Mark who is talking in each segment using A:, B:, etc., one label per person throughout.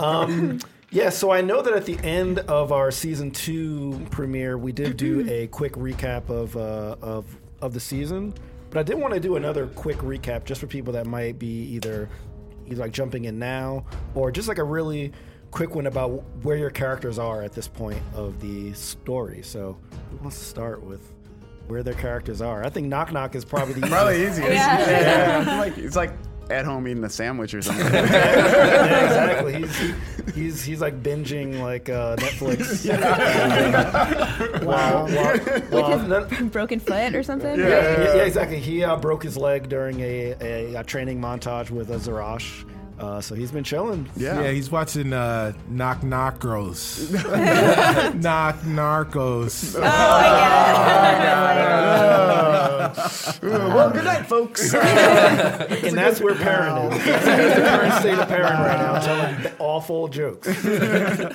A: Um, yeah, so I know that at the end of our season two premiere, we did do a quick recap of uh, of of the season, but I did want to do another quick recap just for people that might be either either like jumping in now or just like a really quick one about where your characters are at this point of the story. So who wants to start with where their characters are? I think Knock Knock is probably the
B: Probably
A: easiest.
B: easiest.
C: Yeah.
B: Yeah. It's like- it's like at home eating a sandwich or something.
A: yeah, exactly. He's, he- he's he's like binging like uh, Netflix. wow.
C: Broken foot or something?
A: yeah, yeah, exactly. He uh, broke his leg during a, a, a training montage with a Zarash. Uh, so he's been chilling.
B: yeah.
D: Yeah, he's watching uh, Knock Knock Girls. knock Narcos.
C: Oh, Uh.
B: Oh well, good night, folks.
A: and that's where Perrin is. That's the current state of Perrin right now, telling awful jokes.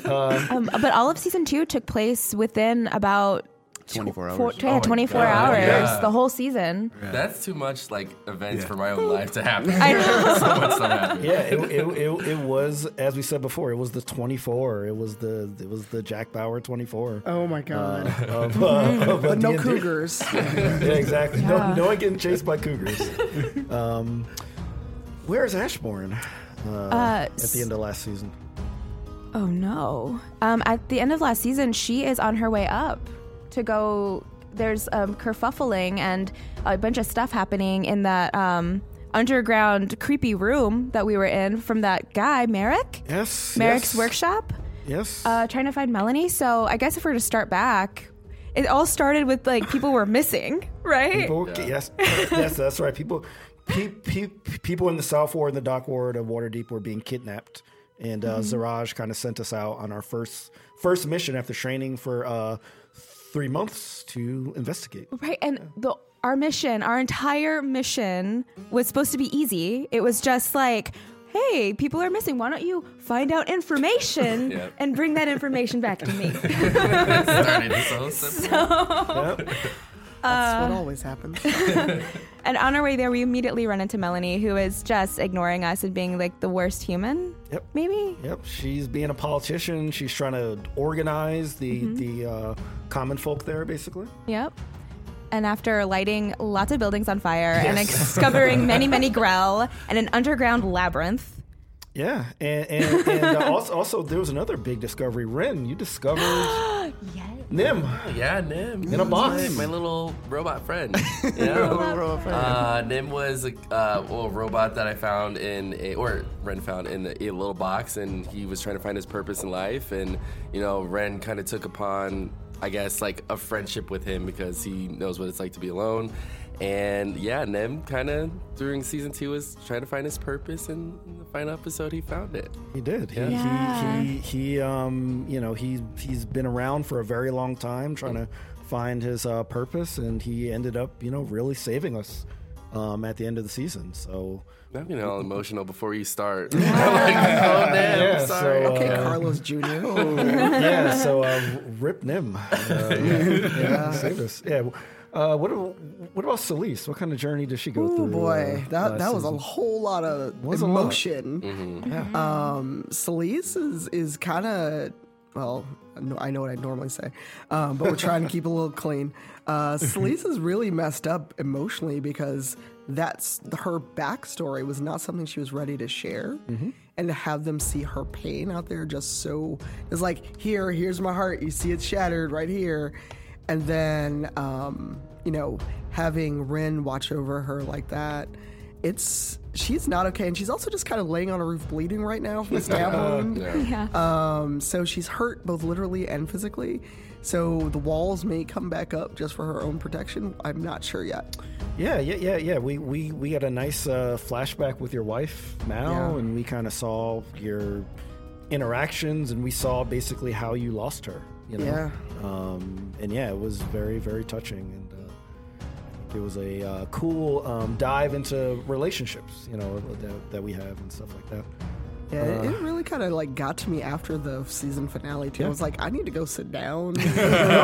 C: Um, but all of season two took place within about
B: 24 hours.
C: four, yeah, 24 hours, the whole season.
E: That's too much like events for my own life to happen.
C: I know.
E: so much stuff happened.
A: Yeah, it, it, it, it was as we said before. It was the twenty four. It was the it was the Jack Bauer twenty four.
F: Oh my god.
A: Of, uh, of, uh,
F: but no
A: D&D.
F: cougars.
A: Yeah, exactly. No, no one getting chased by cougars. um, where is Ashbourne uh, at the end of last season?
C: Oh no. Um, at the end of last season, she is on her way up to go. There's um, kerfuffling and a bunch of stuff happening in that um, underground creepy room that we were in from that guy, Merrick.
A: Yes.
C: Merrick's
A: yes,
C: workshop,
A: Yes.
C: uh, trying to find Melanie. So I guess if we're to start back, it all started with like people were missing, right?
A: people, Yes. Yes, that's right. People, pe- pe- people in the South Ward and the Dock Ward of Waterdeep were being kidnapped, and uh,
C: Mm-hmm.
A: Zaraj kind of sent us out on our first first mission after training for uh, three months to investigate.
C: Right, and the our mission, our entire mission was supposed to be easy. It was just like, hey, people are missing. Why don't you find out information
E: Yep.
C: and bring that information back to me?
E: Started so simple.
C: Oh.
F: That's what always happens.
C: and on our way there, we immediately run into Melanie, who is just ignoring us and being like the worst human.
A: Yep.
C: Maybe.
A: Yep, she's being a politician. She's trying to organize the
C: Mm-hmm.
A: the uh, common folk there, basically.
C: Yep. And after lighting lots of buildings on fire and discovering many, many grell and an underground labyrinth.
A: Yeah, and and, and uh, also, also there was another big discovery. Ren, you discovered
C: Yes.
A: Nim.
E: Yeah, Nim.
A: In a box.
E: That's My, my little robot friend. You know? uh, Nim was a uh, well, a robot that I found in a, or Ren found in a, a little box, and he was trying to find his purpose in life. And, you know, Ren kind of took upon, I guess, like a friendship with him because he knows what it's like to be alone. And yeah, Nim kind of during season two was trying to find his purpose, and in the final episode, he found it.
A: He did. He,
C: Yeah.
A: he, he, he, um, you know, he he's been around for a very long time trying to find his uh, purpose, and he ended up, you know, really saving us um, at the end of the season. So,
E: I'm getting all emotional before you start. I'm like, oh, Nim,
A: Yeah,
E: I'm sorry.
A: so,
E: I can't
A: uh,
F: Carlos Jr.
A: yeah, so uh, rip Nim, uh, yeah, saved us. Yeah. Uh, what ab- what about Celise? What kind of journey did she go
F: Oh
A: through?
F: boy,
A: uh,
F: that
A: last
F: that was a
A: season?
F: whole lot of
A: Was a lot.
F: emotion. Um, Celise is is kind of well, I know- I know what I normally say, um, but we're trying to keep it a little clean. Uh, Celise is really messed up emotionally because that's her backstory was not something she was ready to share.
A: Mm-hmm.
F: And to have them see her pain out there just so it's like, here, here's my heart. You see it shattered right here. And then, um, you know, having Rin watch over her like that it's she's not okay, and she's also just kind of laying on a roof bleeding right now from a stab wound.
C: Yeah.
F: Um, so she's hurt both literally and physically. So the walls may come back up just for her own protection. I'm not sure yet.
A: Yeah, yeah, yeah, yeah. We we we had a nice uh, flashback with your wife Mal,
F: Yeah.
A: and we kind of saw your interactions, and we saw basically how you lost her. You know?
F: Yeah.
A: Um, and yeah, it was very very touching, and uh, I think it was a uh, cool um, dive into relationships, you know, that, that we have and stuff like that. Uh.
F: Yeah, it- it really kind of like got to me after the season finale too. I was like, I need to go sit down.
A: no,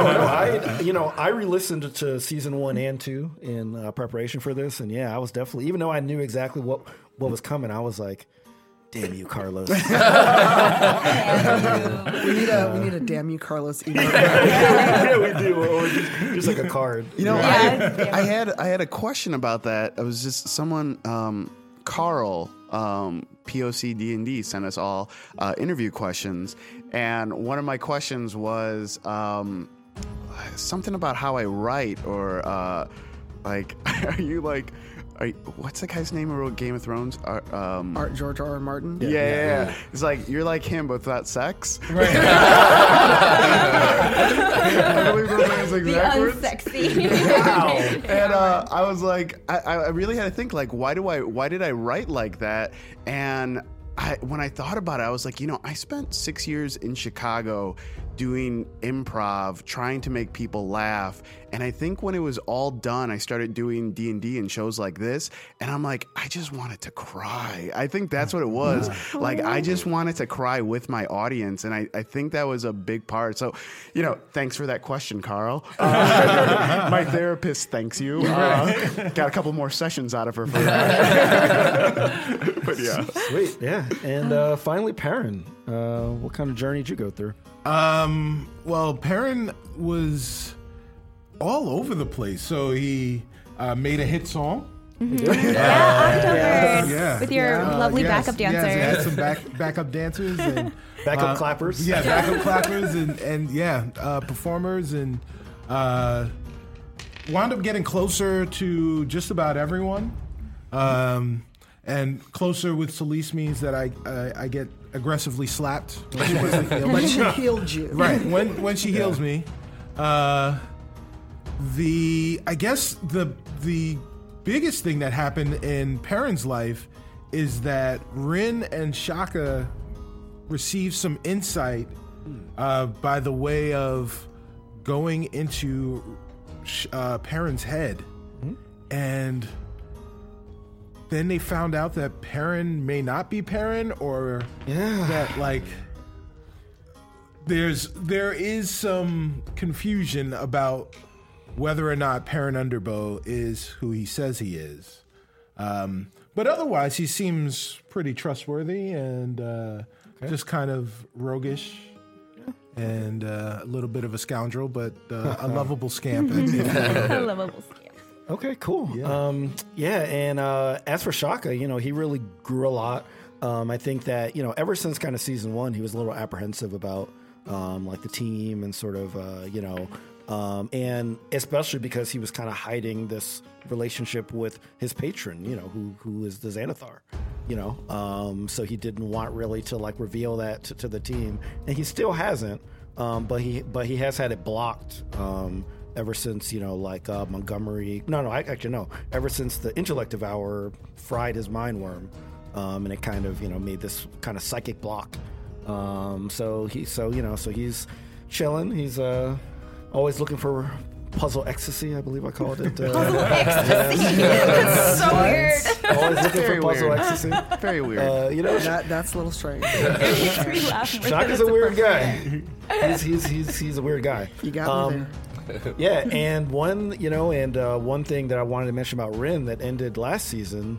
A: no, I, you know, I re-listened to season one and two in uh, preparation for this, and yeah, I was definitely, even though I knew exactly what what was coming, I was like, Damn you, Carlos.
F: We need a we need a damn you, Carlos. Email.
A: yeah, we do. Or just, just like a card.
B: You know,
C: Yeah,
B: I, I had I had a question about that. It was just someone, um, Carl, um, POC D and D sent us all uh, interview questions, and one of my questions was um, something about how I write or uh, like, are you like, are you, what's the guy's name who wrote Game of Thrones? Ar- um,
F: Art George R. R. Martin.
B: yeah, yeah, yeah. It's like you're like him, but without sex. I believe those are his
C: The
B: exact words.
C: unsexy.
B: And uh, I was like, I, I really had to think, like, why do I, why did I write like that? And I, when I thought about it, I was like, you know, I spent six years in Chicago doing improv, trying to make people laugh. And I think when it was all done, I started doing D and D and shows like this, and I'm like, I just wanted to cry. I think that's what it was.
D: Oh.
B: Like, I just wanted to cry with my audience, and I, I think that was a big part. So, you know, thanks for that question, Carl. Uh, my therapist thanks you. Uh, got a couple more sessions out of her for that. but yeah.
A: Sweet. Yeah. And uh, finally, Perrin. Uh, what kind of journey did you go through?
D: Um, well, Perrin was all over the place. So he uh, made a hit song.
C: yeah, October.
D: Yeah.
C: With your
D: Uh,
C: lovely
D: yes,
C: backup
D: yes,
C: dancer.
D: he had some back, backup dancers and
A: Backup
D: uh,
A: clappers.
D: Yeah, backup clappers and and yeah, uh, performers and uh, wound up getting closer to just about everyone. Um, and closer with Solis means that I I, I get aggressively slapped when she puts the heel
F: But she healed you.
D: right when when she heals me uh the i guess the the biggest thing that happened in perrin's life is that rin and shaka received some insight uh, by the way of going into sh- uh, perrin's head and then they found out that perrin may not be perrin or that like there's there is some confusion about whether or not Perrin Underbow is who he says he is. Um, but otherwise, he seems pretty trustworthy and uh, just kind of roguish and uh, a little bit of a scoundrel, but uh, a lovable scamp.
C: I love a scam.
A: Okay, cool. Yeah, um, yeah and uh, as for Shaka, you know, he really grew a lot. Um, I think that, you know, ever since kind of season one, he was a little apprehensive about um, like the team and sort of, uh, you know, um, and especially because he was kind of hiding this relationship with his patron, you know, who who is the Xanathar, you know. Um, so he didn't want really to like reveal that to, to the team, and he still hasn't. Um, but he but he has had it blocked um, ever since you know like uh, Montgomery. No, no, I, actually no. Ever since the intellect devourer fried his mind worm, um, and it kind of you know made this kind of psychic block. Um, so he so you know so he's chilling. He's uh, always looking for puzzle ecstasy. I believe I called it. Uh,
C: It's so weird.
A: always looking for
B: Very
A: puzzle
B: weird.
A: ecstasy.
B: Very weird.
A: Uh, you know,
F: That that's a little strange.
C: We laugh more
A: Shock
C: than
A: is
C: it's
A: a weird
C: appropriate.
A: guy. He's, he's, he's, he's a weird guy. Um,
F: You got me there.
A: yeah, and one you know, and uh, one thing that I wanted to mention about Rin that ended last season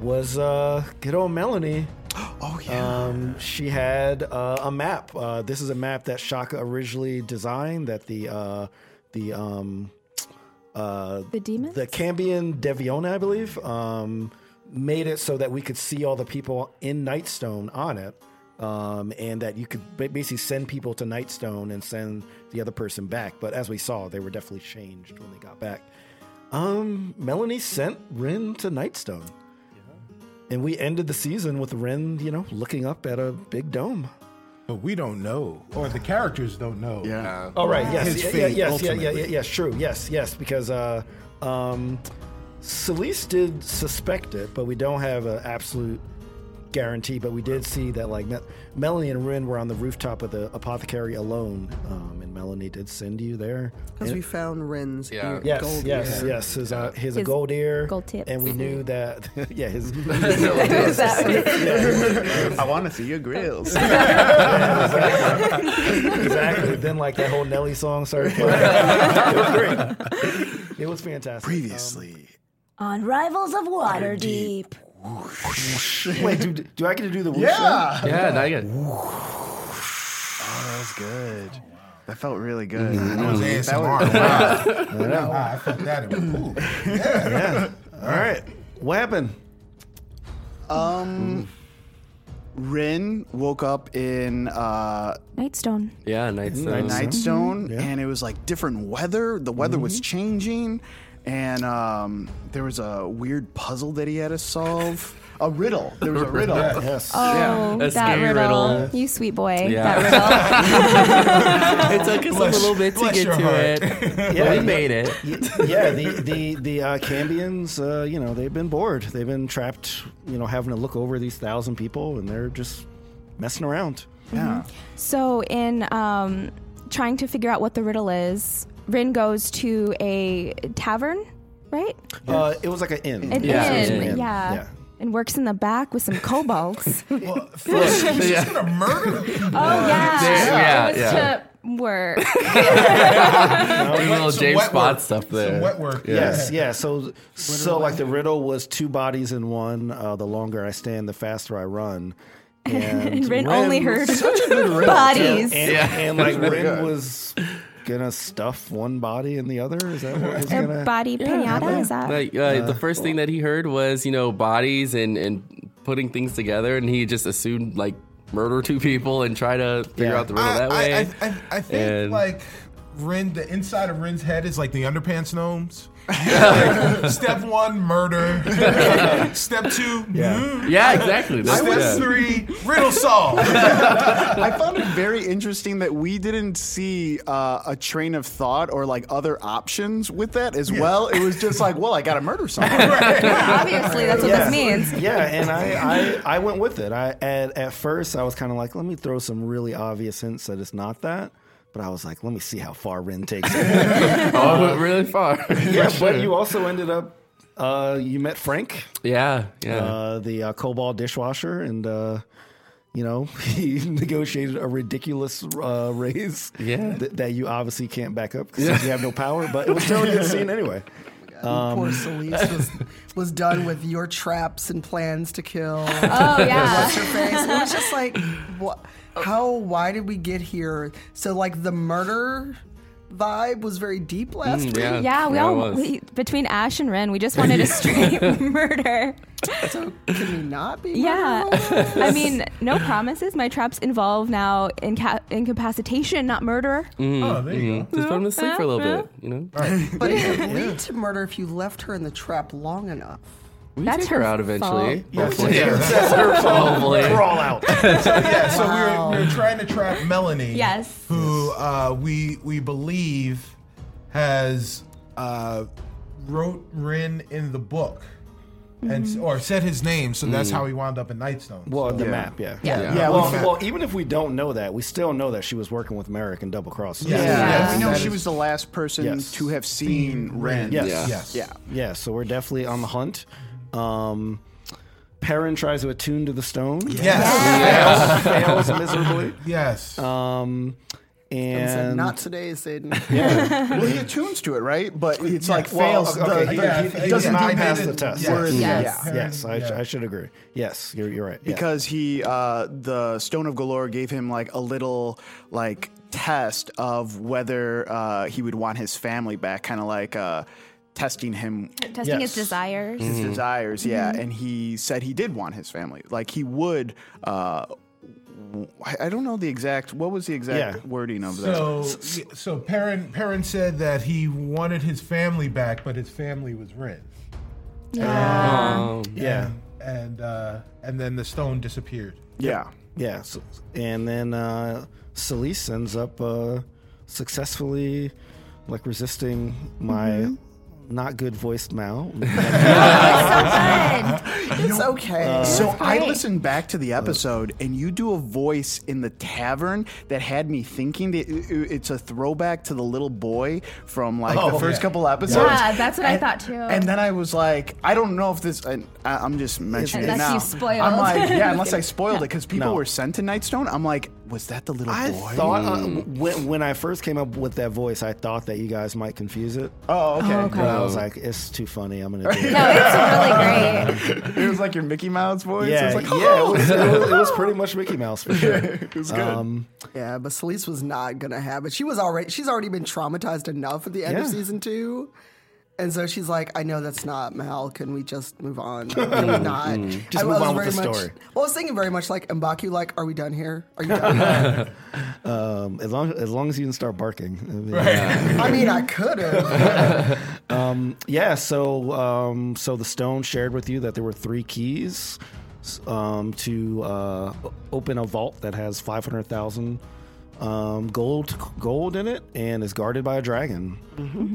A: was uh, good old Melanie.
B: oh yeah.
A: Um, she had uh, a map. Uh, this is a map that Shaka originally designed. That the uh, the um, uh,
C: The demons?
A: the Cambion Deviona, I believe, um, made it so that we could see all the people in Nightstone on it, um, and that you could ba- basically send people to Nightstone and send the other person back. But as we saw, they were definitely changed when they got back. Um, Melanie sent Rin to Nightstone. And we ended the season with Ren, you know, looking up at a big dome.
D: but we don't know, or the characters don't know.
B: yeah.
A: Oh right, yes,
D: His
A: yeah,
D: fate,
A: yeah, yes, yeah, yeah,
D: ultimately.
A: yeah, yes, true, yes, yes, because uh, um, Celeste did suspect it, but we don't have an absolute guarantee. But we did see that like Mel- Melanie and Ren were on the rooftop of the apothecary alone, um, and Melanie did send you there.
F: Because we found Ren's
E: Yeah.
F: ear-
A: Yes,
F: gold
A: yes,
F: ear.
A: yes. His, uh, his,
C: His
A: gold ear,
C: gold tips.
A: and we knew that. yeah, his
C: Is that-
B: I want to see your grills.
A: exactly. Then like that whole Nelly song started playing. it was great. It was fantastic. Um,
B: Previously.
G: On Rivals of Waterdeep.
A: Wait, do, do I get to do the whoosh?
D: Yeah.
E: Yeah, now you got
B: Oh, that was good. That felt really good.
D: Mm-hmm. That was ASMR. Wow. Wow, I felt that. It was cool.
A: then? All right. What happened?
B: Rin woke up in uh,
C: Nightstone.
E: yeah, nice. uh,
B: Nightstone,
A: Yeah.
B: and it was like different weather. The weather was changing, and um, there was a weird puzzle that he had to solve. A riddle. There was a riddle.
A: Yes.
E: Yeah,
C: Oh,
E: a
C: that
E: scary
C: riddle.
E: riddle.
C: You sweet boy.
E: Yeah.
C: That riddle.
E: It took us a little bit to
D: bless
E: get
D: your
E: to
D: heart.
E: it,
A: yeah,
E: but we made it.
A: yeah, the the the uh, Cambians, uh, you know, they've been bored. They've been trapped, you know, having to look over these thousand people, and they're just messing around.
B: Yeah.
C: so, in um, trying to figure out what the riddle is, Rin goes to a tavern, right?
A: Uh, it was like an inn.
C: An
E: Yeah.
C: inn.
E: Yeah.
C: Yeah.
A: Yeah.
C: And works in the back with some kobolds. oh
D: Well, first, she was just gonna murder people.
C: yeah,
E: yeah,
C: it was
E: yeah.
C: to work.
E: Doing little
D: Some
E: James
D: wet
E: Bond
D: work.
E: stuff
D: Some
E: there.
D: wet work.
A: Yes, yeah. So, so like the riddle was two bodies in one. Uh, the longer I stand, the faster I run. And
C: Rin only heard
A: riddle,
C: bodies.
A: too. And, and like Rin was gonna stuff one body in the other. Is that what was
C: Or
A: gonna?
C: body pinata? Is that?
E: Like uh, the first thing that he heard was you know bodies and and putting things together, and he just assumed like murder two people and try to figure
A: Yeah.
E: out the riddle
D: I,
E: that way.
D: I, I, I, I think
E: And-
D: like Rin, the inside of Rin's head is like the underpants gnomes. Step one, murder. Step two, mm.
E: yeah, exactly. That's,
D: Step
E: yeah.
D: three, riddle Oh, solved.
B: I found it very interesting that we didn't see uh, a train of thought or like other options with that as well. It was just like, well, I got to murder someone.
C: Obviously, that's what this means.
A: yeah, and I, I, I went with it. I at, at first I was kind of like, let me throw some really obvious hints that it's not that. But I was like, let me see how far Rin takes it.
E: Oh, it went really far.
A: yeah, but you also ended up, uh, you met Frank,
E: yeah, yeah.
A: uh, the uh, Cobalt dishwasher, and uh, you know he negotiated a ridiculous uh, raise.
E: Yeah.
A: th- that you obviously can't back up because you have no power. But it was still a good scene anyway.
F: Poor Celeste was, was done with your traps and plans to kill.
C: Oh yeah.
F: What's her face? It was just like, what? How? Why did we get here? So like the murder vibe was very deep last week.
E: Mm, yeah,
C: Yeah, we
E: yeah, it
C: all
E: was.
C: we, between Ash and Ren, we just wanted a straight murder.
F: So can we not be?
C: Yeah,
F: murder robots?
C: I mean, no promises. My traps involve now inca- incapacitation, not murder.
D: Oh, there you go.
E: just put him to sleep for a little bit. You know,
F: But it would lead to murder if you left her in the trap long enough.
E: we
C: That's
E: take her
C: her
E: out eventually.
C: fault.
E: Hopefully.
A: That's her
E: Probably.
A: Crawl out.
D: Yeah, so we were, we were trying to trap Melanie.
C: Yes.
D: Who uh, we we believe has uh, wrote Rin in the book. And
C: Mm-hmm.
D: s- or said his name, so that's how he wound up in Nightstone.
A: Well,
D: so.
A: the map, yeah.
C: Yeah.
A: Yeah,
E: Yeah.
A: well, well, even if we don't know that, we still know that she was working with Merrick and double crossed.
D: Yeah.
B: Yeah, we know
D: That
B: she
D: is-
B: was the last person
A: Yes.
B: to have seen Ren.
A: Yes.
E: Yeah.
D: Yes.
B: Yeah.
A: Yeah, so we're definitely on the hunt. Um, Perrin tries to attune to the stone.
D: Yes.
A: Fails miserably.
D: Yes.
A: Um,
F: And said,
A: and
F: not today, Satan.
B: Well, he attunes to it, right? But it's like
A: well,
B: fails.
A: okay,
B: the,
A: he-
D: yeah,
A: he,
D: he
A: does
D: did
A: not
D: it.
A: pass the test.
D: Yes.
A: Yes,
C: Yes.
A: yes, I,
D: Yeah.
A: I should agree. Yes, you're, you're right. Yeah.
B: because he uh, the stone of galore gave him like a little like test of whether uh, he would want his family back kind of like uh, testing him
C: Testing
A: Yes.
C: his desires.
B: his
A: Mm.
B: desires yeah
A: Mm-hmm.
B: and he said he did want his family like he would uh, w- I- I don't know the exact what was the exact
A: Yeah.
B: wording of that
D: So, so Perrin, Perrin said that he wanted his family back, but his family was Rin,
C: Yeah.
E: Um,
A: yeah,
D: and uh, and then the stone disappeared.
B: yeah
A: yeah. So, and then uh, Celise ends up uh, successfully like resisting my not good voicemail.
F: it's okay.
B: So I listened back to the episode, and you do a voice in the tavern that had me thinking that it- it- it's a throwback to the little boy from like the
D: Oh,
B: first
D: yeah.
B: couple episodes.
C: Yeah, that's what I thought, too.
B: And then I was like, I don't know if this. And I, I'm just mentioning
C: Unless
B: it now.
C: you spoiled.
B: I'm like, yeah,
C: I'm
B: unless I
C: kidding.
B: spoiled it because people
A: No.
B: were sent to Nightstone. I'm like, was that the little
A: I
B: boy?
A: thought uh, when, when I first came up with that voice, I thought that you guys might confuse it.
B: oh, okay.
C: Oh, okay.
A: But I was like, it's too funny. I'm gonna. Do it.
C: No, it's really great.
B: it was like your Mickey Mouse voice.
A: Yeah,
B: It was like, oh,
A: yeah, it was, it, was, it was pretty much Mickey Mouse for sure.
B: it was good.
F: Yeah, but Celise was not gonna have it. She was already she's already been traumatized enough at the end of
A: Yeah.
F: season two. And so she's like, I know that's not Mal. Can we just move on? Can we not?
A: Mm-hmm. Just
F: I
A: move
F: was
A: on with
F: very
A: the
F: much-
A: story.
F: Well, I was thinking very much like Mbaku, like, are we done here? Are you done?
A: Um, as long as long as you can start barking. I mean,
F: I mean, I could have.
A: Yeah. So um, so the stone shared with you that there were three keys s- um, to uh, o- open a vault that has five hundred thousand um, gold gold in it and is guarded by a dragon.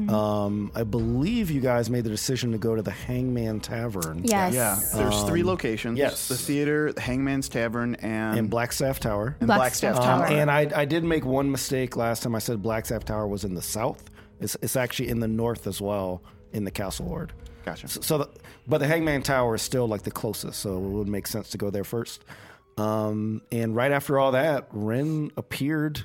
A: Um, I believe you guys made the decision to go to the Hangman Tavern
C: Yes.
B: Yeah, there's three locations.
A: Um, yes.
B: the theater, the Hangman's Tavern, and,
A: in Blackstaff Tower.
B: and
C: Black
B: Blackstaff
C: Staff
A: Um,
C: Tower.
A: and I, I did make one mistake last time. I said Blackstaff Tower was in the south. It's, it's actually in the north as well, in the castle ward.
B: Gotcha.
A: So, so the, but the Hangman Tower is still like the closest, so it would make sense to go there first. Um, and right after all that, Ren appeared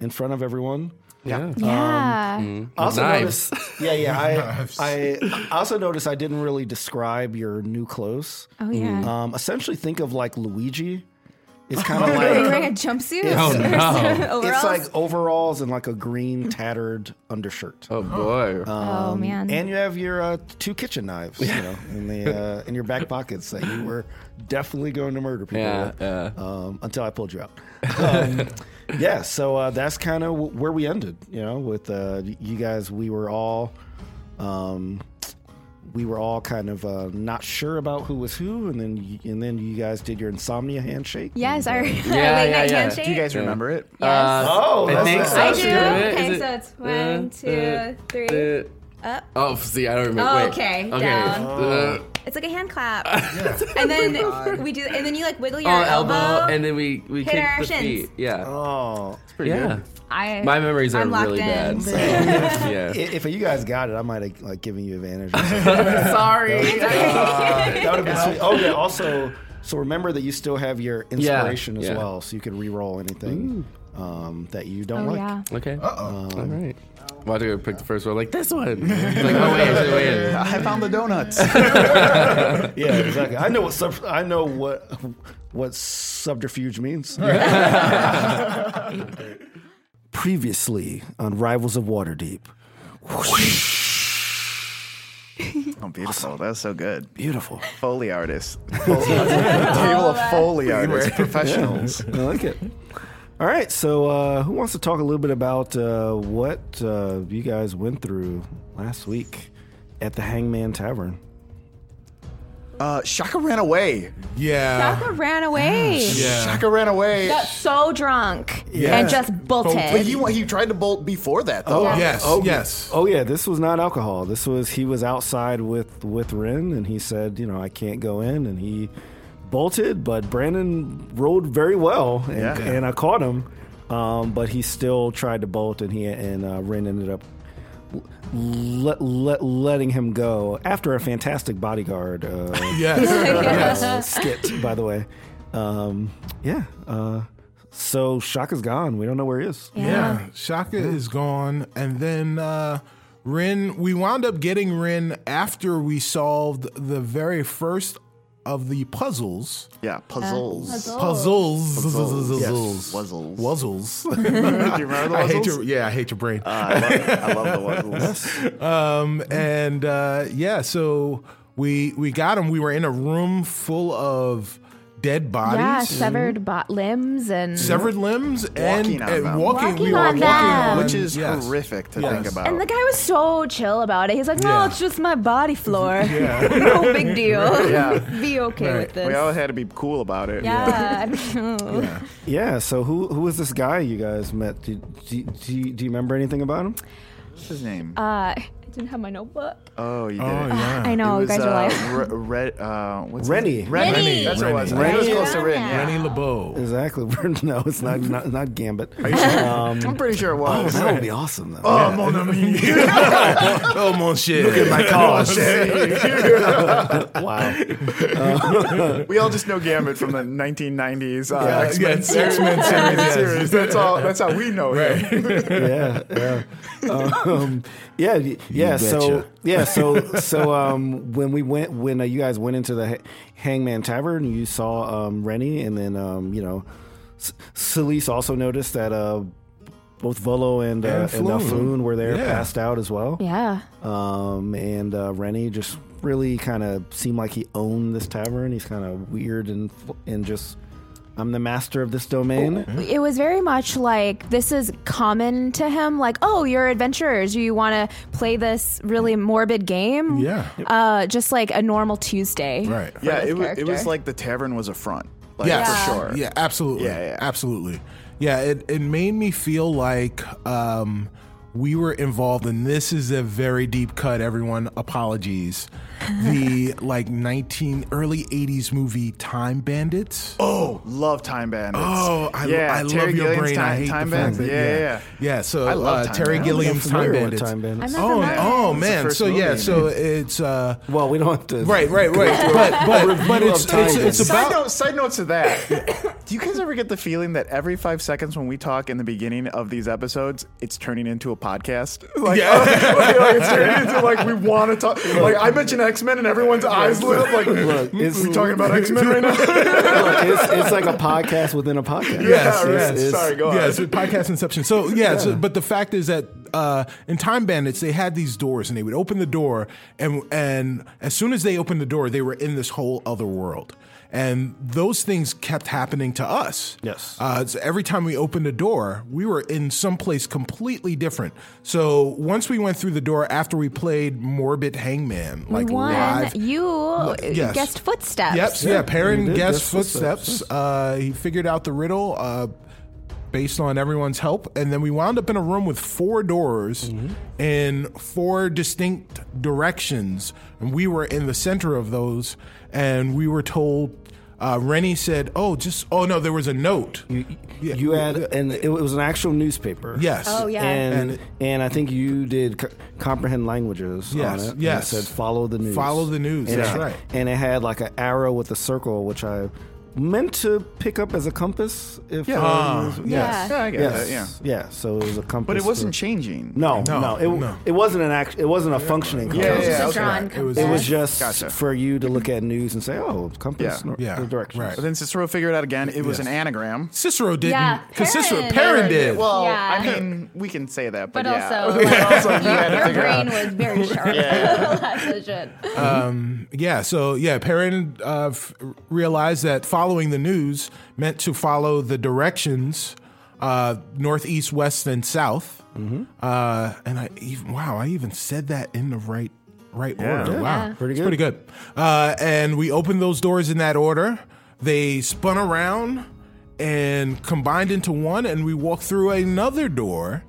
A: in front of everyone.
B: Yeah.
C: Yeah. Mm.
A: Also
E: Knives.
A: noticed- yeah, yeah. I, I also noticed I didn't really describe your new clothes.
C: oh yeah.
A: Um, essentially, think of like Luigi. It's kind of
C: Are you
A: like
C: wearing a jumpsuit?
A: It's- Oh,
E: no.
C: Overalls?
A: It's like overalls and like a green tattered undershirt.
E: Oh boy.
D: Uh,
C: oh man.
A: And you have your uh, two kitchen knives, you know, in the uh, in your back pockets that you were definitely going to murder people
E: Yeah,
A: with
E: yeah.
A: Um, until I pulled you out. Um, yeah, so uh, that's kind of w- where we ended, you know, with uh, you guys. We were all, um, we were all kind of uh, not sure about who was who, and then y- and then you guys did your insomnia handshake.
C: yes, our, our
E: yeah,
C: late night
E: yeah.
C: handshake.
B: Do you guys remember it?
C: Yes.
A: Oh,
E: Uh, I
A: that's
E: think
A: nice.
E: so.
C: I
E: Should
C: do.
E: it?
C: Okay,
E: Is it- uh,
C: so it's one, two, three.
E: Up. Oh, see, I don't remember.
C: Oh,
E: Wait.
C: okay,
E: Okay.
C: down.
E: Uh,
C: It's like a hand clap. and then we do, and then you like wiggle your
E: oh, elbow,
C: elbow.
E: and then we we
C: Hit
E: kick
C: our
E: the
C: shins.
E: feet. Yeah.
A: oh.
E: Pretty
B: yeah.
E: good.
C: I,
E: My memories are
C: I'm locked
E: really
C: in.
E: bad. So, yeah.
A: If if you guys got it, I might have like given you advantage. or something.
E: Sorry.
A: that would have been sweet. Oh yeah. Also, so remember that you still have your inspiration as
E: yeah.
A: well, so you can re-roll anything um, that you don't
C: Oh
A: like.
C: yeah.
E: Okay. Uh oh. All right. I'm about to go pick the first one. Like this one. It's like, oh wait, wait, wait.
B: I found the donuts.
A: Yeah, exactly. I know what sub- I know what what subterfuge means. Previously on Rivals of Waterdeep,
B: oh, beautiful. That was so good.
A: beautiful.
B: Foley artists. Table of Foley artists, professionals.
A: I like it. All right, so uh, who wants to talk a little bit about uh, what uh, you guys went through last week at the Hangman Tavern?
B: Uh, Shaka ran away.
D: Yeah.
C: Shaka ran away.
D: Yeah.
B: Shaka ran away.
C: Got so drunk
A: Yeah.
C: and just bolted.
B: But he, he tried to bolt before that, though.
C: Yeah.
D: Yes.
A: Oh,
D: yes.
A: Oh yeah, this was not alcohol. This was he was outside with with Ren, and he said, you know, I can't go in, and he bolted. But Brandon rode very well, and,
B: Yeah.
A: and I caught him. Um, but he still tried to bolt, and he and uh, Ren ended up le- le- letting him go after a fantastic bodyguard uh,
D: Yes.
A: uh, skit, by the way. Um, yeah. Uh, so Shaka's gone. We don't know where he is.
D: Yeah, Shaka is gone, and then uh, Rin. We wound up getting Rin after we solved the very first of the puzzles.
B: Yeah, puzzles.
D: Puzzles.
B: Puzzles. Yes.
D: Wuzzles.
B: Wuzzles.
D: Wuzzles.
B: Do you remember the
D: I hate
B: wuzzles?
D: your. Yeah, I hate your brain.
B: I, love, I love the wuzzles.
D: Um, and uh, yeah, so we we got him. We were in a room full of dead bodies.
C: yeah, severed bo- limbs and
D: Severed limbs and,
B: Walking on
D: and
B: them.
D: walking,
C: Walking
D: we were
C: on
D: walking
C: them.
D: on
B: Which is
D: yes.
B: horrific to think about.
C: And the guy was so chill about it. He's like, "No,
D: Yeah.
C: it's just my body floor. no big deal.
B: Yeah.
C: Be okay
D: Right.
C: with this."
B: we all had to be cool about it.
C: yeah. I know.
A: Yeah. So who who was this guy you guys met? Do, do, do, do you remember anything about him?
B: What's his name?
C: Uh, Didn't have my notebook.
B: Oh, you did.
D: Oh,
B: it.
D: yeah.
C: I know,
B: it was,
C: guys are
B: uh,
C: like,
B: Re- Red- uh, what's his-
A: Rennie.
B: Rennie.
C: Rennie.
B: That's what it was.
D: Rennie.
B: Rennie. It was close to Rennie.
C: Yeah.
B: Yeah.
D: Rennie LeBeau.
A: Exactly. no, it's not not, not Gambit. Um,
B: I'm pretty sure it was.
A: that would be awesome though.
D: Oh, mon ami. oh, mon cher. Look at my
B: cause.
A: Wow.
B: we all just know Gambit from the 1990s uh,
D: Yeah,
B: X-Men
D: yeah, X-Men series, yes.
B: series. That's all. That's how we know him.
A: yeah, yeah, um, yeah, y- yeah. So
D: betcha.
A: yeah, so so um, when we went, when uh, you guys went into the ha- Hangman Tavern, you saw um, Rennie, and then um, you know, S- Solis also noticed that uh, both Volo and uh,
D: And
A: and
D: Floon.
A: Alfoon were there,
D: Yeah.
A: passed out as well.
C: Yeah.
A: Um, and uh, Rennie just really kind of seemed like he owned this tavern. He's kind of weird and fl- and just. I'm the master of this
D: Oh,
A: domain.
C: It was very much like this is common to him. Like, oh, you're adventurers. You want to play this really morbid game?
D: Yeah.
C: Uh, just like a normal Tuesday.
D: Right.
B: Yeah,
C: this
B: it was, it
C: character.
B: was like the tavern was a front. Like,
D: Yes.
B: for sure.
D: Yeah, absolutely.
B: Yeah, yeah.
D: Absolutely. Yeah, it, it made me feel like um, we were involved, and this is a very deep cut, everyone. Apologies. The like 19, early 80s movie Time Bandits.
B: Oh, love Time Bandits.
D: Oh, I,
B: yeah,
D: I love
B: Terry
D: your
B: Gilliam's
D: brain.
B: Time,
D: I hate
B: Time
D: the fact
B: Bandits.
D: that-
B: Yeah, yeah,
D: yeah,
B: yeah.
D: So
B: I love
D: uh,
B: Time
D: Terry
B: Bandits.
D: Gilliam's Time
A: familiar with
D: Bandits.
A: Time Bandits.
C: I'm not
D: Oh,
C: familiar.
D: oh
B: It's the
D: man!
B: first
D: So yeah,
B: movie.
D: so it's uh,
A: Well, we don't have to.
D: right, right, right. But but but it's
A: Time
D: it's, it's
A: Bandits.
B: Side
D: about
B: note, side note to that. Do you guys ever get the feeling that every five seconds when we talk in the beginning of these episodes, it's turning into a podcast? Like,
D: Yeah.
B: uh, like, like, it's turning into like we want to talk. Like I mention X Men and everyone's eyes lit up. Like
A: it's-
B: we talking about X Men right now?
A: Look, it's, it's like a podcast within a podcast.
B: yeah,
D: Yes, yes,
B: right.
A: it's-
B: Sorry, go on.
D: yeah, it's a podcast inception. So yeah, So, but the fact is that uh, in Time Bandits they had these doors and they would open the door and and as soon as they opened the door they were in this whole other world. And those things kept happening to us.
A: Yes.
D: Uh, so every time we opened a door, we were in some place completely different. So once we went through the door after we played Morbid Hangman, like
C: One,
D: live,
C: you uh,
D: yes.
C: guessed footsteps.
D: Yep, yeah, Perrin
A: did
D: guessed
A: guess footsteps.
D: footsteps. Uh, he figured out the riddle uh, based on everyone's help, and then we wound up in a room with four doors in four distinct directions, and we were in the center of those, and we were told. Uh, Rennie said, "Oh, just oh no, there was a note.
A: Mm. You had, and it was an actual newspaper.
D: yes,
C: Oh, yeah.
A: And
D: And-
A: and, I think you did co- comprehend languages.
D: Yes,
A: on it.
D: yes.
A: And it said follow the news.
D: Follow the news,
A: And it
D: that's
A: had-
D: right.
A: And it had like an arrow with a circle, which I meant to pick up as a compass. If yeah,
D: Ah,
C: Yeah.
D: yes,
B: yeah, I get
A: yes,
B: that, yeah.
A: yeah. So it was a compass,
B: But it wasn't
A: to-
B: changing.
A: No,
D: No,
A: no, it,
D: no.
A: it wasn't an act. It wasn't a functioning.
B: Yeah,
A: compass.
B: yeah, yeah,
C: Just a
B: okay.
C: drawn
D: It was-
A: It was
C: compass.
A: just
B: Gotcha.
A: for you to look at news and say, "Oh, compass,
B: Yeah.
A: nor-
D: Yeah,
A: the directions."
D: right.
B: But then Cicero figured out again. It was
D: Yes.
B: an anagram.
D: Cicero
C: Yeah,
D: didn't because Cicero
C: Perrin.
D: Perrin did.
B: Well,
C: Yeah.
B: I mean, we can say that, but,
C: But
B: yeah.
C: also, like,
B: you had to
C: your
B: figure
C: brain
B: out.
C: was very sharp. That's legit.
D: Yeah, so yeah, Perrin uh, f- realized that following the news meant to follow the directions uh, northeast, west, and south.
A: Mm-hmm.
D: Uh, and I even, wow, I even said that in the right right order. Wow,
A: Pretty
D: It's
A: good.
D: pretty good. Uh, and we opened those doors in that order. They spun around and combined into one, and we walked through another door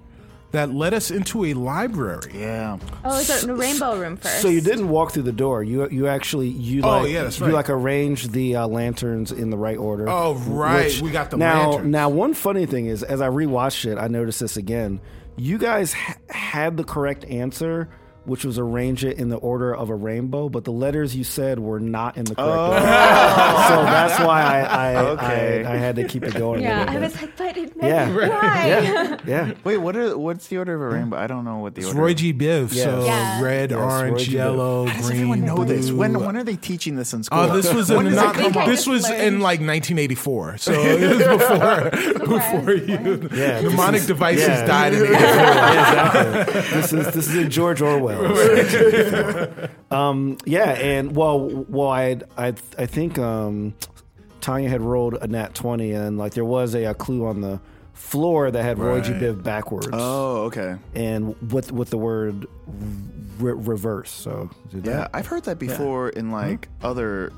D: that led us into a library.
B: Yeah.
C: Oh, it's a rainbow room first.
A: So you didn't walk through the door. You you actually you
D: Oh,
A: like
D: yeah, that's
A: you
D: right.
A: like arranged the uh, lanterns in the right order.
D: Oh, right. We got the
A: now.
D: lanterns.
A: Now one funny thing is, as I rewatched it, I noticed this again. You guys ha- had the correct answer. Which was arrange it in the order of a rainbow, but the letters you said were not in the correct order. So that's why I I,
B: Oh. Okay.
A: I, I had to keep it going. a
C: yeah,
A: little
C: I
A: bit.
C: was like, but it
A: Yeah.
C: meant why?
A: yeah, yeah.
B: Wait, what are, what's the order of a rainbow? I don't know what the
D: It's
B: order.
D: Roy G. Biv.
A: Yes.
D: So
C: Yeah.
D: red,
A: Yes, Roy
D: orange,
A: G. Biv.
D: yellow,
B: How does
D: green.
B: everyone know this?
D: blue.
B: When when are they teaching this in school?
D: Uh, this was
B: when
D: in
B: does
D: not,
B: it come out?
D: this was in like 1984, so it was before before you
A: Yeah, this
D: mnemonic
A: is-
D: devices
A: yeah.
D: died. In
A: Yeah,
D: the
A: exactly. This is this is in George Orwell. um, yeah, and well, well, I I I think um, Tanya had rolled a nat twenty, and like there was a, a clue on the floor that had Roy G.
D: Right.
A: Biv backwards,
B: Oh, okay.
A: and with with the word re- reverse. So did
B: Yeah,
A: that-
D: Hmm?
B: I've heard that before in like other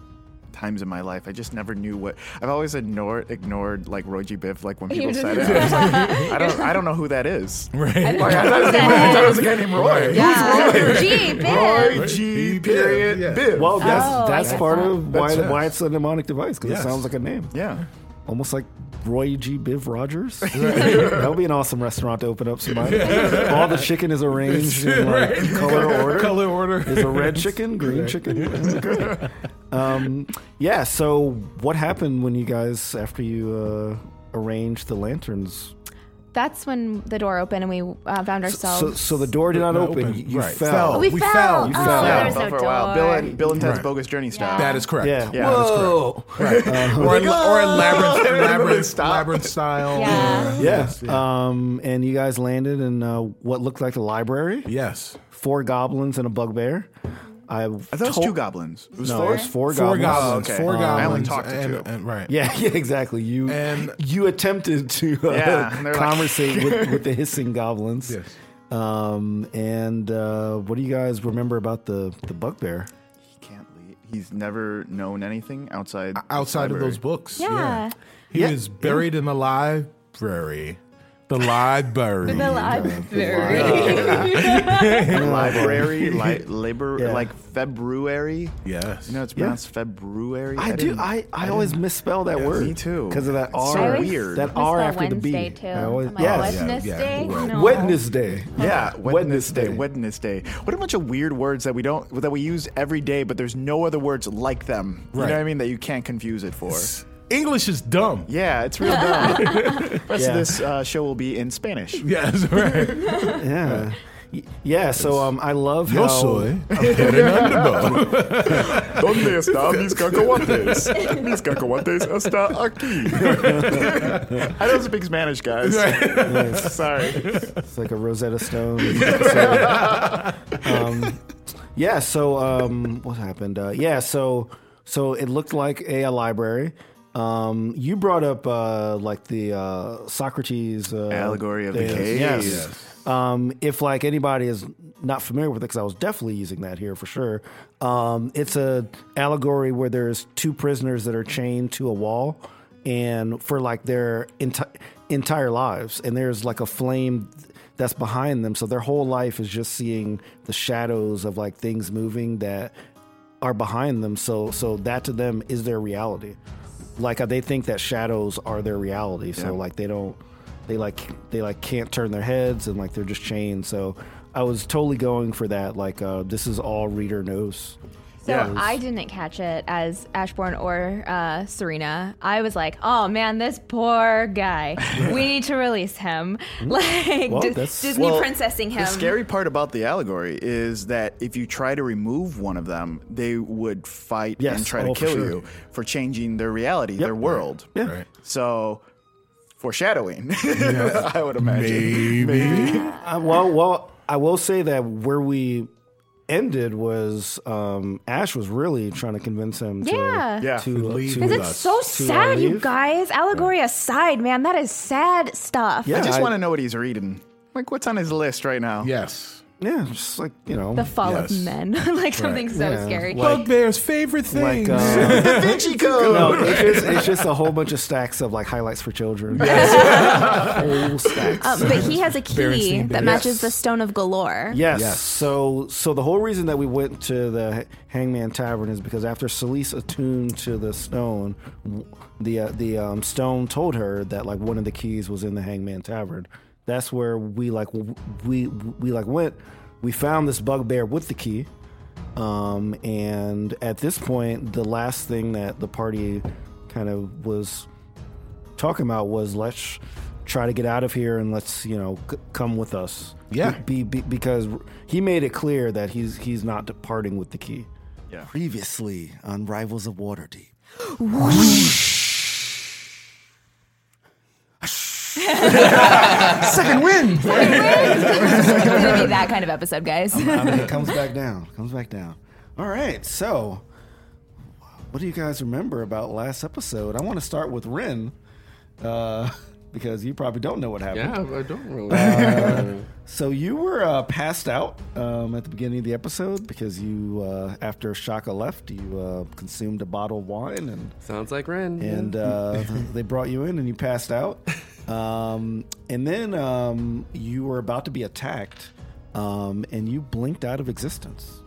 B: times in my life. I just never knew what. I've always ignored ignored like Roji Biff. Like when people
C: You just-
B: said it, I was like, I don't I don't know who that is.
C: I
B: Like,
D: Right.
B: I thought it was a guy- I thought it was a guy named Roy.
C: Yeah. Gee,
B: Roy
C: Biff.
B: G. Period
D: Yeah.
B: Biff.
A: Well, that's
C: Oh, I
A: that's
C: guess
A: part
C: that-
A: of why
D: That's-
A: why it's a mnemonic device because
D: Yes.
A: it sounds like a name,
B: yeah.
A: almost like Roy G. Biv Rogers. that would be an awesome restaurant to open up. Somebody, all the chicken is arranged in like color order.
D: Color order.
A: Is a red chicken, green chicken. That's great. Um, yeah. So, what happened when you guys after you uh, arranged the lanterns?
C: That's when the door opened and we uh, found ourselves.
A: So, so the door did not
D: Not
A: open.
D: open.
A: You
D: Right.
A: fell.
C: we,
D: we
C: fell.
D: fell.
A: You
C: oh,
A: fell.
C: There
B: Yeah,
C: was
B: fell
C: no
B: for
C: door.
B: a while. Bill and Bill and Ted's
D: Right.
B: bogus journey style.
D: That is correct.
A: Yeah.
B: Yeah, that's correct.
D: Or, in, or in labyrinth, labyrinth,
B: Stop.
D: labyrinth style.
C: Yeah.
A: Yeah.
D: Yes.
A: Um, and you guys landed in uh, what looked like the library.
D: Yes.
A: Four goblins and a bugbear. I,
B: I thought it was two goblins. It was
A: No,
B: four.
A: it's four,
D: Four
A: goblins.
D: goblins.
B: okay.
D: Four
B: Um, I
D: goblins.
B: only talked to
D: and,
B: two.
D: and- right.
A: Yeah, yeah, exactly. You
D: And-
A: you attempted to uh,
B: Yeah, and they're like-
A: conversate with, with the hissing goblins.
D: Yes.
A: Um, and uh, what do you guys remember about the the bugbear?
B: He can't leave. He's never known anything outside this
D: Outside of
B: library.
D: those books.
C: Yeah.
D: He is buried in the library. The library.
C: The library.
B: library, li- labor,
A: Yeah.
B: like February.
D: Yes.
B: You know, it's pronounced February.
A: I do.
B: didn't-
A: I, I always misspell that word.
B: me too.
A: Because of that
B: It's
A: R.
B: so I
C: always
B: weird.
A: That
C: I
A: R
C: saw
A: after the
C: Wednesday
A: B.
C: too.
A: I always,
C: I'm like,
A: yes.
C: Wednesday?
D: Yeah, yeah.
C: No.
A: Wednesday.
B: Yeah,
A: Wednesday.
B: Wednesday. Wednesday. What a bunch of weird words that we don't that we use every day, but there's no other words like them. You
D: Right.
B: know what I mean? That you can't confuse it for.
D: English is dumb.
B: Yeah, it's real dumb. rest
A: Yeah.
B: of this uh, show will be in Spanish.
D: Yes, right.
A: Yeah. Y- Yeah. So um, I love
D: Yo
A: how.
D: soy Fernando.
B: ¿Dónde están mis cacahuates? mis cacahuates está aquí. I don't speak Spanish, guys. Sorry.
A: It's like a Rosetta Stone. So, um, yeah. So um, what happened? Uh, yeah. So so it looked like a, a library. Um, you brought up uh, like the uh, Socrates uh,
B: Allegory of the
A: thing.
B: cave.
A: Yes.
D: Yes.
A: Um, if like anybody is not familiar with it, because I was definitely using that here for sure. Um, it's a allegory where there's two prisoners that are chained to a wall, and for like their enti- entire lives, and there's like a flame that's behind them, so their whole life is just seeing the shadows of like things moving that are behind them. So so that to them is their reality. Like uh, they think that shadows are their reality. So like they don't they like they like can't turn their heads and like they're just chained. So I was totally going for that. Like uh, this is all reader knows.
C: So I didn't catch it as Ashbourne or uh, Serena. I was like, "Oh man, this poor guy. we need to release him. Like
A: Well,
C: Dis-
A: that's-
C: Disney
B: Well,
C: princessing him."
B: The scary part about the allegory is that if you try to remove one of them, they would fight
A: Yes.
B: and try
A: Oh,
B: to
A: for
B: kill
A: sure.
B: you for changing their reality, their world.
D: Right.
B: So, foreshadowing, I would imagine.
D: Maybe.
A: Uh, well, well, I will say that where we ended was um, Ash was really trying to convince him. To,
C: Yeah.
B: Yeah.
A: To,
D: Leave
A: to-
D: with
C: Because it's
D: us.
C: so
A: To, uh,
C: sad, you
A: leave?
C: guys. Allegory aside, man, that is sad stuff.
A: Yeah.
B: I just
A: I-
B: want to know what he's reading. Like, what's on his list right now?
D: Yes.
A: yeah, just like you know,
C: The fall
D: Yes.
C: of men, like something so
A: Yeah.
C: scary.
D: Bugbear's favorite thing.
A: like uh,
B: Da Vinci Code.
A: no, it's just, it's just a whole bunch of stacks of like highlights for children. whole stacks.
C: Um, but he has a key
D: Berenstain
C: that
D: Bears.
C: matches the Stone of Galore.
A: Yes.
D: Yes.
A: So so the whole reason that we went to the Hangman Tavern is because after Celise attuned to the stone, w- the uh, the um, stone told her that like one of the keys was in the Hangman Tavern. That's where we like w- we we like went. We found this bugbear with the key. Um, and at this point, the last thing that the party kind of was talking about was let's try to get out of here and let's you know c- come with us.
D: Yeah.
A: Be, be, because he made it clear that he's he's not departing with the key.
B: Yeah.
A: Previously on Rivals of Waterdeep.
F: Second win.
C: it's gonna be that kind of episode, guys.
A: I mean, it comes back down. Comes back down. All right. So, what do you guys remember about last episode? I want to start with Rin. Uh, because you probably don't know what happened.
E: Yeah, I don't really. Uh,
A: So you were uh, passed out um, at the beginning of the episode because you, uh, after Shaka left, you uh, consumed a bottle of wine and
E: sounds like Ren.
A: and uh, they brought you in and you passed out. Um, and then um, you were about to be attacked, um, and you blinked out of existence.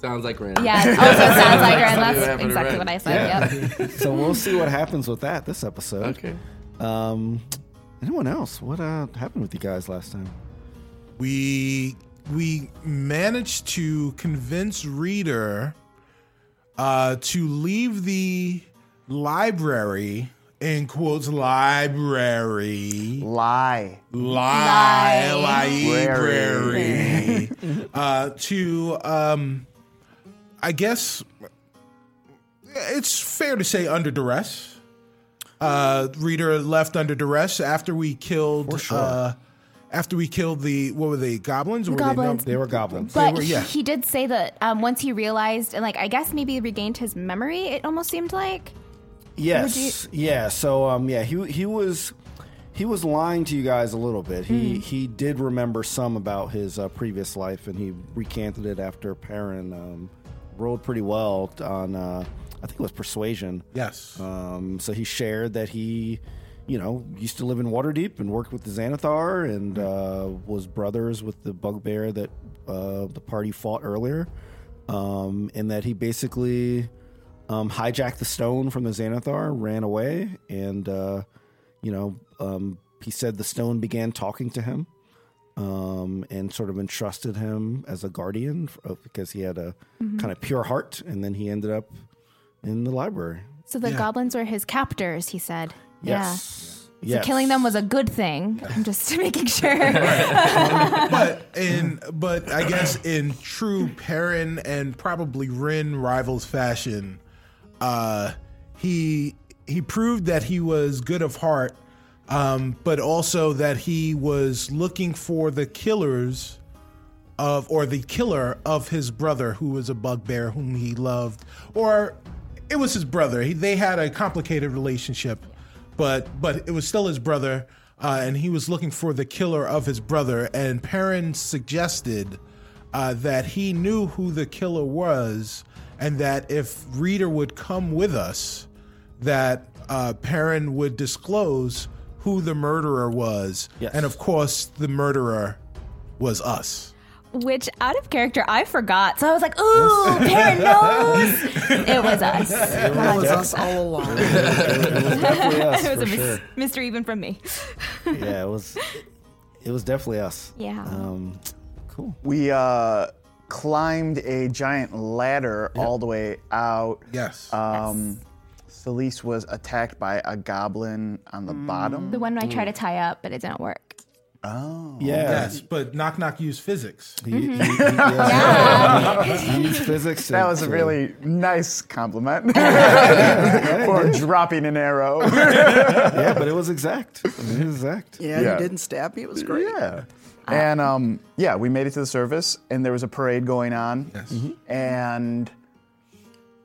E: Sounds like Ren.
C: Yeah, it also sounds like her, and
E: Something
C: that's
E: happened to
C: exactly
E: Ren.
C: what I said. Yep.
A: so we'll see what happens with that this episode.
E: Okay.
A: Um, anyone else? What uh, happened with you guys last time?
D: we we managed to convince reader uh, to leave the library in quotes library
B: Lie.
D: li- library uh, to um, I guess it's fair to say under duress. Uh, reader left under duress after we killed. uh, after we killed the what were they goblins? Or
C: Goblins.
D: Were they,
A: They were goblins.
D: They
C: But
D: were-
C: he,
D: yeah.
C: he did say that um, once he realized, and like I guess maybe regained his memory. It almost seemed like
A: Yes. yeah. So um yeah, he he was he was lying to you guys a little bit. He he did remember some about his uh, previous life and he recanted it after Perrin um rolled pretty well on uh I think it was persuasion.
D: yes.
A: Um so he shared that he you know, used to live in Waterdeep and worked with the Xanathar and uh, was brothers with the bugbear that uh, the party fought earlier. Um, and that he basically um, hijacked the stone from the Xanathar, ran away, and uh, you know, um, he said the stone began talking to him, um, and sort of entrusted him as a guardian f- uh, because he had a kind of pure heart, and then he ended up in the library.
C: so. The goblins were his captors. He said,
A: Yes,
C: "Yeah."
A: yes.
C: So killing them was a good thing. I'm just making sure.
D: but in but I guess in true Perrin and probably Rin rivals fashion, uh, he he proved that he was good of heart, um, but also that he was looking for the killers of or the killer of his brother who was a bugbear whom he loved or it was his brother he, they had a complicated relationship but but it was still his brother uh, and he was looking for the killer of his brother and perrin suggested uh, that he knew who the killer was and that if reader would come with us that uh, perrin would disclose who the murderer was
A: Yes.
D: and of course the murderer was us
C: Which out of character, I forgot. So I was like, "Ooh, Perrin knows." It was us.
F: That was us all along.
A: Yes,
C: it was
A: for
C: a mys-
A: sure.
C: mystery even from me.
A: yeah, it was. It was definitely us.
C: Yeah.
A: Um, cool.
B: We uh, climbed a giant ladder all the way out.
D: Yes.
A: Uh,
B: Um, Celise was attacked by a goblin on the bottom.
C: the one I
D: hmm.
C: tried to tie up, but it didn't work.
B: Oh.
A: Yeah.
D: yes, but knock knock used physics.
A: He-
C: Mm-hmm.
A: he- he- yeah. He used physics.
B: That
A: and-
B: was a
A: to-
B: really nice compliment for dropping an arrow.
A: yeah, but it was exact. It was exact.
F: Yeah,
B: Yeah.
F: you didn't stab me. It was great.
B: yeah. And um, yeah, we made it to the service, and there was a parade going on. Yes. And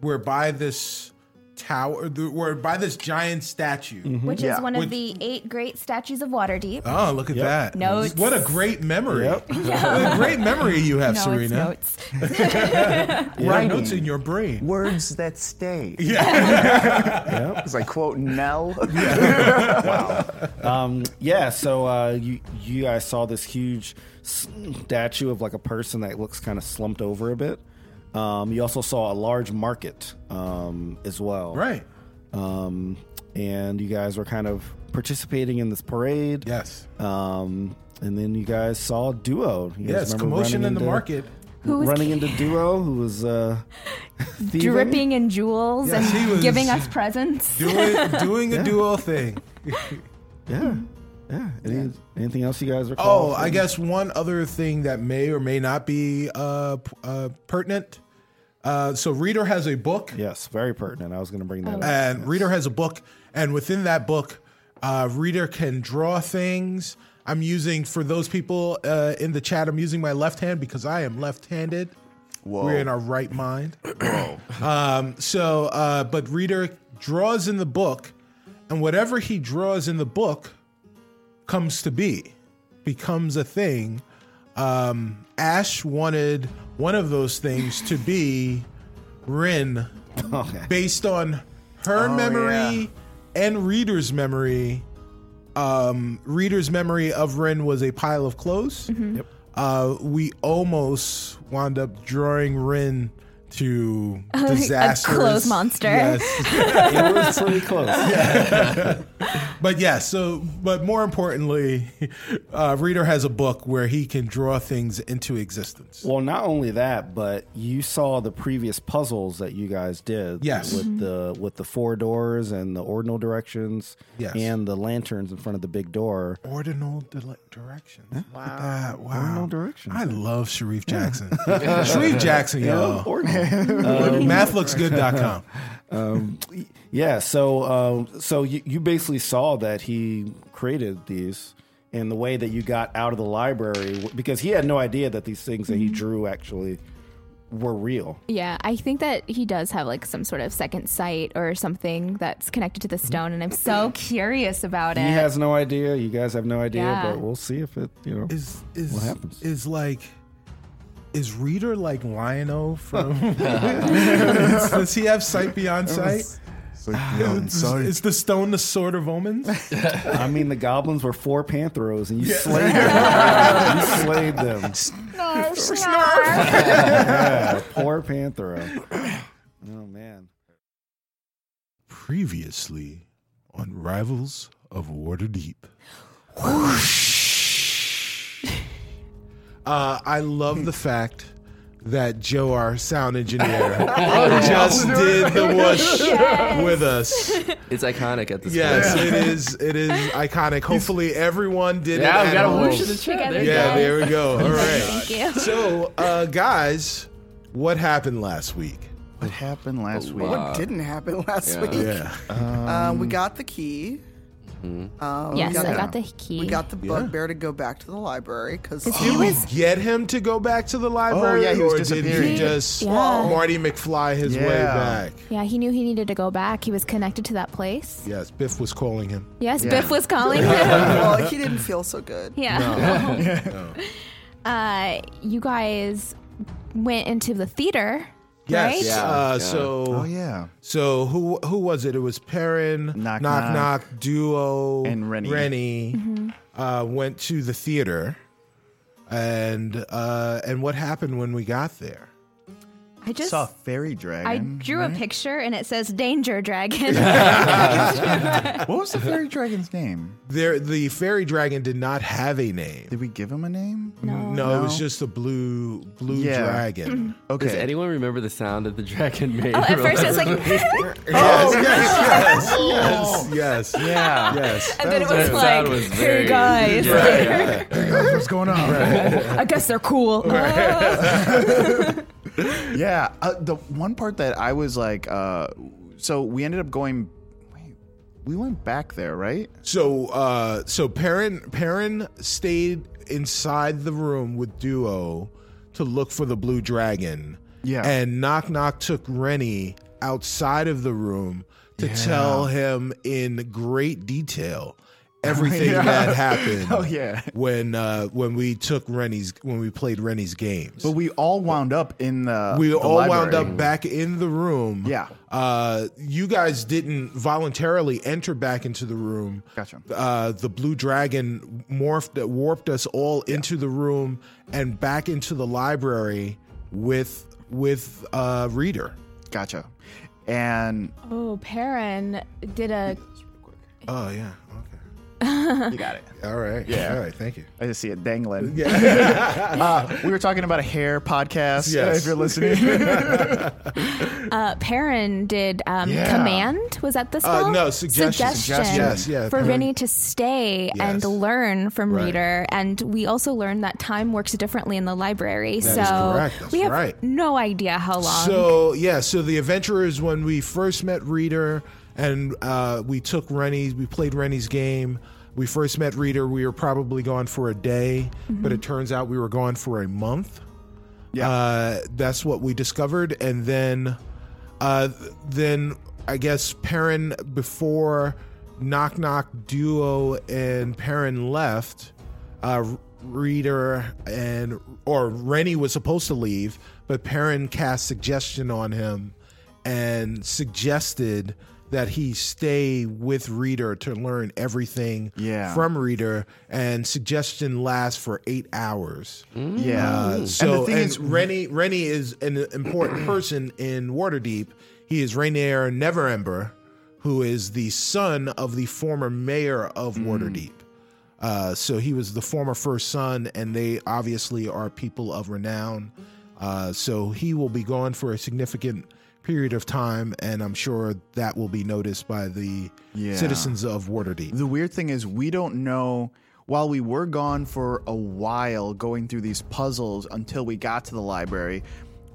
D: We're by this tower. th- We're by this giant statue.
A: Mm-hmm.
C: Which
B: Yeah.
C: is one of
D: Which-
C: the eight great statues of Waterdeep.
D: Oh, look at that!
C: Notes.
D: What a great memory!
A: Yep.
D: What a great memory you have,
C: no, it's
D: Serena.
C: notes.
D: You have
B: writing
D: notes in your brain.
B: words that stay.
D: Yeah.
B: Because I quote Nell.
A: Um, yeah. So uh, you you guys saw this huge statue of like a person that looks kind of slumped over a bit. Um, you also saw a large market um, as well.
D: right.
A: Um, and you guys were kind of participating in this parade.
D: Yes.
A: Um, and then you guys saw Duo. You guys
D: Yes.
A: remember
D: Commotion
A: running
D: in the
A: into-
D: market.
C: Who was
A: running into Duo, who was uh, thieving.
C: dripping in jewels
D: Yes, he
C: and
D: was-
C: giving us presents.
D: Doing doing a duo thing.
A: Yeah, yeah. Any, Anything else you guys recall?
D: Oh, I guess one other thing that may or may not be uh, p- uh, pertinent. Uh, so, reader has a book.
A: Yes, very pertinent. I was going to bring that
C: Oh.
A: up.
D: and reader has a book and within that book uh, reader can draw things i'm using for those people uh, in the chat i'm using my left hand because i am left-handed we're in our right mind um, so uh, but reader draws in the book and whatever he draws in the book comes to be, becomes a thing. Um, Ash wanted one of those things to be Rin, based on her
C: Oh,
D: memory and reader's memory. Um, reader's memory of Rin was a pile of clothes.
C: Mm-hmm.
D: Uh, we almost wound up drawing Rin to disaster.
C: clothes monster.
A: it was pretty close.
D: But yeah, so but more importantly, uh, Reader has a book where he can draw things into existence.
A: Well, not only that, but you saw the previous puzzles that you guys did.
D: Yes.
A: With the
C: Mm-hmm.
A: with the four doors and the ordinal directions
D: Yes.
A: and the lanterns in front of the big door.
D: Ordinal dile- directions. Wow. wow. Ordinal
A: directions.
D: I love Sharif Jackson. Sharif Jackson, yo.
A: Ordinal.
D: Mathlooksgood.com.
A: yeah, so um, so you, you basically saw that he created these and the way that you got out of the library w- because he had no idea that these things that he drew actually were real.
C: Yeah, I think that he does have like some sort of second sight or something that's connected to the stone, and I'm so curious about it.
A: He has no idea. You guys have no idea,
C: Yeah.
A: but we'll see if it, you know.
D: Is is
A: What happens?
D: is like is Reader like Lion-O from Does he have sight beyond sight?
G: It's like, yeah, I'm
D: Is,
G: sorry.
D: is the stone the sword of omens?
A: I mean, the goblins were four pantheros, and you slayed them. you slayed them. Yeah, poor panthero. Oh man.
D: Previously on Rivals of Waterdeep. uh, I love the fact that Joe, our sound engineer,
E: Oh,
D: just did the whoosh with us.
E: It's iconic at this
D: Yes,
E: point.
D: it is. It is iconic. Hopefully, everyone did
E: Yeah,
D: it.
E: we
D: at
E: got a
D: home.
E: whoosh in the chat. There you
D: Yeah,
E: go.
D: there we go. All right.
C: Thank you.
D: So, uh, guys, what happened last week?
B: What happened last week?
E: wow.
F: What didn't happen last
E: yeah.
F: week?
D: Yeah.
F: Uh, we got the key.
A: Mm-hmm.
F: Um,
C: yes,
F: we
C: I
F: got,
C: got the key.
F: we got the bugbear to go back to the library because
C: he
D: Did we
C: was
D: get him to go back to the library?
B: Oh, yeah, he was
D: or Did he
B: disappearing.
D: just
C: Yeah.
D: Marty McFly his
B: Yeah.
D: way back?
C: yeah, he knew he needed to go back. He was connected to that place.
D: Yes, Biff was calling him.
C: Yes, Biff was calling him.
F: well, he didn't feel so good.
C: Yeah. Uh, you guys went into the theater,
D: Yes.
C: right?
E: Yeah.
D: Uh, So,
B: Oh yeah.
D: so who who was it? It was Perrin,
B: Knock,
D: knock knock,
B: Knock.
D: duo,
B: And Rennie. Mm-hmm.
D: Rennie uh, went to the theater, and uh, and what happened when we got there?
C: I just
B: Saw a fairy
C: I
B: dragon.
C: drew a picture and it says "Danger Dragon."
B: What was the fairy dragon's name?
D: There, the fairy dragon did not have a name.
B: Did we give him a name?
D: No, it was just a blue blue
B: Yeah.
D: dragon.
B: Okay.
E: Does anyone remember the sound that the dragon made?
C: Oh, At first, it's like, and
D: Oh yes, Oh. yes, yes, yes,
B: yeah.
D: yes.
C: then it
E: That
C: was like,
E: sound was
C: "Hey
E: very-
C: guys,
B: What's going on?
C: I guess they're cool."
B: Yeah, uh, the one part that I was like, uh, so we ended up going. Wait, we went back there, right?
D: So uh so Perrin Perrin stayed inside the room with Duo to look for the blue dragon.
B: Yeah.
D: And Knock Knock took Rennie outside of the room to tell him in great detail everything that happened.
B: Oh, yeah.
D: When uh when we took Rennie's when we played Rennie's games.
B: But we all wound up in the.
D: we
B: the
D: all wound
B: library.
D: up back in the room.
B: Yeah.
D: Uh, you guys didn't voluntarily enter back into the room.
B: Gotcha.
D: Uh, the blue dragon morphed, warped us all into the room and back into the library with with uh, reader.
B: Gotcha. And
C: oh, Perrin did a
D: Oh yeah. Okay.
B: you got it.
D: All right. Yeah. All right. Thank you.
B: I just see it dangling. uh, we were talking about a hair podcast.
D: Yes.
B: If you're listening,
C: uh, Perrin did um,
B: Yeah.
C: command. Was that the spell?
D: no, suggestion.
C: Suggestion.
D: Yes, yeah,
C: For
D: Perrin-
C: Rennie to stay and
D: Yes.
C: learn from
D: Right.
C: Reader, and we also learned that time works differently in the library. so
D: correct. That's
C: we have
D: right.
C: no idea how long.
D: So yeah, so the adventurers when we first met Reader and uh, we took Rennie's, we played Rennie's game. We first met Reader. We were probably gone for a day, but it turns out we were gone for a month.
B: Yeah.
D: uh, that's what we discovered, and then, uh, then I guess Perrin before Knock Knock Duo and Perrin left, uh, Reader and or Rennie was supposed to leave, but Perrin cast suggestion on him and suggested that he stay with Reader to learn everything
B: Yeah.
D: from Reader, and suggestion lasts for eight hours.
B: Yeah.
D: Uh, so and
B: thing is-
D: Rennie Rennie is an important person in Waterdeep. He is Rainier Neverember, who is the son of the former mayor of Waterdeep. Uh, so he was the former first son, and they obviously are people of renown. Uh, so he will be gone for a significant period of time, and I'm sure that will be noticed by the
B: Yeah.
D: citizens of Waterdeep.
B: The weird thing is, we don't know. While we were gone for a while going through these puzzles until we got to the library,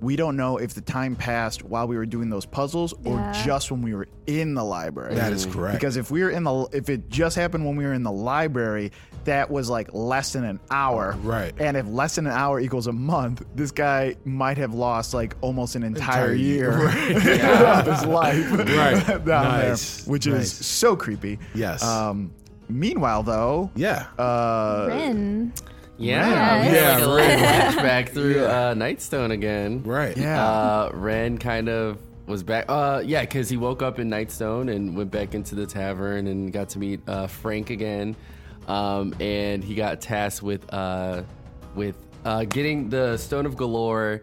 B: we don't know if the time passed while we were doing those puzzles or
C: Yeah.
B: just when we were in the library.
D: That is correct.
B: Because if we were in the if it just happened when we were in the library, that was like less than an hour.
D: Right.
B: And if less than an hour equals a month, this guy might have lost like almost an entire,
D: Entire year.
B: year of his life.
D: Right.
B: down
D: Nice.
B: there, which
D: Nice.
B: is so creepy.
D: Yes.
B: Um, meanwhile, though,
D: yeah.
B: uh,
C: Rin.
E: Yeah, we had,
D: Yeah,
E: like a little flashback through uh, Nightstone again.
D: right.
B: yeah,
E: Uh, Ren kind of was back. Uh, yeah, because he woke up in Nightstone and went back into the tavern and got to meet uh, Frank again. Um, and he got tasked with uh, with uh, getting the Stone of Galore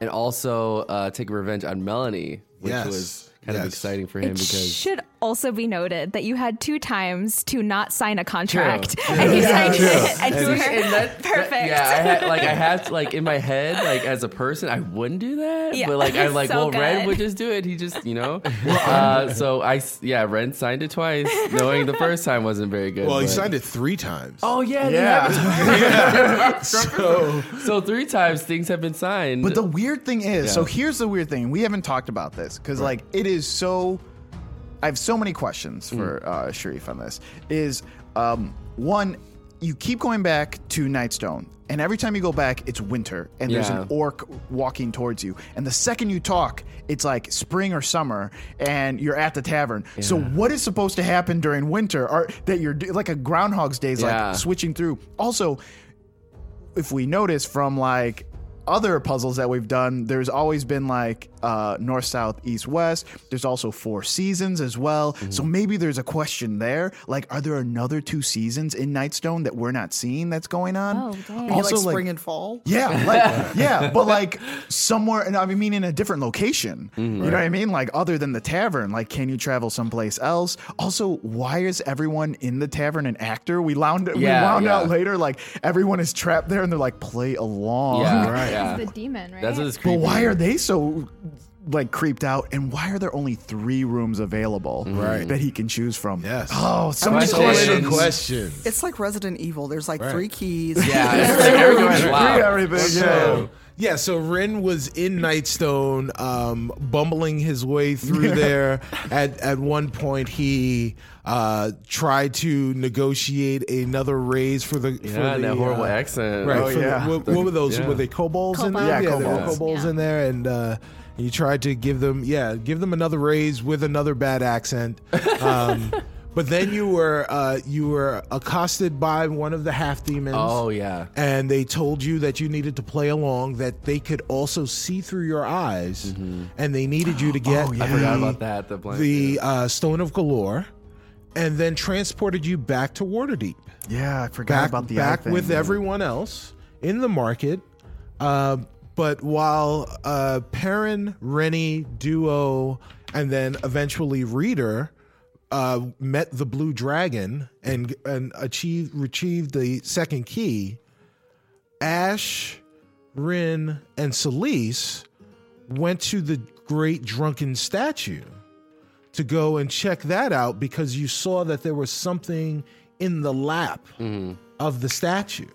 E: and also uh, taking revenge on Melanie, which
D: Yes.
E: was kind of
D: Yes.
E: exciting for him
C: It
E: because
C: should also be noted that you had two times to not sign a contract, and you signed it, and you
E: See, and
C: were
E: that- that-
C: perfect.
E: yeah, I had like I had like in my head like as a person I wouldn't do that,
C: Yeah,
E: but like I
C: it's
E: like
C: so
E: well Ren
C: good.
E: would just do it. He just you know. uh, so I s- yeah Ren signed it twice, knowing the first time wasn't very good.
D: Well, he
E: but-
D: signed it three times.
E: Oh yeah, yeah.
B: yeah.
D: so
E: So three times things have been signed.
B: But the weird thing is, so
E: Yeah.
B: here's the weird thing. We haven't talked about this because, like, it is so. I have so many questions for uh, Sharif on this. Is um, one, you keep going back to Nightstone, and every time you go back, it's winter, and there's an
E: Yeah.
B: orc walking towards you. And the second you talk, it's like spring or summer, and you're at the tavern. So what is supposed to happen during winter? Are that you're do- like a Groundhog's Day is
E: Yeah.
B: like switching through. Also, if we notice from like other puzzles that we've done, there's always been like uh, north, south, east, west. There's also four seasons as well. So maybe there's a question there. Like, are there another two seasons in Nightstone that we're not seeing that's going on?
C: Oh, dang.
F: Maybe like spring and fall.
B: Yeah, like yeah, but like somewhere, and I mean in a different location.
E: Mm,
B: You know what I mean? Like other than the tavern. Like, can you travel someplace else? Also, why is everyone in the tavern an actor? We wound we
E: Yeah,
B: wound
E: yeah.
B: out later. Like everyone is trapped there, and they're like, play along.
E: yeah, yeah.
C: the demon, right?
E: That's what's creepy.
B: But why are they so like creeped out? And why are there only three rooms available
D: Right.
B: that he can choose from?
D: Yes.
B: Oh, so many
E: Mm. Question.
B: questions.
D: questions.
F: It's like Resident Evil. There's like three keys.
E: yeah, it's like everyone's
B: Three
E: loud.
B: everything. Yeah.
D: So, yeah, so Ren was in Nightstone, um, bumbling his way through there. At at one point, he uh, tried to negotiate another raise for the for
E: Yeah,
D: the,
E: that horrible
D: uh,
E: accent.
D: Right.
B: Oh,
D: for the-
B: yeah.
D: what, what were those?
E: Yeah.
D: Were they kobolds in there?
C: Kobolds.
B: Yeah,
D: there were
B: kobolds.
D: kobolds
C: Yeah.
D: in there, and uh, you tried to give them, yeah, give them another raise with another bad accent. Um, but then you were uh, you were accosted by one of the half demons.
E: Oh yeah.
D: And they told you that you needed to play along, that they could also see through your eyes, and they needed you to get
E: Mm-hmm. Oh, I forgot about that. The blank.
D: the uh, Stone of Galore, and then transported you back to Waterdeep
B: Yeah, I forgot
D: back,
B: about the eye
D: back
B: thing.
D: with everyone else in the market. Uh, but while uh, Perrin, Rennie, Duo, and then eventually Reader uh, met the Blue Dragon and and achieved retrieved the second key, Ash, Rin, and Celise went to the Great Drunken Statue to go and check that out because you saw that there was something in the lap of the statue.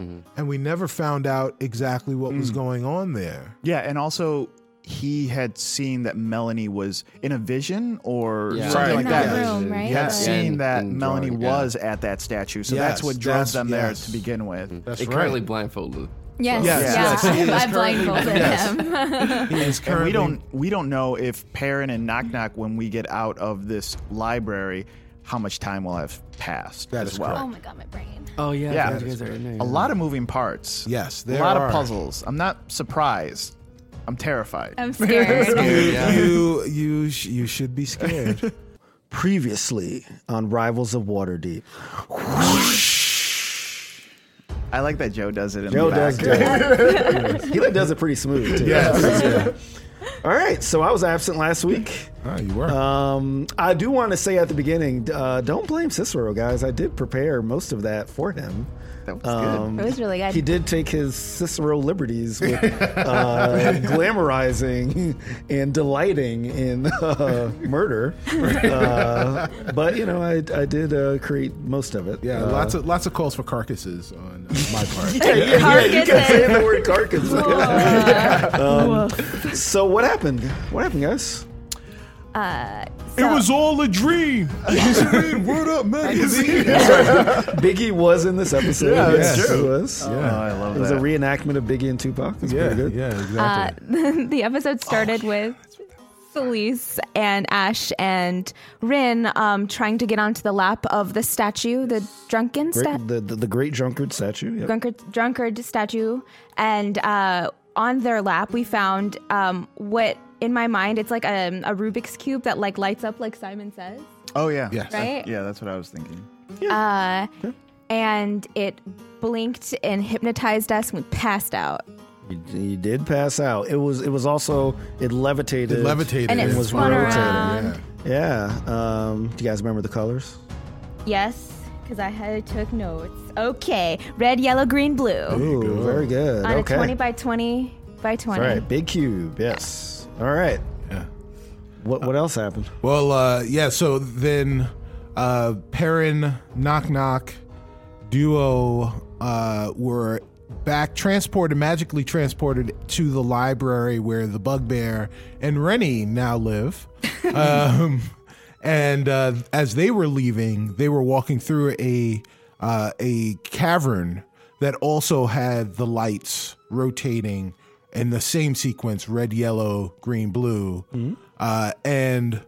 D: And we never found out exactly what was going on there.
B: Yeah, and also he had seen that Melanie was in a vision or
E: Yeah.
B: something
D: Right.
B: like
C: In
B: that.
C: that room, right?
B: Had
D: Yeah.
B: seen
E: And-
B: that
E: and
B: Melanie
E: drawing, yeah.
B: was at that statue, so that's
D: Yes,
B: what drove
D: that's-
B: them there
D: yes. Mm-hmm.
B: to begin with.
D: That's
E: They currently blindfolded.
C: Yes,
D: Yes,
C: yeah.
D: yes, he is
C: I
D: currently-
C: blindfolded him.
D: He is
B: And
D: currently
B: we don't we don't know if Perrin and Knock Knock, when we get out of this library,
G: how much time will have passed
D: That
G: as
D: is
G: well.
D: correct.
C: Oh my god, my brain.
H: Oh yeah,
G: Yeah.
H: you guys are in there.
G: A lot of moving parts.
D: Yes,
G: a
D: there
G: lot
D: are.
G: of puzzles. I'm not surprised. I'm terrified.
C: I'm scared.
D: You you sh- you should be scared.
H: Previously on Rivals of Waterdeep.
G: I like that Joe does it in
A: Joe
G: the back.
A: does. Joe. he like, does it pretty smooth. Too. Yeah. All right. So I was absent last week.
D: oh, you were.
A: Um, I do want to say at the beginning, uh, don't blame Cicero, guys. I did prepare most of that for him.
G: That was
D: Um,
C: It was really good.
A: He did take his Cicero liberties with uh, glamorizing and delighting in uh, murder. Uh, but, you know, I, I did uh, create most of it.
D: yeah,
A: Uh,
D: lots of lots of calls for carcasses on uh, my part.
A: yeah, yeah, yeah, you kept
C: Carcasses.
A: saying the word carcass.
C: Uh, Woof.
A: so what happened? What happened, guys?
D: It was all a dream. Read Word Up magazine.
A: Biggie was in this episode.
D: Yeah, that's
A: yes,
D: true.
A: He was.
G: good. Oh, I love
A: It was a
G: that.
A: reenactment of Biggie and Tupac. It's
D: Yeah,
A: pretty good.
D: yeah, exactly.
C: Uh, the episode started
E: Oh,
C: with Celise and Ash and Rin um, trying to get onto the lap of the statue, the drunken statue.
A: Great, the, the the great drunkard statue. Yep.
C: drunkard, drunkard statue, and uh, on their lap we found um, what in my mind it's like um, a, a Rubik's cube that like lights up like Simon says,
G: Oh yeah.
D: Yes.
C: right?
G: Yeah, that's what I was thinking.
C: Uh, and it blinked and hypnotized us. and We passed out,
A: He, he did pass out. It was it was also it levitated.
D: It levitated.
C: and it,
A: it was
C: spun
A: rotating,
C: around.
A: Yeah. Um, do you guys remember the colors?
C: Yes, because I had took notes. Okay, red, yellow, green, blue
A: Ooh, very good.
C: on
A: okay.
C: a twenty by twenty by twenty.
A: All right, big cube. Yes. All right.
D: Yeah.
A: What what else happened?
D: Well, uh, yeah. So then, uh, Perrin knock knock duo uh, were back transported, magically transported to the library where the bugbear and Rennie now live. um, and uh, as they were leaving, they were walking through a uh, a cavern that also had the lights rotating in the same sequence red, yellow, green, blue. Uh, and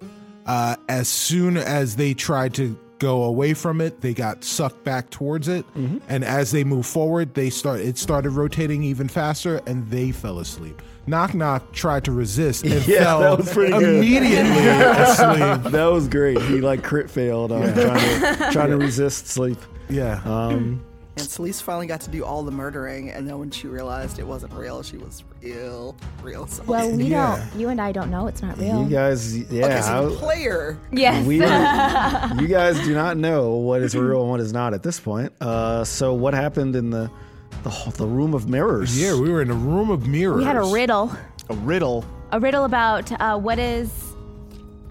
D: uh, as soon as they tried to go away from it, they got sucked back towards it.
A: Mm-hmm.
D: And as they moved forward, they start it started rotating even faster and they fell asleep. Knock Knock tried to resist and
A: Yeah,
D: fell
A: that was pretty good.
D: immediately asleep.
A: That was great. He like crit failed on trying to trying to resist sleep.
D: Yeah.
A: Um,
F: And Celise finally got to do all the murdering, and then when she realized it wasn't real, she was real, real. Celise.
C: Well, we
D: Yeah.
C: don't. You and I don't know. It's not real.
A: you guys, yeah.
F: okay, so the
A: I-
F: player.
C: yes.
A: We, you guys do not know what is real and what is not at this point. Uh, so what happened in the the, ho- the room of mirrors?
D: Yeah, we were in a room of mirrors.
C: We had a riddle.
G: A riddle.
C: A riddle about uh, what is.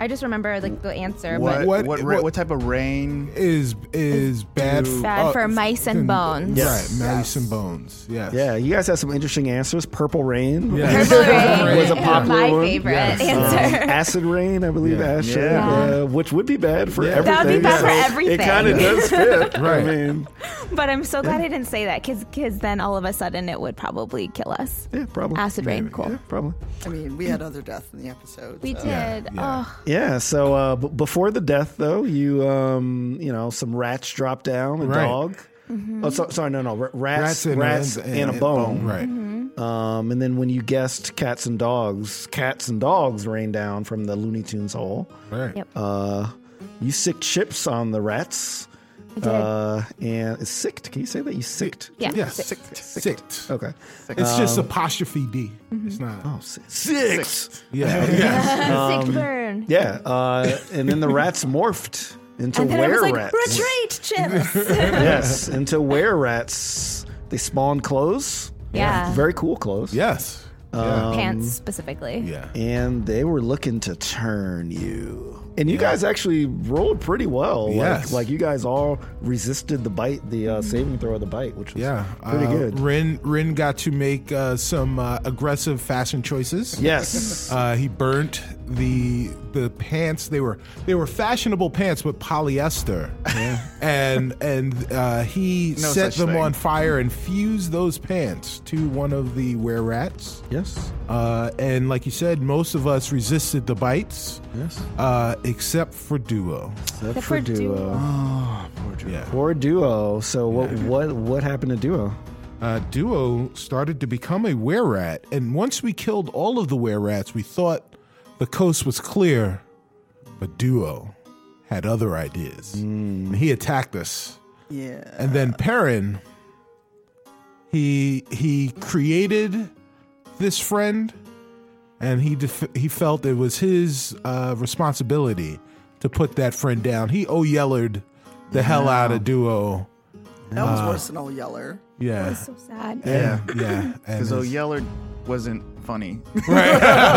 C: I just remember like the answer,
G: What what
D: What-
G: what,
D: what-
G: what type of rain?
D: Is is bad
C: but
D: f-
C: bad
D: uh,
C: for mice and bones.
A: Yes.
D: Right, mice and bones. Yes.
A: yeah. You guys had some interesting answers. Purple rain Um,
D: Yes.
C: Purple rain
A: was a popular
C: my
A: one.
C: favorite
D: Yes.
C: answer.
A: Um, acid rain, I believe,
D: Yeah.
A: Ash said,
C: Yeah.
A: uh, which would be bad for
D: Yeah.
A: everything.
D: That
C: would be bad for
A: so
C: everything.
A: It kind of does fit. I
D: Right.
A: mean,
C: but I'm so glad I didn't say that, because then all of a sudden it would probably kill us.
A: yeah, probably.
C: Acid rain, cool.
A: Yeah, probably.
F: I mean, we had other death in the episode.
C: We
F: so-
C: did.
D: yeah.
C: Oh,
A: Yeah. So uh, b- before the death, though, you um, you know some rats drop down, a
D: Right.
A: dog.
C: Mm-hmm.
A: Oh, so, sorry, no, no, r- rats, rats,
D: Rats
A: and,
D: and-
A: a,
D: and- and
A: bone.
D: Right.
C: Mm-hmm.
A: Um, and then when you guessed cats and dogs, cats and dogs rain down from the Looney Tunes hole.
D: Right.
C: Yep.
A: Uh, you sicked chips on the rats.
C: I did.
A: Uh, and it's sicked. Can you say that? You sicked.
C: yeah.
D: Yes.
C: Sick.
D: Sicked.
A: Okay.
D: It's just
A: um,
D: apostrophe D.
C: Mm-hmm.
D: It's not.
A: Oh, si- sicked.
D: Yeah. yeah.
C: Sick burn.
A: Yeah. Uh, and then the rats morphed into
C: And then I was
A: were
C: like,
A: rats.
C: retreat, chips.
D: Um,
A: yes, into were rats. They spawn clothes.
C: Yeah.
A: Very cool clothes.
D: yes.
A: Uh,
C: Pants specifically.
D: yeah.
A: And they were looking to turn you. And you guys actually rolled pretty well.
D: Yes.
A: Like, like you guys all resisted the bite, the uh, saving throw of the bite, which was
D: Yeah.
A: pretty
D: uh,
A: good.
D: Rin Rin uh, got to make uh, some uh, aggressive fashion choices.
A: yes.
D: Uh, he burnt the the pants they were they were fashionable pants but polyester and and uh, he
B: No
D: set
B: such
D: them
B: thing.
D: on fire and fused those pants to one of the were rats
H: Yes.
D: uh, and like you said most of us resisted the bites
H: Yes.
D: uh, except for duo
H: Except
C: Except
H: for
C: for Duo.
H: duo.
D: yeah
H: Poor duo. So what? What? What happened to duo?
D: uh, Duo started to become a were rat, and once we killed all of the were rats, we thought the coast was clear. But Duo had other ideas, and he attacked us.
F: Yeah.
D: And then Perrin, he he created this friend, and he def- he felt it was his uh, responsibility to put that friend down. He o yellered the hell out of Duo.
F: That was worse than old Yeller.
D: Yeah,
C: So sad.
D: yeah, yeah. And
G: Because
D: his-
G: O'Yeller wasn't funny.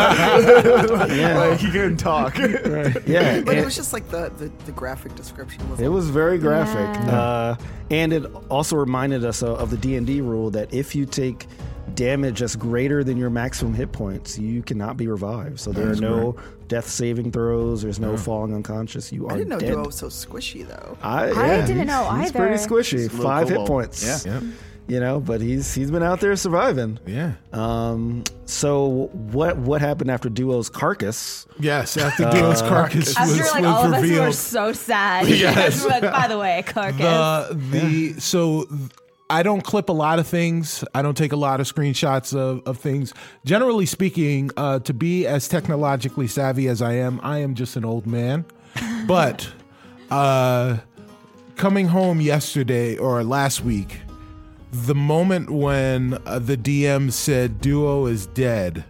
H: Yeah.
G: like, he couldn't talk.
H: Yeah.
F: But it
H: and-
F: was just like the, the, the graphic description was.
A: It
F: like,
A: was very graphic,
C: Yeah.
A: uh,
H: and it also reminded us of, of the d&d rule that if you take damage that's greater than your maximum hit points you cannot be revived so there are no death saving throws there's no falling unconscious you are
F: I didn't know
H: dead
F: Duo was so squishy though.
A: I,
C: I
A: yeah,
C: didn't know
A: he's, He's
C: either.
A: pretty squishy,
G: He's a little
A: five hit
G: kobold.
A: points.
G: Yeah.
D: Yep.
A: you know, but he's he's been out there surviving.
D: yeah.
A: Um, so what what happened after Duo's carcass?
D: Yes, after Dylan's carcass was,
C: After like
D: was
C: all of us
D: revealed.
C: were so sad.
D: Yes.
C: But by the way, carcass.
D: uh, the the so th- I don't clip a lot of things. I don't take a lot of screenshots of, of things. Generally speaking, uh, to be as technologically savvy as I am, I am just an old man. But uh, coming home yesterday or last week, the moment when uh, the DM said Duo is dead,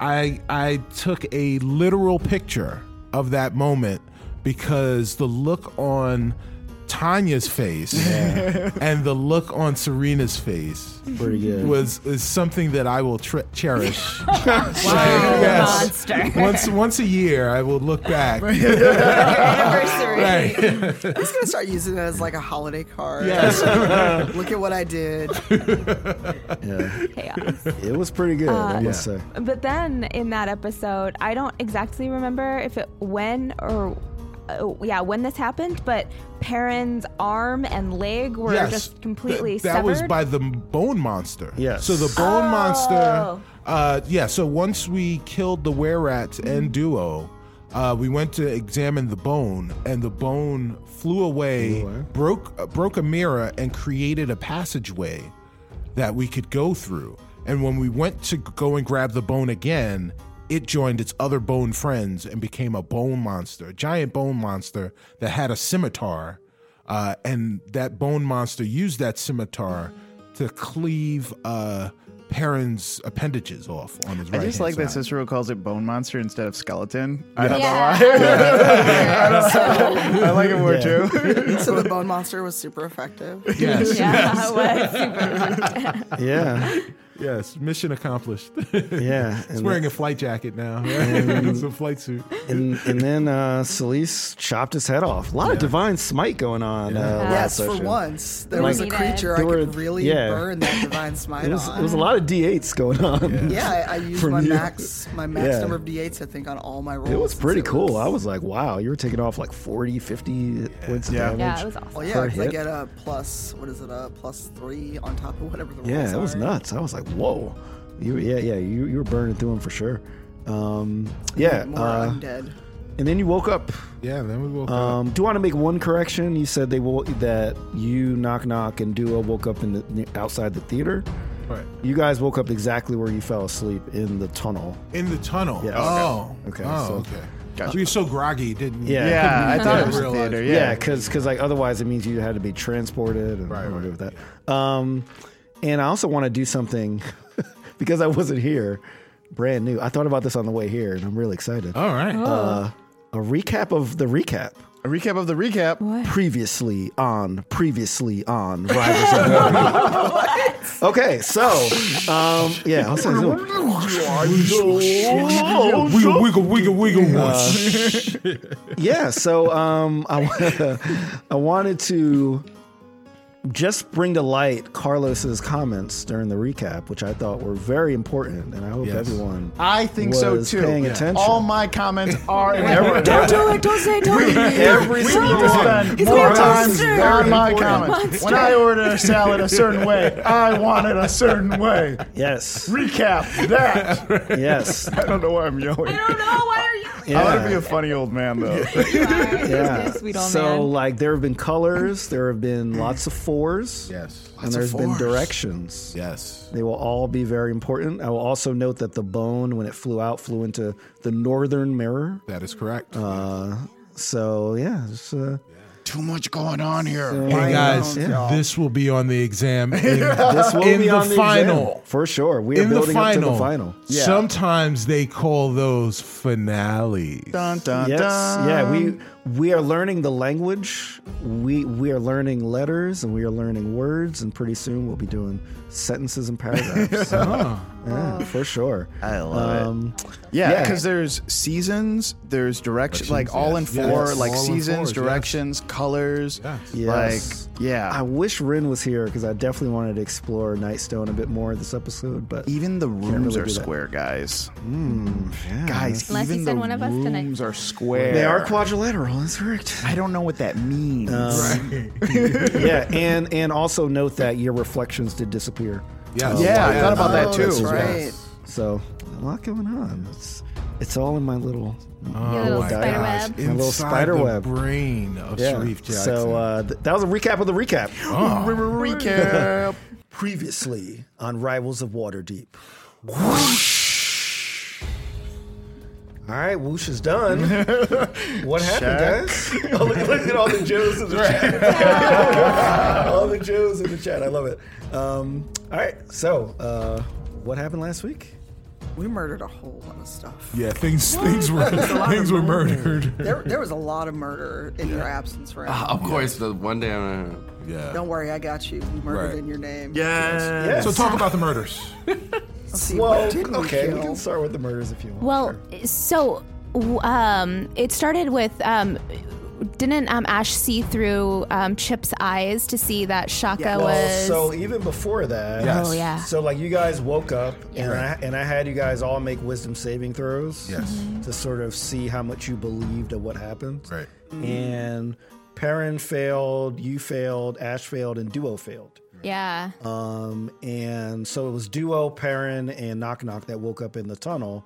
D: I I took a literal picture of that moment because the look on Tanya's face and the look on Serena's face
A: Pretty good.
D: was is something that I will tre- cherish.
C: monster.
D: Once once a year, I will look back.
C: anniversary.
D: Right.
F: I'm just gonna start using it as like a holiday card.
D: Yes.
F: Look at what I did.
C: Chaos.
A: It was pretty good,
C: Uh,
A: I must say.
C: But then in that episode, I don't exactly remember if it when or uh, yeah when this happened, but Perrin's arm and leg were
D: Yes.
C: just completely
D: Th- that
C: severed.
D: was by the bone monster.
A: Yes.
D: So the bone
C: Oh.
D: monster. Uh, yeah. So once we killed the were rats
C: Mm.
D: and duo, uh, we went to examine the bone, and the bone flew away, broke uh, broke a mirror, and created a passageway that we could go through. And when we went to go and grab the bone again, it joined its other bone friends and became a bone monster, a giant bone monster that had a scimitar. Uh, and that bone monster used that scimitar to cleave uh, Perrin's appendages off on his
G: I
D: right.
G: just like that Cicero calls it bone monster instead of skeleton. I don't
C: Yeah.
G: know why. I like it more too.
F: So the bone monster was super effective.
D: Yes,
C: Yeah, it was super
A: Yeah,
D: yes. Mission accomplished.
A: yeah.
D: He's
A: And,
D: wearing a flight jacket now. it's a flight suit.
A: and, and then uh, Celise chopped his head off. A lot of divine smite going on. Uh, last
F: Yes, for
A: session.
F: once there
A: Like-
F: was a creature I
A: There
F: could
A: were-
F: really
A: yeah.
F: burn that divine smite
A: It was,
F: on.
A: it was a lot of D8s going on.
F: Yeah, I, I used
A: From
F: my
A: you.
F: max my max
A: Yeah.
F: number of d8s I think on all my rolls.
A: It was
F: since
A: pretty cool. I was like, wow, you were taking off like 40, 50 points of
G: Yeah.
A: damage.
C: Yeah, it was awesome.
F: Oh yeah,
A: per
F: 'cause I
A: hit.
F: get a plus what is it a plus three on top of whatever the rolls
A: Yeah, it was
F: are.
A: nuts. I was like, whoa. You, yeah, yeah, you, you were burning through them for sure. Um, yeah.
F: More
A: Uh,
F: undead.
A: and then you woke up.
D: Yeah. Then we woke up.
A: Um, do you want to make one correction? You said they will, that you knock knock and duo woke up in the outside the theater.
D: Right.
A: You guys woke up exactly where you fell asleep in the tunnel.
D: In the tunnel.
A: Yeah.
D: Oh.
A: Okay.
D: Oh,
A: So-
D: okay.
G: Gotcha.
D: We were so groggy, didn't we?
A: Yeah.
G: Yeah, I thought it was a
D: Realize-
G: theater. Yeah.
A: Yeah, because like otherwise it means you had to be transported and
D: Right,
A: I'm
D: right,
A: good with that. Um, and I also want to do something because I wasn't here, brand new. I thought about this on the way here, and I'm really excited.
D: All right.
A: Uh, a recap of the recap.
G: Oh. A recap of the recap.
A: Previously on, previously on Rivals of War. Okay, so um, yeah, I'll say
D: Wiggle, wiggle, wiggle, wiggle once.
A: yeah. So um, I I wanted to just bring to light Carlos's comments during the recap, which I thought were very important, and I hope
I: Yes.
A: everyone
B: I think so
A: was
B: too.
A: paying attention.
B: All my comments are in
A: Every-
J: Don't do it. Don't say don't.
B: Every single time,
J: He's
B: more
J: a
B: times
J: monster.
B: on my
J: Monster.
B: comments. When I order a salad a certain way, I want it a certain way.
A: yes,
B: Recap that.
A: yes,
B: I don't know why I'm yelling.
J: don't know. Why are you?
B: I want
A: Yeah.
B: to be a funny old man though.
A: yeah.
J: Sweet old
A: So
J: man.
A: like there have been colors, there have been lots of fours,
I: Yes.
A: and there's been directions.
I: Yes.
A: They will all be very important. I will also note that the bone, when it flew out, flew into the northern mirror.
I: That is correct.
A: So yeah, it's, uh,
D: Too much going on here.
I: hey guys,
A: Yeah.
I: this will be on the exam. In,
A: this will
I: in
A: be
I: the
A: on the
I: final.
A: exam, for sure. We are
I: in the
A: building up to
I: final.
A: the final.
I: Sometimes they call those finales.
B: Dun, dun,
A: Yes,
B: dun.
A: yeah. We we are learning the language. We we are learning letters and we are learning words, and pretty soon we'll be doing sentences and paragraphs. So, yeah, for sure.
D: I love
A: um,
D: Yeah,
A: Yeah.
D: because there's seasons, there's direction, like all in
I: yes.
D: four,
I: Yes.
D: like
I: All in
D: seasons,
I: fours, yes.
D: directions, colors.
A: Yes.
D: Like, yeah.
A: I wish Rin was here because I definitely wanted to explore Nightstone a bit more this episode. But
D: even the rooms
A: really
D: are
A: do that.
D: square, guys. guys,
C: Unless you
D: even the
C: send one of us
D: rooms
C: tonight.
D: are square.
A: they are quadrilateral. That's correct.
D: I don't know what that means.
A: yeah, and and also note that your reflections did disappear.
I: Yes.
D: yeah, I thought about
F: Oh,
D: that too.
F: that's right.
A: So a lot going on. It's it's all in my little
C: Your little
I: my
C: spider
I: gosh.
C: web.
A: My little
I: Inside
A: spider
I: the
A: web.
I: brain of Sharif Jackson.
A: So uh, th- that was a recap of the recap.
D: Recap.
A: Oh. Previously on Rivals of Waterdeep. All right, whoosh is done. what happened, guys? Oh, look, look at all the Joes in the chat. all the Joes in the chat. I love it. Um, all right, so uh, what happened last week?
F: We murdered a whole lot of stuff.
I: yeah, things things were things were murdered.
F: There, there was a lot of murder in your absence, right?
I: Uh,
E: Of course, the one day I'm gonna-
I: Yeah.
F: Don't worry, I got you. We murdered
I: Right.
F: in your name.
A: Uh,
B: Yeah.
I: So talk about the murders.
F: Let's see,
A: Well,
F: what did we
A: okay, we
F: kill?
A: can start with the murders if you want.
C: Well, so w- um, it started with um, didn't um, Ash see through um, Chip's eyes to see that Shaka
F: Yeah.
C: was?
F: Well,
A: so even before that,
I: Yes.
C: oh yeah.
A: So like you guys woke up and
I: Yeah.
A: I, and I had you guys all make wisdom saving throws.
I: Yes.
C: Mm-hmm.
A: To sort of see how much you believed of what happened.
I: Right.
A: And Perrin failed, you failed, Ash failed, and Duo failed.
C: yeah.
A: Um, and so it was Duo, Perrin, and Knock Knock that woke up in the tunnel.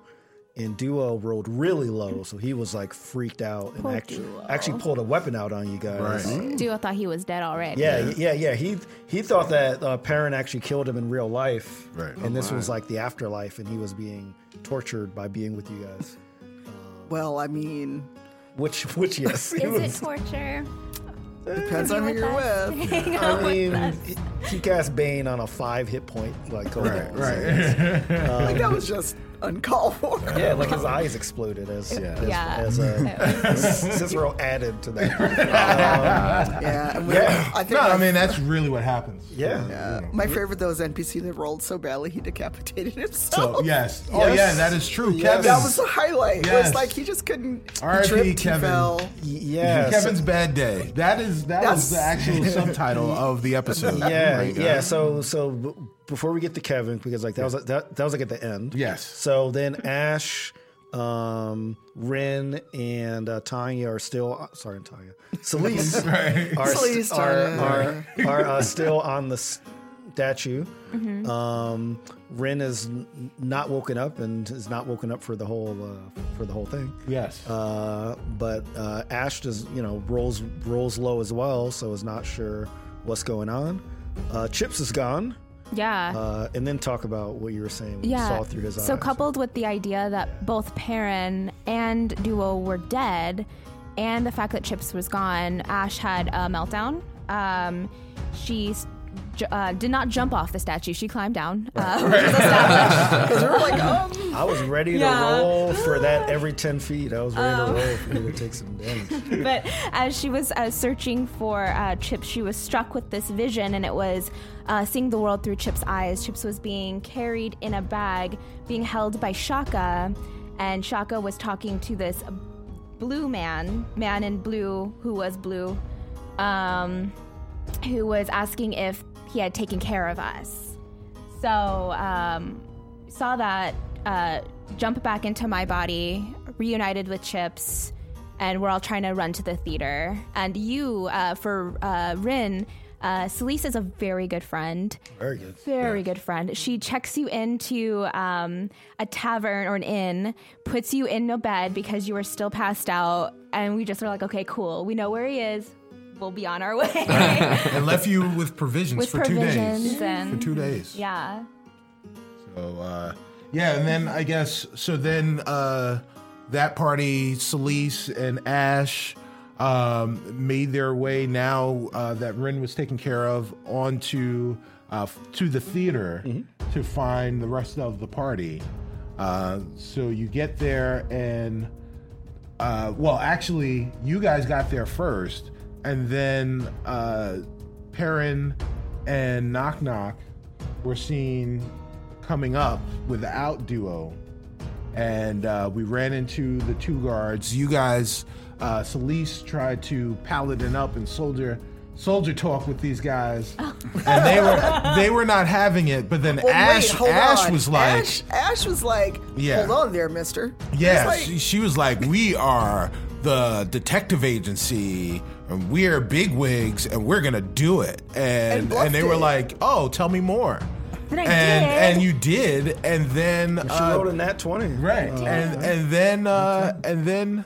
A: And Duo rolled really low, so he was like freaked out and
C: Poor
A: actually,
C: Duo.
A: actually pulled a weapon out on you guys.
I: Right.
C: Duo thought he was dead already.
A: Um, Yeah, yeah, yeah, He he thought that uh, Perrin actually killed him in real life,
I: Right.
A: And this was like the afterlife, and he was being tortured by being with you guys.
F: Well, I mean,
A: Which, which, yes, he
C: Is it
A: was-
C: torture?
F: depends on who you're with.
A: I mean, he cast Bane on a five hit point, like right, right,
F: Like that was just uncalled for.
A: yeah, like his eyes exploded as as,
C: Yeah.
A: as, uh, Cicero added to that.
F: Yeah, and we,
A: Yeah.
F: I think
I: No,
F: my,
I: I mean that's really what happens.
A: Yeah,
F: my favorite though is NPC that rolled so badly he decapitated himself.
I: So yes. Oh yeah, that is true. Kevin.
F: That was the highlight. It
I: Yes.
F: was like he just couldn't.
I: R.I.P.
F: He tripped,
I: Kevin.
F: He fell.
A: yeah. so-
I: Kevin's bad day. That is that was the actual subtitle of the episode.
A: Yeah,
I: Right, guys?
A: yeah. So, so b- before we get to Kevin, because like that was that, that was like at the end.
I: Yes.
A: So then Ash, um, Ren, and uh, Tanya are still uh, sorry, not Tanya, Celeste are, st-
F: Celeste,
A: are
F: Tanya.
A: are are uh, still on the s- statue.
C: Mm-hmm.
A: Um, Ren is n- not woken up and is not woken up for the whole uh, for the whole thing.
I: Yes.
A: Uh, but uh, Ash does, you know, rolls rolls low as well, so is not sure what's going on. Uh, Chips is gone,
C: Yeah.
A: uh, and then talk about what you were saying. What
C: yeah.
A: you saw through his eyes.
C: so coupled with the idea that both Perrin and Duo were dead, and the fact that Chips was gone, Ash had a meltdown. Um, she s- j- uh, did not jump off the statue; she climbed down. Uh, which is established.
F: Because we were like, um,
A: I was ready to
C: Yeah. Oh.
A: roll for that every ten feet. I was ready to roll for you to take some damage.
C: but as she was uh, searching for uh, Chips, she was struck with this vision, and it was uh, seeing the world through Chips' eyes. Chips was being carried in a bag, being held by Shaka, and Shaka was talking to this blue man, man in blue, who was blue. Um, who was asking if he had taken care of us. So um, saw that uh, jump back into my body, reunited with Chips, and we're all trying to run to the theater. And you, uh, for uh, Rin, uh, Celise is a very good friend
A: Very good.
C: very good friend. She checks you into um, a tavern or an inn, puts you in a bed because you were still passed out, and we just are like, okay, cool. We know where he is. We'll be on our way
D: and left you with provisions
C: with
D: for two
C: provisions
D: days. For
C: and
D: two days.
C: yeah.
D: So uh, yeah, and then I guess so. Then uh, that party, Celise and Ash, um, made their way now uh, that Rin was taken care of onto uh, f- to the theater to find the rest of the party. Uh, so you get there and. Uh, well, actually, you guys got there first, and then uh, Perrin and Knock Knock were seen coming up without Duo, and uh, we ran into the two guards. You guys, uh, Celise tried to paladin up and soldier soldier talk with these guys, and they were they were not having it. But then
F: Oh. Well, wait,
D: Ash
F: hold
D: Ash
F: on.
D: was like.
F: Ash, Ash was like,
D: Yeah.
F: hold on there, mister. He's
D: Yeah,
F: like-
D: she, she was like, "We are the detective agency, and we're bigwigs, and we're gonna do it." And
F: And
D: and,
F: bluffed
D: they were
F: it.
D: like, "Oh, tell me more."
C: Then I
D: and
C: did.
D: and you did, and then
A: She
D: uh,
A: rolled a nat 20.
D: right, and and then uh, and then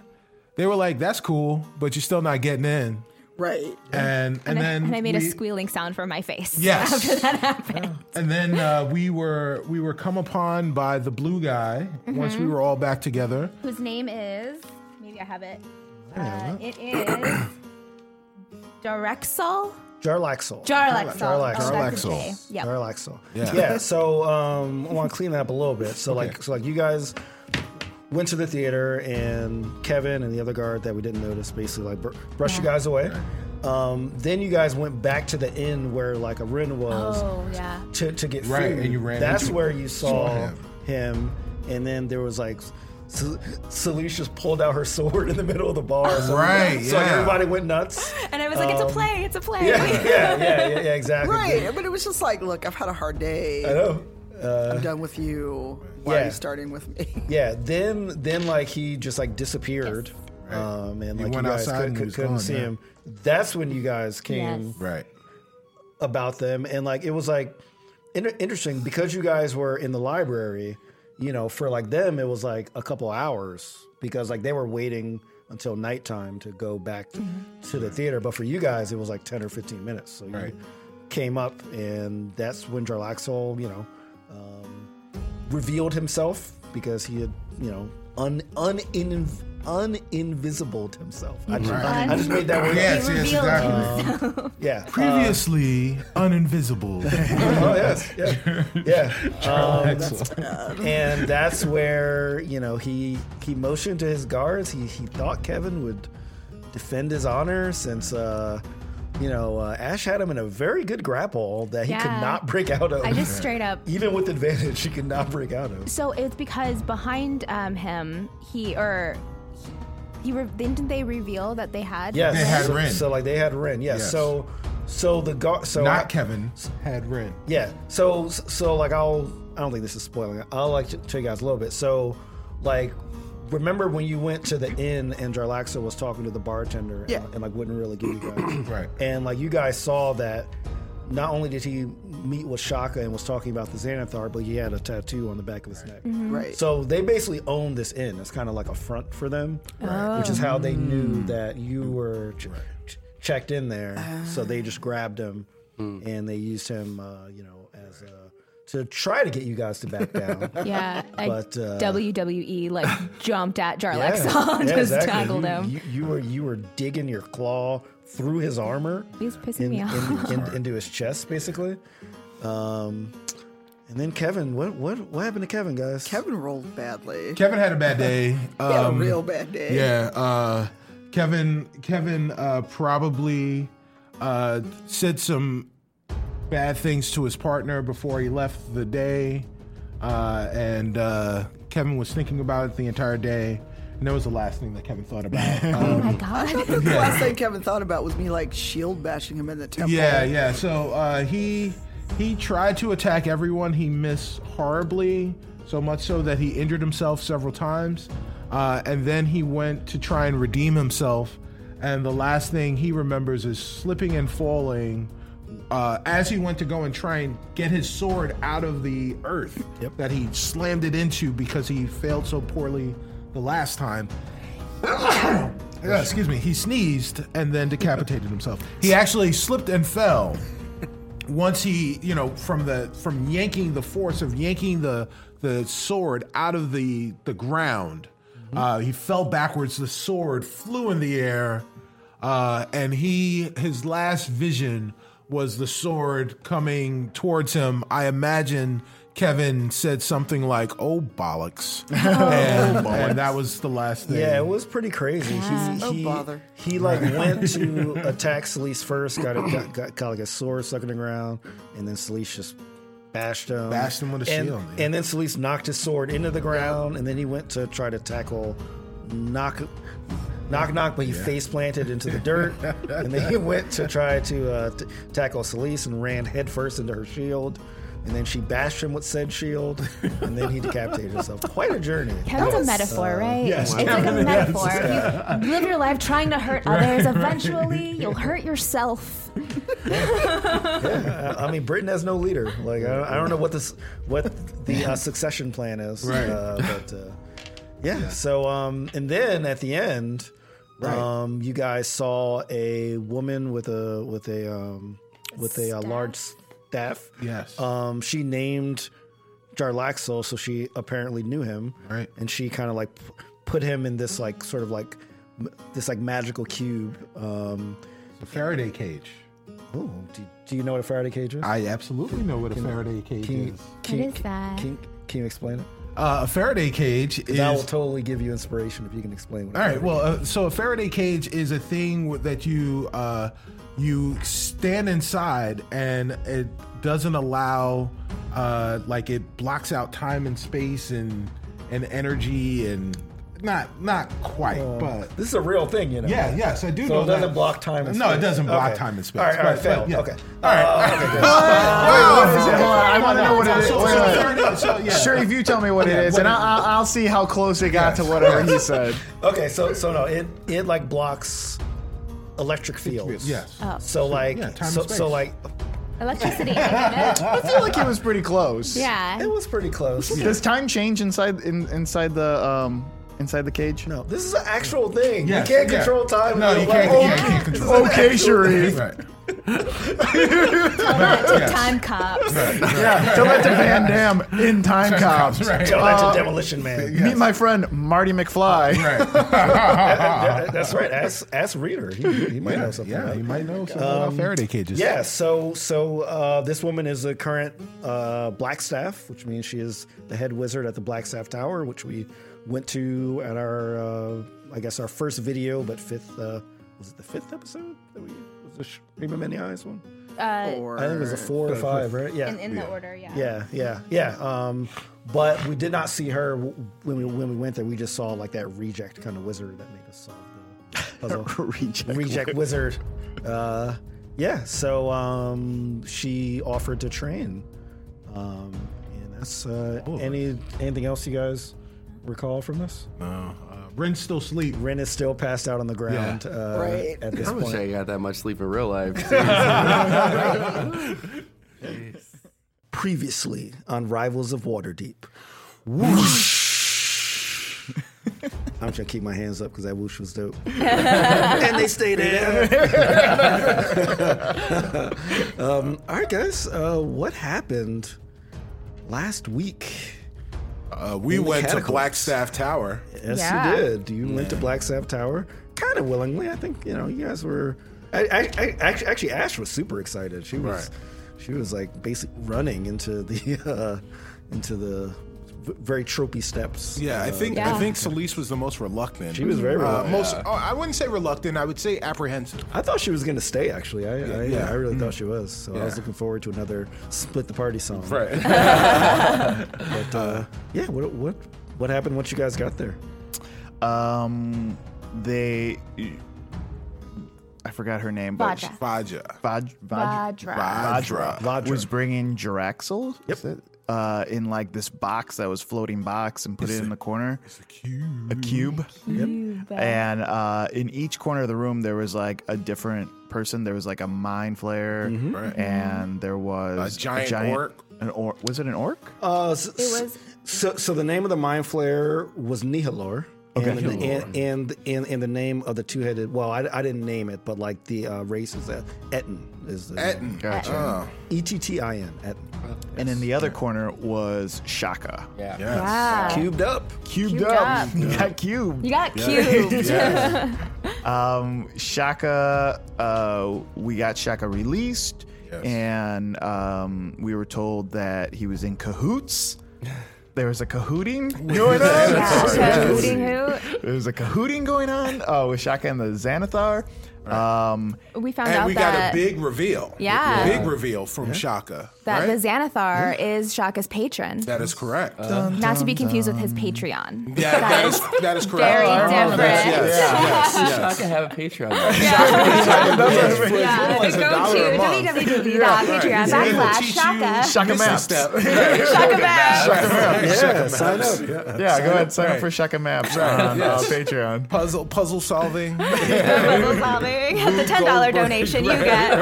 D: they were like, "That's cool, but you're still not getting in."
F: right.
D: And
C: And,
D: and,
C: I,
D: then
C: and I made a
D: we-
C: squealing sound from my face.
D: Yes.
C: After that happened.
D: And then uh, we were we were come upon by the blue guy
C: Mm-hmm.
D: once we were all back together.
C: Whose name is, maybe I have it. Uh, it is Direxel?
A: Jarlaxle.
C: Jarlaxel.
A: Jarlaxel.
C: Oh, that's a
D: Jarlaxel.
C: J. Yep.
A: Jarlaxle.
D: Yeah.
A: Yeah. yeah so um, I want to clean that up a little bit. So like, so like you guys went to the theater, and Kevin and the other guard that we didn't notice basically like br- brushed you guys away. Um, then you guys went back to the inn where like a Rin was
C: Oh, yeah.
A: to, to get
D: Right,
A: food.
D: and you ran
A: That's
D: into-
A: where you saw,
D: saw him.
A: him. and then there was like. Sel- Celeste just pulled out her sword in the middle of the bar, so,
D: Right,
A: So like,
D: yeah.
A: everybody went nuts.
C: And I was like, it's a play, it's a play.
A: Yeah, Um, yeah, yeah, yeah, yeah, exactly.
F: Right. But it was just like, look, I've had a hard day.
A: I know.
F: I'm done with you. Why are
A: Yeah.
F: you starting with me?
A: Yeah, then then like he just like disappeared, um, and
D: He
A: like
D: went
A: you guys
D: outside
A: could,
D: and he was
A: could, not
D: gone,
A: see
D: yeah.
A: him. That's when you guys came
C: Yes.
D: Right.
A: about them, and like it was like in- interesting because you guys were in the library. You know, for like them, it was like a couple hours because like they were waiting until nighttime to go back to, to the theater. But for you guys, it was like ten or fifteen minutes. So you
D: Right.
A: came up, and that's when Jarlaxle, you know, um, revealed himself because he had, you know, un unin uninvisibled himself. I just, I just made that word. up.
D: Yes,
C: He
D: yes,
C: revealed
D: exactly.
A: Yeah.
D: Previously uninvisible.
A: oh yes, yeah, yeah. Um, and that's where you know he he motioned to his guards. He he thought Kevin would defend his honor since. Uh, you know, uh, Ash had him in a very good grapple that he
C: Yeah.
A: could not break out of.
C: I just straight up
A: Even with advantage, he could not break out of.
C: So it's because behind um, him, he or he, he re- didn't they reveal that they had?
A: Yes,
D: They had
A: so,
D: Ren.
A: So like they had Ren. Yes.
D: Yes.
A: So, so the guard. So
D: Not
A: I-
D: Kevin. Had Ren.
A: Yeah. So so like I'll I don't think this is spoiling. I'll like to tell you guys a little bit. So like remember when you went to the inn and Jarlaxa was talking to the bartender
F: Yeah.
A: and, and like wouldn't really give you guys
D: Right.
A: and like you guys saw that not only did he meet with Shaka and was talking about the Xanathar, but he had a tattoo on the back of his neck.
F: right.
A: So they basically own this inn. It's kind of like a front for them, which is how
C: Oh.
A: they
C: Hmm.
A: knew that you were ch- ch- checked in there. so they just grabbed him and they used him, uh, you know, as a, to try to get you guys to back down.
C: yeah. I-
A: But, uh,
C: WWE E, like jumped at
A: Yeah.
C: Jarlaxle and
A: Yeah,
C: just
A: exactly.
C: tackled
A: You-
C: him.
A: You, you were you were digging your claw through his armor.
C: He's pissing
A: in-
C: me off.
A: in- in- into his chest, basically. Um, and then Kevin, what what what happened to Kevin, guys?
F: Kevin rolled badly.
D: Kevin had a bad day.
F: He had
D: Um,
F: a real bad day.
D: yeah. Uh, Kevin. Kevin uh, probably uh, said some bad things to his partner before he left the day, uh, and uh, Kevin was thinking about it the entire day. And that was the last thing that Kevin thought about.
K: Oh
D: Um,
K: my god.
F: The last thing Kevin thought about was me like shield bashing him in the temple.
D: Yeah, yeah. So uh, he he tried to attack everyone. He missed horribly, so much so that he injured himself several times. Uh, and then he went to try and redeem himself. And the last thing he remembers is slipping and falling uh, as he went to go and try and get his sword out of the earth that he slammed it into because he failed so poorly the last time. Yeah, excuse me. He sneezed and then decapitated himself. He actually slipped and fell. Once he, you know, from the from yanking the force of yanking the the sword out of the the ground, uh, he fell backwards. The sword flew in the air, uh, and he his last vision was the sword coming towards him. I imagine Kevin said something like, "Oh bollocks," and, and that was the last thing.
A: Oh, Yeah, it was pretty crazy. He,
F: Oh,
A: he,
F: bother.
A: He like went to attack Selyse first, got, a, got, got got like a sword stuck in the ground, and then Selyse just bashed him.
D: Bashed him with a
A: and,
D: shield, yeah.
A: And then Selyse knocked his sword into the ground, and then he went to try to tackle knock. Knock knock, but he face planted into the dirt, and then he went to try to uh, t- tackle Celise and ran headfirst into her shield, and then she bashed him with said shield, and then he decapitated himself. Quite a journey.
K: Kevin's a metaphor, right?
D: Uh, yes,
K: it's like a metaphor. You live your life trying to hurt others. Eventually, you'll hurt yourself.
A: I mean, Britain has no leader. Like, I, I don't know what this, what the uh, succession plan is.
D: Right.
A: Uh, but uh, yeah. So, um, and then at the end, um, you guys saw a woman with a with a um, with a, uh large staff.
D: Yes.
A: Um, she named Jarlaxle, so she apparently knew him.
D: Right.
A: And she kind of like p- put him in this like sort of like m- this like magical cube. Um,
D: The Faraday cage.
A: ooh, do, do you know what a Faraday cage is?
D: I absolutely know what a Faraday cage
A: Can you,
D: is.
A: can,
K: What is that?
A: Can, can you explain it?
D: Uh, a Faraday cage is.
A: That will totally give you inspiration if you can explain what
D: All right. Well, uh, so a Faraday cage is a thing w- that you uh, you stand inside, and it doesn't allow uh, like it blocks out time and space and and energy and not not quite, but
A: This is a real thing, you know.
D: yeah, yes, I do
A: So
D: know
A: it doesn't
D: that.
A: block time and
D: no,
A: space.
D: it doesn't block
A: Okay.
D: time and space.
A: All right, all right,
D: but-
A: fail.
D: but, yeah.
A: Okay.
D: All right.
G: I want to know what it is.
D: So- so
G: Wait, wait, wait.
D: Faraday- so, yeah.
G: Sure, if you tell me what it is, and I'll, I'll- I'll see how close it got to whatever he said.
A: Okay, so so no, it it like blocks electric fields.
D: Yes.
A: So like
D: Yeah, time
A: so,
D: and space.
A: so like
K: Electricity. I don't know.
G: I feel like it was pretty close.
A: it
K: yeah.
A: was pretty close.
G: Does time change inside in, inside the um inside the cage?
A: No, this is an actual thing.
D: Yes,
A: you can't
D: yeah.
A: control time.
D: No, you can't.
A: Oh,
D: you can't- you can't control. it.
G: Okay, Sharif.
D: Right.
K: Time cops.
G: Yeah. Tell that to Van Dam in Time Cops.
B: Uh,
A: Tell that to Demolition Man.
G: Meet my friend Marty McFly.
A: Yeah, that's right. Ask, ask Reader. He, he might know something.
D: Yeah,
A: about
D: you
A: it. Um,
D: might know something about Faraday cages.
A: Yeah, so so uh, this woman is the current uh, Blackstaff, which means she is the head wizard at the Blackstaff Tower, which we went to at our, uh, I guess, our first video, but fifth, uh, was it the fifth episode that we was the Shreema Many Eyes one?
F: Or
A: I think it was a four or five, right? Yeah,
K: uh, In, in the order, yeah.
A: yeah, yeah, yeah. Um, but we did not see her w- when we when we went there. We just saw like that reject kind of wizard that made us solve the puzzle.
G: Reject
A: reject wizard. Uh, yeah. So um, she offered to train, um, and that's uh, any anything else you guys recall from this?
D: Uh, Ren's still asleep.
A: Ren is still passed out on the ground
D: Yeah.
A: uh,
F: Right.
A: at this
E: I wish I
A: point.
E: got that much sleep in real life.
A: Previously on Rivals of Waterdeep. I'm trying to keep my hands up because that whoosh was dope. and they stayed in. um, all right, guys. Uh, what happened last week?
D: Uh, we
A: In the
D: went to
A: catacombs.
D: Blackstaff Tower.
A: Yes,
K: Yeah.
A: you did. You went to Black Sabbath Tower kind of willingly. I think you know you guys were. I, I, I actually, actually, Ash was super excited. She was,
D: Right.
A: she was like basically running into the, uh, into the v- very tropey steps.
D: Yeah, I think I
K: Yeah.
D: think Celise was the most reluctant.
A: She was very
D: uh,
A: reluctant.
D: most. oh, I wouldn't say reluctant. I would say apprehensive.
A: I thought she was going to stay. Actually, I, I,
D: yeah. Mm-hmm.
A: I really thought she was. So I was looking forward to another split the party song. uh, Yeah. What, what what happened once you guys got there?
B: Um, they. I forgot her name, but
C: Vajra.
D: Faja.
B: Vaj- Vaj-
C: Vajra.
B: Vajra, was bringing Jiraxel. Yep. Uh, in like this box that was floating box and put it in the corner. A cube. And uh, in each corner of the room, there was like a different person. There was like a mind flayer,
D: Right.
B: and there was
D: A giant orc.
B: An orc was it an orc?
A: Uh, s-
C: was-
A: so, so the name of the mind flayer was Nihilor. And, and, and and and the name of the two-headed well I, I didn't name it but like the uh, race is uh, Etin is the
D: Etten.
B: Gotcha.
D: Oh,
A: E T T I N Etin
B: And in the other corner was Shaka.
E: Yeah.
D: yes.
A: cubed up
B: Cubed,
C: Cubed
B: up.
C: up.
B: Got cubed.
C: You got cubed.
B: Um, Shaka, uh, we got Shaka released,
D: Yes.
B: and um, we were told that he was in cahoots. There was a cahooting going on.
C: Yeah, hooting hoot.
B: There was a cahooting going on uh, with Shaka and the Xanathar. Um,
C: We found
D: And
C: out
D: we got
C: that
D: a big reveal.
C: Yeah.
D: Big reveal from Shaka.
C: that
D: right? Mm-hmm.
C: the Xanathar is Shaka's patron.
D: that is correct.
C: Not to be confused with his Patreon.
D: yeah, that is that is correct.
C: very
D: I remember that.
C: different.
D: Yes, yes, yes.
E: I could have a Patreon.
C: Yeah, go to
D: It will
C: www.patreon.com/backslash
D: teach you
C: Uh, Shaka.
B: Shaka
D: missing
B: Maps.
D: step.
C: Shaka back.
A: yeah sign up
B: yeah, go ahead, sign up
D: right.
B: for Shaka Maps on uh,
D: yes.
B: Patreon.
D: Puzzle puzzle solving.
C: Puzzle solving. The ten dollar donation you get.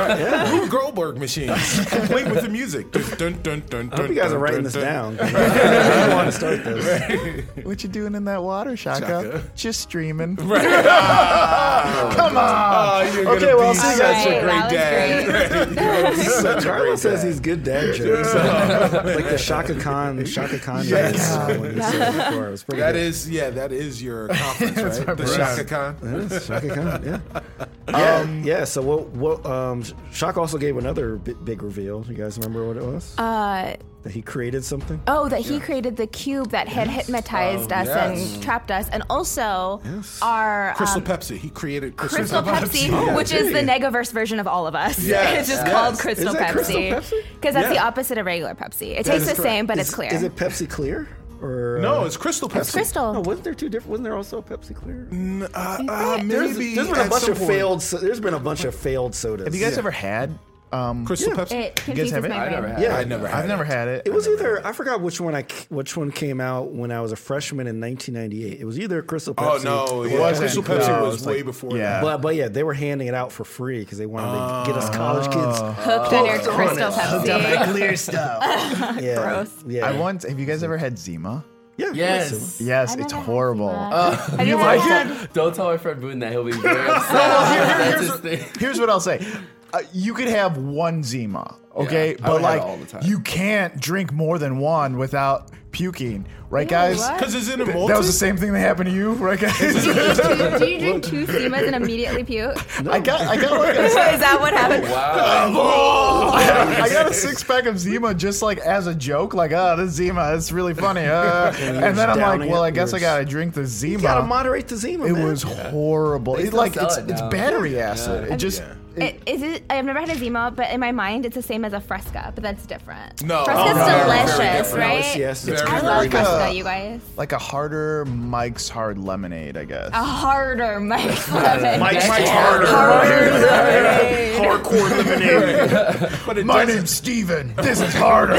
D: Rube Goldberg machines. Complete with the music. Dun, dun, dun, dun,
A: I hope you guys are writing this down I want to start this
B: What you doing in that water, Shaka?
D: Shaka.
B: Just streaming.
D: Ah, Come on. Oh, you're
B: Okay,
D: gonna
B: well,
D: be
B: see you
D: such
B: guys
D: a
C: Alright,
D: great
C: that was
D: dad. Such a
A: Charlie
D: great
A: says
D: dad.
A: he's good dad jokes like the Shaka Khan Shaka Khan
D: Yes.
A: dad one you said before it was pretty
D: That
A: good.
D: is, yeah, that is your conference, right? the
B: brand.
D: Shaka Khan.
A: That is Shaka Khan, yeah. yeah, yeah. So what? What? Um, Shaka also gave another bi- big reveal. You guys remember what it was?
C: Uh,
A: that he created something.
C: Oh, that he created the cube that had hypnotized us
D: yes.
C: and trapped us, and also our
D: Crystal
C: um,
D: Pepsi. He created
C: Crystal
D: Crystal,
C: Pepsi, which is the negaverse version of all of us.
D: Yes.
C: it's just
D: Yes.
C: called Crystal
A: Is that Crystal
C: Pepsi
A: Pepsi?
C: because that's the
D: Yeah.
C: opposite of regular Pepsi. It tastes
D: is
C: the
D: correct.
C: same, but
A: Is-
C: it's clear.
A: Is it Pepsi Clear or uh,
D: No, it's Crystal Pepsi.
C: it's crystal?
A: No, wasn't there two different? Wasn't there also a Pepsi Clear?
D: Uh, uh,
A: There's,
D: maybe
A: there's been
D: at
A: a bunch
D: some
A: of
D: point-
A: failed. So, there's been a bunch of failed sodas.
B: Have you guys ever had? Um,
D: Crystal Pepsi.
C: It confuses
B: have it?
C: my
B: I
E: never
C: brain.
E: had
A: Yeah,
D: I never had.
B: I've never had it.
A: It was either I forgot which one I c- which one came out when I was a freshman in 1998. It was either Crystal
D: Oh
A: Pepsi.
D: no, yeah.
B: wasn't.
D: Crystal Pepsi
B: No,
D: was
B: it's
D: way
B: like-
D: before.
B: yeah.
A: But but yeah, they were handing it out for free because they wanted to get us college kids.
C: Hooked on your Crystal Pepsi.
B: clear stuff.
A: Yeah, yeah.
B: I once. Have you guys ever had Zima?
A: Yeah,
E: Yes.
B: Yes, it's horrible.
C: Have you ever had
E: Don't tell my friend Boone that he'll be very upset. That's his thing.
B: Here's what I'll say. Uh, you could have one Zima, okay?
E: Yeah, I
B: but
E: would have it
B: like,
E: all the time.
B: you can't drink more than one without puking, right, guys?
C: what?
D: Because it's in a
B: Th-
D: multi.
B: That was the same thing that happened to you, right, guys?
C: two? Do you drink two Semas and immediately puke?
B: I got, I got like
C: Is
B: a,
C: that what happened?
B: I got a six pack of Zima just like as a joke, like, oh, this Zima, it's really funny. Uh, and then I'm
A: downing
B: like, well,
A: it,
B: I guess I
A: you're-
B: gotta drink the Zima.
A: You gotta moderate the Zima.
B: It
A: man.
B: was horrible. It,
E: still
B: like
E: sell
B: it's,
E: it
B: it's
E: now.
B: battery acid. It just it,
C: It, is it? I've never had a Zima, but in my mind, it's the same as a Fresca, but that's different.
D: No.
C: Fresca's
D: Oh, no. Very
C: delicious,
D: different.
C: right?
A: Yes, yes,
D: Very
A: it's
C: I
D: different.
C: love
B: Like
C: Fresca,
B: a-
C: you guys.
B: like a harder Mike's Hard Lemonade, I guess.
C: A harder Mike's lemon.
A: Mike's
D: harder.
C: Harder lemonade.
D: Hardcore lemonade. but it
B: My
D: doesn't.
B: name's Steven. This is harder,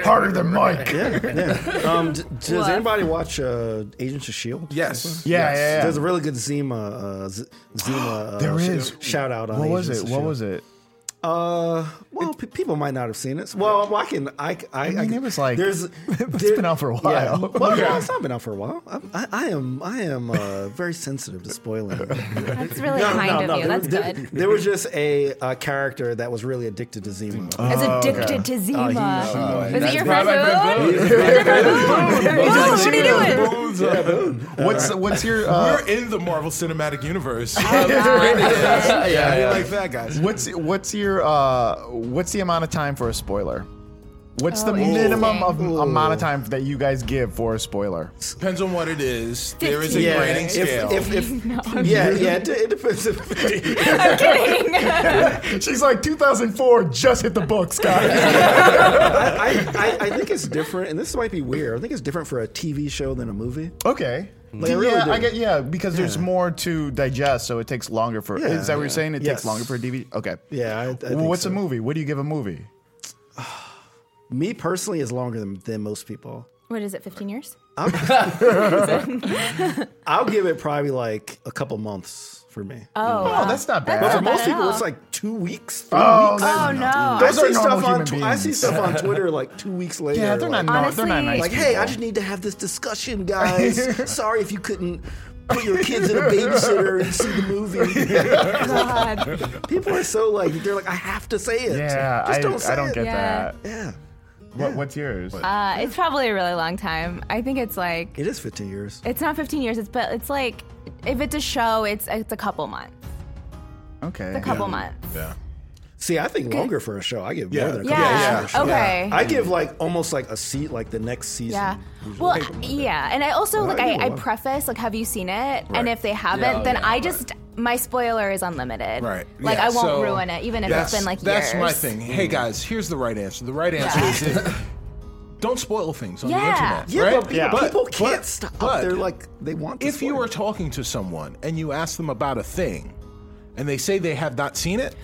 B: harder than Mike. Yeah,
A: Yeah. Um, d- does
C: What?
A: anybody watch uh, Agents of Shield?
D: Yes.
B: yeah, yeah.
A: There's a really good Zima. Uh, Z- Zima. Uh,
B: There
A: sh-
B: is.
A: Shout out on
B: what was
A: Agents
B: it?
A: of S.H.I.E.L.D..
B: What was it?
A: E Uh, well, pe- people might not have seen it. Well, I can. I. I, I
B: mean, it was like-
A: There's.
B: It's
A: there-
B: been out for a
A: Yeah.
B: while.
A: Well, no, it's not been out for a while. I, I, I am. I am uh, very sensitive to spoiling.
C: That's really kind of you. That's
A: there,
C: good.
A: there was just a, uh character that was really addicted to Zima.
B: Uh,
C: It's addicted to Zima.
E: Oh,
C: Is it
E: that's
C: your
E: bad.
C: friend Boone?
E: Boone.
C: Boone, What are you doing?
B: What's what's your uh,
D: We're in the Marvel Cinematic Universe.
E: yeah, yeah.
D: like that, guys.
B: what's what's your uh, what's the amount of time for a spoiler? What's the
C: Oh,
B: minimum of
C: interesting.
B: amount of time that you guys give for a spoiler?
D: Depends on what it is. There is a
A: Yeah,
D: grading
A: if-
D: scale.
A: if- if- yeah, yeah. It, it depends. If,
C: I'm kidding.
B: She's like 2004 just hit the books, guys.
A: I, I, I think it's different, and this might be weird. I think it's different for a TV show than a movie.
B: okay.
A: Like, I
B: yeah,
A: really do.
B: I get yeah because there's more to digest, so it takes longer for.
A: Yeah,
B: is that what
A: yeah.
B: you're saying? It
A: Yes.
B: takes longer for a DVD. Okay.
A: Yeah, I, I think
B: Well, what's
A: so.
B: a movie? What do you give a movie?
A: Me personally is longer than, than most people.
C: What is it? Fifteen years?
A: I'll give it probably like a couple months for me.
C: Oh,
B: Oh, that's not bad.
A: but for
C: not
A: most
C: bad at
A: people,
C: all.
A: it's like two weeks. three weeks.
C: Oh no!
B: Those
A: I
B: are
A: see
B: normal
A: stuff on
B: human
A: tw- I
B: beings.
A: see stuff on Twitter like two weeks later.
B: yeah, they're not.
A: like,
B: no-
C: Honestly-
B: they're not nice.
A: Like,
B: people.
A: hey, I just need to have this discussion, guys. Sorry if you couldn't put your kids in a babysitter and see the movie.
C: God.
A: People are so like, they're like, I have to say it.
B: Yeah,
A: Just
B: I
A: don't say
B: I don't
A: it.
B: get
C: Yeah.
B: that.
A: Yeah.
B: What, what's yours?
C: Uh, it's probably a really long time. I think it's like
A: It is 15 years.
C: it's not fifteen years. It's but it's like if it's a show, it's it's a couple months.
B: okay.
C: A couple months.
L: Yeah.
A: See, I think longer for a show. I give
L: Yeah.
A: more than a
C: Yeah.
A: couple hours for a show.
C: Okay.
A: I give like almost like a seat like the next season.
C: Yeah. Well, I- yeah, and I also like
A: I
C: I,
A: do
C: I
A: love-
C: preface like, have you seen it? And if they haven't,
D: Yeah, oh,
C: then
D: yeah,
C: I
D: right.
C: just my spoiler is unlimited.
I: Right.
C: Like
I: yeah,
C: I won't
I: so
C: ruin it, even if it's
I: that's-
C: been like
I: That's
C: years.
I: my thing. Hey guys, here's the right answer. The right answer is that don't spoil things on
C: Yeah.
I: the internet.
A: Yeah,
I: right?
A: but, yeah, people
I: But-
A: can't
I: but-
A: stop.
I: but
A: they're like they want. To
I: if you
A: swear.
I: are talking to someone and you ask them about a thing, and they say they have not seen it,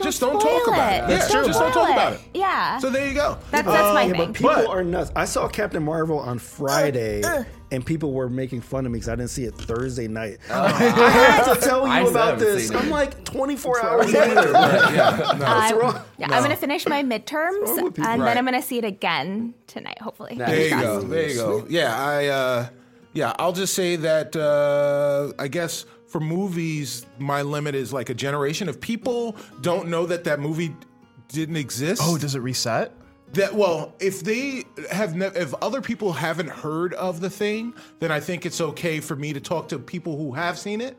I: just don't
C: spoil
I: talk about it.
C: it.
I: Yeah,
C: Don't
I: Just don't
C: spoil
I: talk about
C: it.
I: it.
C: Yeah.
I: So there you go.
C: That's that's my
A: yeah,
C: thing.
A: but people
I: But-
A: are nuts. I saw Captain Marvel on Friday,
C: Uh,
A: and people were making fun of me because I didn't see it Thursday night. I have to tell you
D: I still
A: about
D: haven't
A: this.
D: seen it.
A: I'm like 24 hours later.
C: I,
A: wrong?
C: Um, Yeah, I'm gonna finish my midterms and
I: Right.
C: then I'm gonna see it again tonight, hopefully.
D: Nice.
I: There you go. There you go. Yeah, I. Uh, yeah, I'll just say that. Uh, I guess for movies, my limit is like a generation. If people don't know that that movie didn't exist,
B: Oh, does it reset?
I: that well, if they have, ne- if other people haven't heard of the thing, then I think it's okay for me to talk to people who have seen it,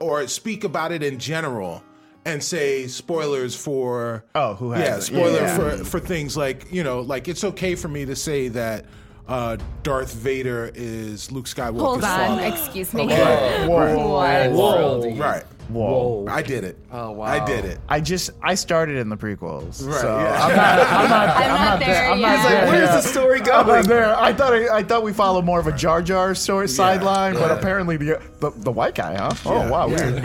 I: or speak about it in general, and say spoilers for
B: Oh, who
I: yeah,
B: hasn't?
I: spoiler
B: Yeah.
I: for for things like you know, like it's okay for me to say that uh, Darth Vader is Luke Skywalker's
C: Hold on,
I: father.
C: excuse me.
D: That's
C: What?
D: real deep.
I: Right.
B: Whoa.
I: I did it.
D: Oh, wow.
I: I did it.
B: I just I started in the prequels.
I: Right.
B: So
I: yeah.
C: I'm, not there yet.
A: Where's the story
B: I'm not
A: going?
B: there. I thought I, I thought we follow more of a Jar Jar story sideline, but apparently the, the the white guy, huh? Oh wow, weird.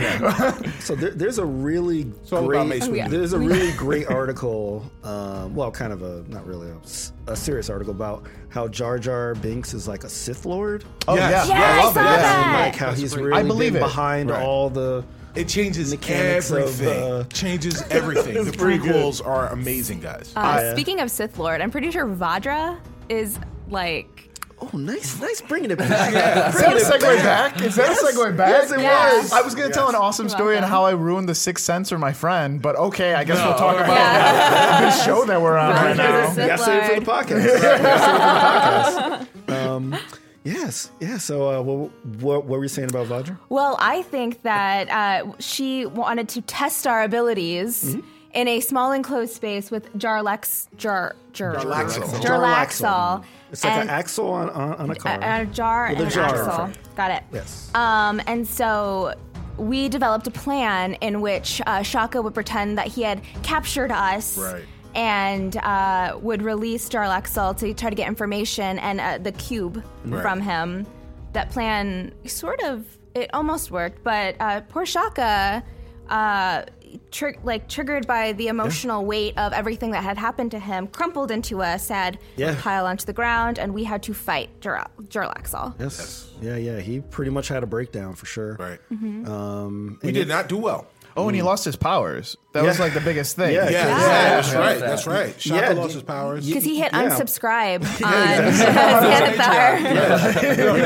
A: So there, there's a really
I: all about
A: great.
I: Mace Windu.
A: There's
C: Oh,
A: a really great article. Um, well, kind of a not really a, s- a serious article about how Jar Jar Binks is like a Sith Lord.
B: Oh
I: Yes.
B: yeah,
C: Yeah, I, saw
A: and
C: that.
A: like how he's really
B: believe
A: been
B: it.
A: behind
I: Right.
A: all the.
I: It changes
A: Mechanics of,
I: everything.
A: uh,
I: changes everything. the prequels are amazing, guys.
C: Uh, Speaking of Sith Lord, I'm pretty sure Vadra is like
A: Oh, nice, nice bringing it back.
B: Is that a segue back? Is that a segue back? Yes, it
C: Yeah. was.
B: I was gonna tell an awesome
C: You're
B: story on
C: welcome.
B: how I ruined the Sixth Sense for my friend, but okay, I guess we'll
I: No,
B: talk about this show that we're on right
C: Roger
B: now.
C: the Sith
A: You gotta save it for
C: Lord.
A: the podcast. Right? You gotta save it for the podcast. Um, yes, yeah. So, uh, what, what, what were you saying about Vajra?
C: Well, I think that uh, she wanted to test our abilities in a small enclosed space with Jarlax Jar Jar
I: Jarlaxle.
C: Jarlaxol.
A: It's like
C: And-
A: an axle on, on, on a car.
C: a, a jar
A: With
C: and
A: a
C: an
A: jar in
C: axle.
A: front.
C: Got it.
A: Yes.
C: Um, and so we developed a plan in which uh, Shaka would pretend that he had captured us.
I: Right.
C: And uh, would release Jarlaxle to try to get information and uh, the cube from him. That plan sort of it almost worked, but uh, poor Shaka, uh, tr- like triggered by the emotional weight of everything that had happened to him, crumpled into a sad
A: Yeah.
C: pile onto the ground, and we had to fight Jar- Jarlaxle.
A: yes. Yeah, yeah. He pretty much had a breakdown for sure.
I: Right.
C: Mm-hmm.
A: Um,
I: We
A: and
I: did not do well.
B: Oh, and he lost his powers. That was like the biggest thing.
A: Yeah.
I: Yeah,
A: Yeah.
I: that's
D: Yeah.
I: right.
D: Yeah.
I: That's right.
A: Yeah,
I: Shaka lost
A: d-
I: his powers.
C: Because he hit
A: Yeah.
C: unsubscribe on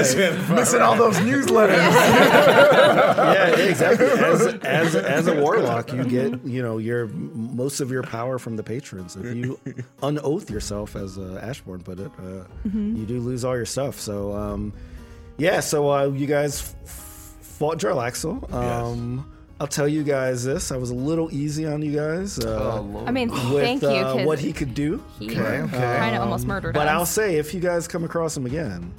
C: Xanathar.
B: Missing all those newsletters.
A: yeah, exactly. As, as, as a warlock, you get you know your most of your power from the patrons. If you unoath yourself, as uh, Ashbourne put it, uh,
C: Mm-hmm.
A: you do lose all your stuff. So, um, yeah. So uh, you guys f- fought Jarlaxle. Um, I'll tell you guys this: I was a little easy on you guys. Uh,
C: I mean,
A: With
C: thank you,
A: uh,
C: because
A: what he could do,
C: he kind of almost murdered
A: but I'll
C: us.
A: say if you guys come across him again,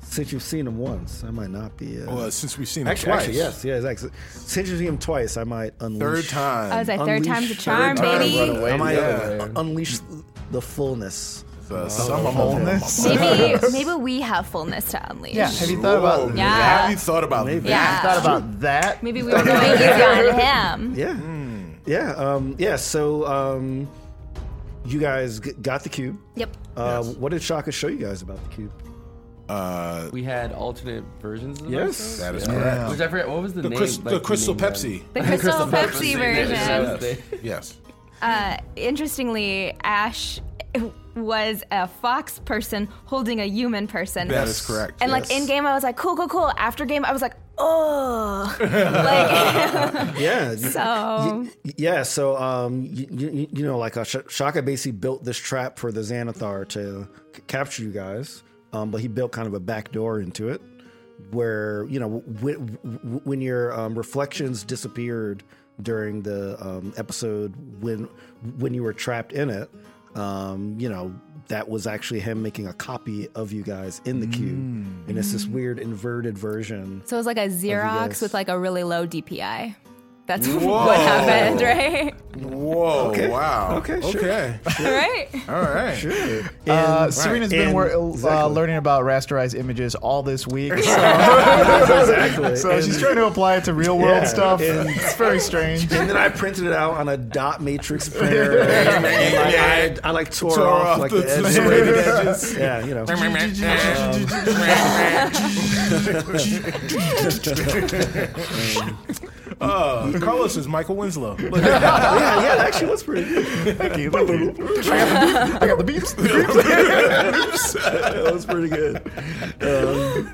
A: since you've seen him once, I might not be. Uh,
I: Well, since we've seen it
A: Actually,
I: twice.
A: actually, yes, yes, actually. Since you've seen him twice, I might
I: Third
A: unleash.
I: time.
C: I was like, third
A: unleash-
C: time's a charm,
A: third time,
C: baby.
A: I might
I: Yeah.
A: unleash the fullness
I: The sum of all
B: Fullness?
C: Maybe maybe we have fullness to unleash.
B: Yeah. Have you thought about
I: Whoa,
B: that?
C: Yeah.
I: Have you thought about
B: Have you
C: Yeah.
B: thought about that?
C: Maybe we were going easy on him.
A: Yeah. Yeah. Um, yeah. So um, you guys g- got the cube.
C: Yep.
A: Uh, What did Shaka show you guys about the cube?
I: Uh,
E: We had alternate versions of
A: Yes.
E: those?
I: that is
E: Yeah.
I: correct.
E: Which I forget, what was the,
I: The,
E: name?
I: crys-
E: like,
I: the Crystal
E: name
I: Pepsi.
E: brand?
C: The Crystal, Pepsi, version.
E: version.
I: Yes.
C: Uh, interestingly, Ash was a fox person holding a human person.
I: That is correct.
C: And like
I: yes.
C: in game, I was like, cool, cool, cool. After game, I was like, oh, like
A: Yeah.
C: so.
A: Y- Yeah, so um, you, you, you know, like uh, Sh- Shaka basically built this trap for the Xanathar to c- capture you guys, um, but he built kind of a back door into it, where you know w- w- w- when your um, reflections disappeared during the um, episode when when you were trapped in it, um, you know that was actually him making a copy of you guys in the cube, and it's this weird inverted version.
C: So it was like a Xerox
A: guys.
C: with like a really low DPI. That's what happened, right?
I: Whoa! Wow.
A: Okay, sure.
I: Okay.
C: right?
I: All right.
B: Uh, Serena's been
A: And-
B: wor- uh,
A: exactly.
B: learning about rasterized images all this week, so,
A: exactly.
B: so
A: And-
B: she's trying to apply it to real world
A: Yeah.
B: stuff. it's very strange.
A: And then I printed it out on a dot matrix printer. and I, I, I like tore,
I: Tore
A: off,
I: off
A: like
I: the-
A: the,
I: serrated
A: edges. yeah, you know.
I: Uh, Carlos is Michael Winslow.
A: yeah, yeah, it actually was pretty good.
B: I got the beeps.
A: That was pretty good. Um,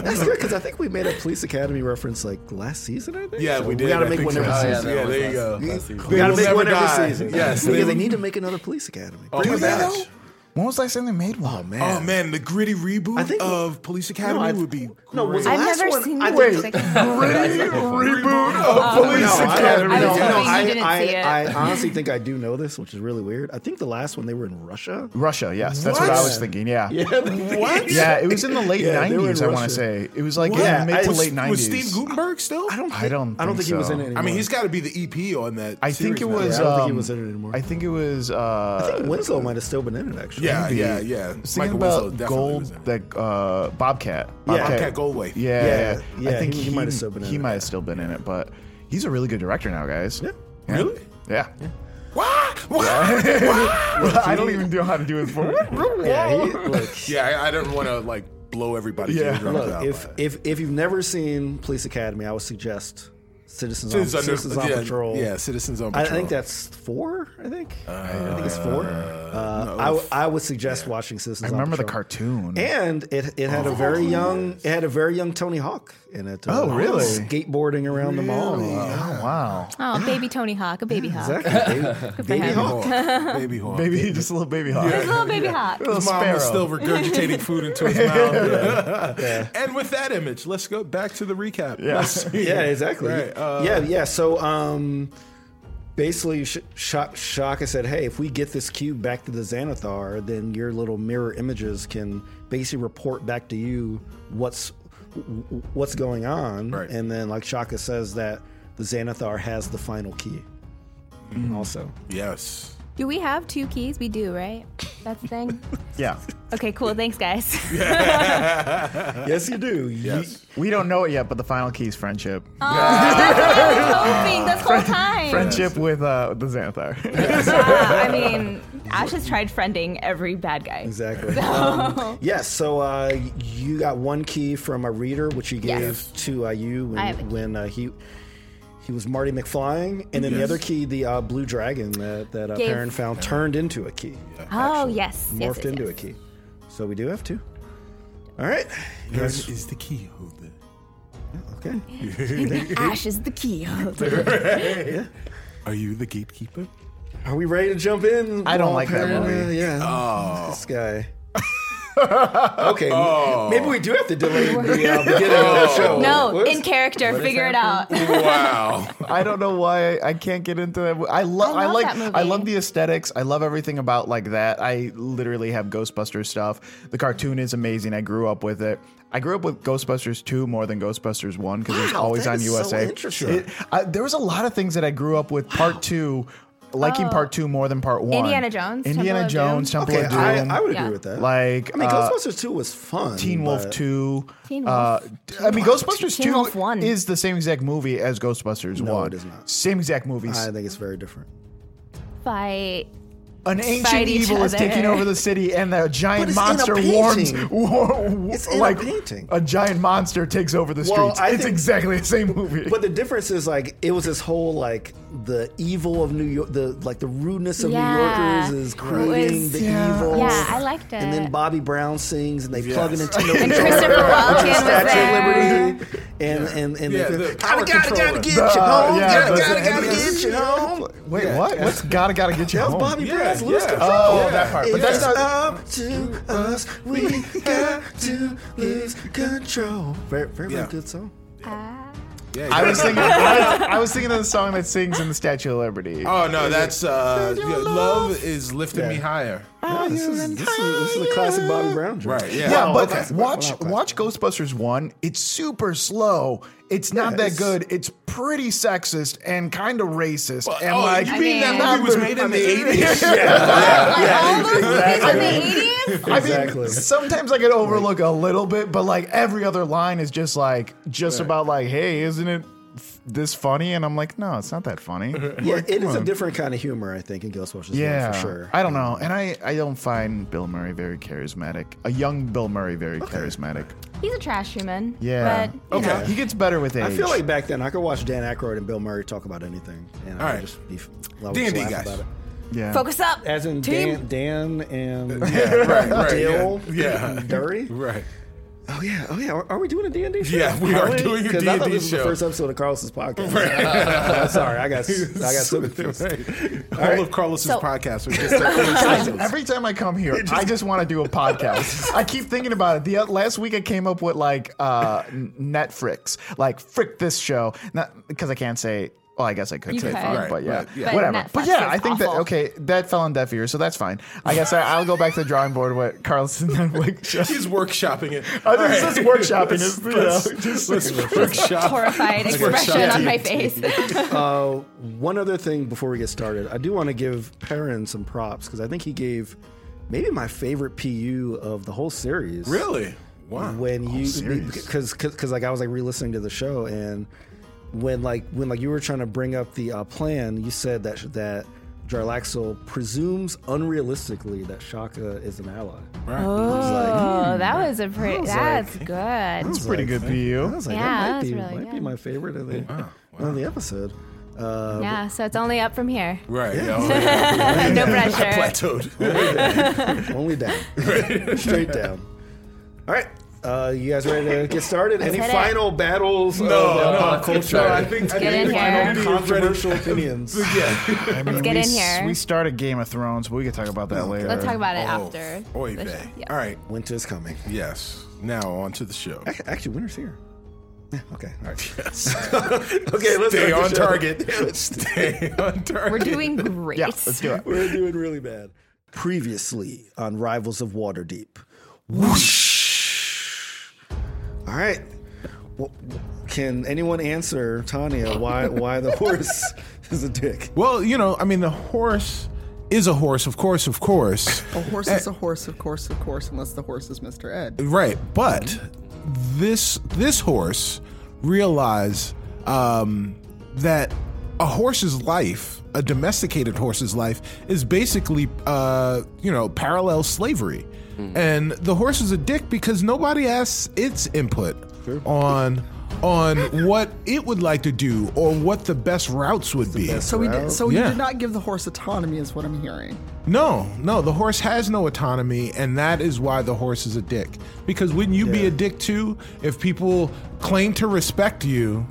A: that's good because I think we made a police academy reference like last season. I think.
I: Yeah,
A: So
I: we did.
A: We gotta
I: I
A: make
I: think
A: one
I: so.
A: every
E: Oh, yeah,
A: season.
E: that
I: yeah,
E: was
I: there
E: last-
I: you go.
E: last season.
A: We
I: will
A: gotta make
I: never
A: one every
I: die.
A: season.
I: Yes,
A: because
I: they
A: they,
I: will-
A: need to make another police academy.
I: Oh, my gosh.
B: When was the last time they made one? Oh man.
I: Oh man, the gritty reboot
A: I think-
I: of Police
A: No,
I: Academy
A: I-
I: would be
A: no, was the
C: I've
A: last
C: never
A: one,
C: seen
A: I
C: the
A: think-
C: Xerox.
I: reboot of Police
A: No, I,
I: Academy.
C: I was
A: no,
C: hoping you
A: I,
C: didn't
A: I-
C: see it.
A: I honestly think I do know this, which is really weird. I think the last one they were in Russia.
B: Russia, yes, that's what,
I: What?
B: I was thinking. Yeah. yeah,
I: What?
B: it was in the late
A: Yeah, they were in
B: '90s. I want
A: Russia.
B: to say it was like
I: What?
B: yeah, mid to
I: was,
B: late '90s.
I: Was Steve Gutenberg still?
A: I don't.
B: I don't.
A: I don't think he was
B: so.
A: in it. Anymore.
I: I mean, he's got to be the EP on that.
B: I think
I: series
B: it
I: now,
B: was.
A: I
I: right?
A: don't think he
B: um,
A: was in it anymore.
B: I think it was. Uh,
A: I think Winslow might have still been in it actually.
I: Yeah, yeah, yeah.
B: I was thinking
I: Winslow
B: about
I: definitely
B: Gold,
I: was in it.
B: that uh, Bobcat.
I: Bobcat Goldthwait.
B: Yeah,
A: Yeah,
B: yeah,
A: yeah,
B: I think
A: he-
B: he,
A: he might have still been in
B: He
A: it.
B: might have still been in it, but he's a really good director now, guys. Yeah.
I: Really?
B: Yeah.
I: What? What?
B: I don't even know how to do it for.
A: Yeah, he- look,
I: Yeah, I, I don't want to like blow everybody's
B: Yeah.
I: eardrums
A: look
I: out.
A: if,
I: but-
A: if if you've never seen Police Academy, I would suggest Citizens on,
I: Citizens under-
A: Citizens on
I: yeah,
A: Patrol.
I: Yeah, Citizens on
A: I, I
I: Patrol.
A: think that's four. I think I think it's four. Uh, I w- I, would suggest watching Citizens.
B: I remember
A: on
B: the
A: Patrol.
I: Mm.
B: cartoon.
A: And it, it
I: Oh,
A: had a very young it had a very young Tony Hawk in it. Uh,
B: Oh, really?
A: Skateboarding around the mall.
B: oh wow.
C: Oh, baby Tony Hawk, a baby Hawk.
A: Exactly. Baby, baby
C: him.
A: Hawk.
I: baby Hawk.
B: Baby, just a little baby hawk.
C: His little baby Hawk.
B: Little
I: His mom
B: sparrow.
I: was still regurgitating food into his mouth. And with that image, let's go back to the recap.
B: Yeah.
I: Let's see.
A: yeah, exactly.
I: Right, uh,
A: yeah, yeah. So, um, basically, Sh- Sh- Shaka said, "Hey, if we get this cube back to the Xanathar, then your little mirror images can basically report back to you what's what's going on."
I: Right.
A: And then, like Shaka says, that the Xanathar has the final key.
I: Mm-hmm.
A: Also,
I: Yes.
C: Do we have two keys? We do, right? That's the thing.
B: Yeah.
C: Okay, cool. Thanks, guys.
A: yes, you do.
I: Yes.
B: We don't know it yet, but the final key is friendship.
C: hoping this whole time.
B: friendship with uh, the Xanathar.
C: Yeah, I mean, Ash has tried friending every bad guy. Oh,
A: Exactly. Um, yes. So uh, you got one key from a reader, which you gave
C: Yes.
A: to uh, you
C: I have a key.
A: when, when uh, he he was Marty McFlying, and then the other key, the uh, blue dragon that that uh,
C: Gave-
A: Perrin found, turned into a key,
C: Oh yes,
A: morphed
C: yes, yes,
A: into
C: yes.
A: a key. So we do have two. All right.
I: Yes. Is the key holder.
A: Okay.
C: Ash is the key holder.
I: Are you the gatekeeper?
A: Are we ready to jump in?
B: I don't
A: Paul
B: like that
A: Perrin?
B: movie.
A: Uh, yeah. This guy. okay. Maybe we do have to delay the uh, beginning of the show.
C: No,
A: Whoops.
C: in character, figure it out.
I: Wow.
B: I don't know why I can't get into that. mo- I, lo-
C: I
B: I
C: love
B: like.
C: that movie.
B: I love the aesthetics. I love everything about like that. I literally have Ghostbusters stuff. The cartoon is amazing. I grew up with it. I grew up with Ghostbusters two more than Ghostbusters one because it was
A: Wow,
B: always
A: that
B: on
A: is so
B: USA.
A: interesting.
B: It- I- there was a lot of things that I grew up with. Part two liking part two more than part one.
C: Oh. Indiana Jones, Temple
B: Indiana
C: of
B: Jones,
C: Doom.
B: Temple
A: Okay,
B: of
A: I,
B: Doom.
A: I would
C: Yeah.
A: agree with that.
B: like,
A: I mean,
B: uh,
A: Ghostbusters Two was fun.
B: Teen Wolf
A: but-
B: Two.
C: Teen
B: uh,
C: Wolf.
B: d- I mean, Ghostbusters
C: Teen Wolf
B: Two
C: one.
B: is the same exact movie as Ghostbusters
A: No,
B: One.
A: it is not.
B: Same exact movies.
A: I think it's very different.
C: Fight.
B: An
C: Fight
B: ancient
C: each
B: evil is
C: other.
B: taking over the city, and the
A: But
B: giant
A: it's in a
B: monster warns.
A: painting.
B: war-
A: It's in a
B: like
A: painting.
B: a giant monster takes over the
A: Well,
B: streets.
A: I
B: it's
A: think-
B: exactly the same movie.
A: But the difference is like it was this whole like the evil of New York, the like the rudeness of
C: Yeah.
A: New Yorkers is
C: It
A: creating
C: was-
A: the
B: Yeah.
A: evil.
C: Yeah, I liked it.
A: And then Bobby Brown sings, and they plug it into
C: And
A: the
C: Christopher Walken was
A: Statue
C: there.
A: of Liberty, and and and
D: Yeah,
A: the,
D: the
A: gotta,
D: power
A: gotta,
D: controller.
A: gotta get
B: The-
A: you home,
B: yeah,
A: gotta,
B: the-
A: gotta,
B: the-
A: gotta get you home.
B: Wait, what? What's gotta gotta get you
A: That was
B: home?
A: Bobby
D: Yeah,
A: Brown's
D: yeah.
A: Lewis Control.
B: Oh, that part. Oh,
A: But
B: But that's
A: that's
B: not.
A: up to us. We got to lose control. Very, very,
D: Yeah.
A: good song.
D: Yeah,
B: I
D: yeah.
B: was thinking. I was, I was thinking of the song that sings in the Statue of Liberty.
D: Oh no, that's uh, yeah, love is lifting me higher.
A: Yeah, this, is, this, is, this is a classic Bobby Brown joint.
D: Right. Yeah.
B: Yeah,
D: Oh,
B: but
D: okay.
B: watch watch Ghostbusters one. It's super slow. It's not that good. It's pretty sexist and kind of racist. and
D: oh,
B: like,
D: you mean that
B: I
D: movie was made in the '80s?
C: All those movies in the 80s?
B: I mean, sometimes I could overlook a little bit, but like every other line is just like just about like, hey, isn't it f- this funny? And I'm like, no, it's not that funny.
A: Yeah,
B: Like,
A: it
B: come
A: is a
B: on.
A: different kind of humor, I think, in Ghostbusters.
B: Yeah,
A: Yeah, for sure.
B: I don't know, and I I don't find Bill Murray very charismatic. A young Bill Murray very charismatic.
C: He's a trash human.
B: Yeah.
C: But, you
B: He gets better with age.
A: I feel like back then I could watch Dan Aykroyd and Bill Murray talk about anything, and I
D: All
A: would
D: right.
A: just be f- I would
D: D&D
A: just laugh
D: guys.
A: about it.
B: yeah.
C: Focus up.
A: As in
C: Team.
A: Dan, Dan and
D: right, right,
A: Dill,
D: yeah, yeah.
A: Dury.
D: Right.
A: Oh yeah, oh yeah. Are, are we doing a D and D show?
D: Yeah, we are doing a
A: Because I thought
D: D&D
A: this was the
D: show.
A: first episode of Carlos's podcast. I'm sorry, I got I got so confused.
D: All, of Carlos's
C: So-
D: podcasts are just
B: Every time I come here, I just want to do a podcast. I keep thinking about it. The uh, last week I came up with like uh, n- Netflix, like frick this show, not because I can't say. Well, I guess I could
C: You
B: say
C: could.
B: fuck,
C: Right,
B: but yeah,
D: right, yeah. But
B: whatever.
C: Netflix
B: but yeah,
C: is
B: I think that
C: awful.
B: okay, that fell on deaf ears, so that's fine. I guess I, I'll go back to the drawing board with Carlos and Netflix. show.
D: he's workshopping it.
B: I think it's just workshopping. It's, you know,
D: Let's, let's workshop.
C: Horrified expression on my face.
A: Uh, one other thing before we get started, I do want to give Perrin some props because I think he gave maybe my favorite PU of the whole series.
D: Really? Wow.
A: When you because because like I was like re-listening to the show and when like when like you were trying to bring up the uh, plan, you said that that Jarlaxle presumes unrealistically that Shaka is an ally.
C: Oh, that was a pretty. That's good.
B: it's pretty good PU.
A: I was like,
C: Yeah,
A: that might
C: that's
A: be
C: really
A: might be
C: good.
A: my favorite of the of the episode. Uh,
C: Yeah, so it's only up from here.
D: Right. Yeah.
C: no pressure.
D: Plateaued.
A: Only down. Straight down. All right. Uh, you guys ready to get started? Any
C: hit it.
A: final battles? No,
M: no,
A: culture.
M: no, I
A: think
C: Get in here.
A: controversial opinions.
B: I mean,
C: get
B: we,
C: in
B: s-
C: here.
B: We started Game of Thrones, but we could talk about that later.
C: Let's talk about it
D: Oh,
C: after.
D: Oy
C: the
D: vey.
C: show. Yeah.
D: All right.
A: Winter's coming.
D: Yes. Now on to the show.
A: Ac- Actually, winter's here. Yeah, okay. All right.
D: Okay,
A: let's start
D: stay
A: the
D: on
A: show.
D: target. stay on target.
C: We're doing great.
B: Yeah, let's do it.
A: We're doing really bad. Previously on Rivals of Waterdeep. Whoosh. All right. Well, can anyone answer Tanya why why the horse is a dick?
D: Well, you know, I mean, the horse is a horse, of course, of course.
F: A horse is a horse, of course, of course, unless the horse is Mr. Ed.
D: Right, but this this horse realized um, that a horse's life, a domesticated horse's life, is basically uh, you know parallel slavery, and the horse is a dick because nobody asks its input on on what it would like to do or what the best routes would be.
F: So we did, so you
D: Yeah.
F: did not give the horse autonomy, is what I'm hearing.
D: No, no, the horse has no autonomy, and that is why the horse is a dick. Because wouldn't you be a dick too if people claim to respect you,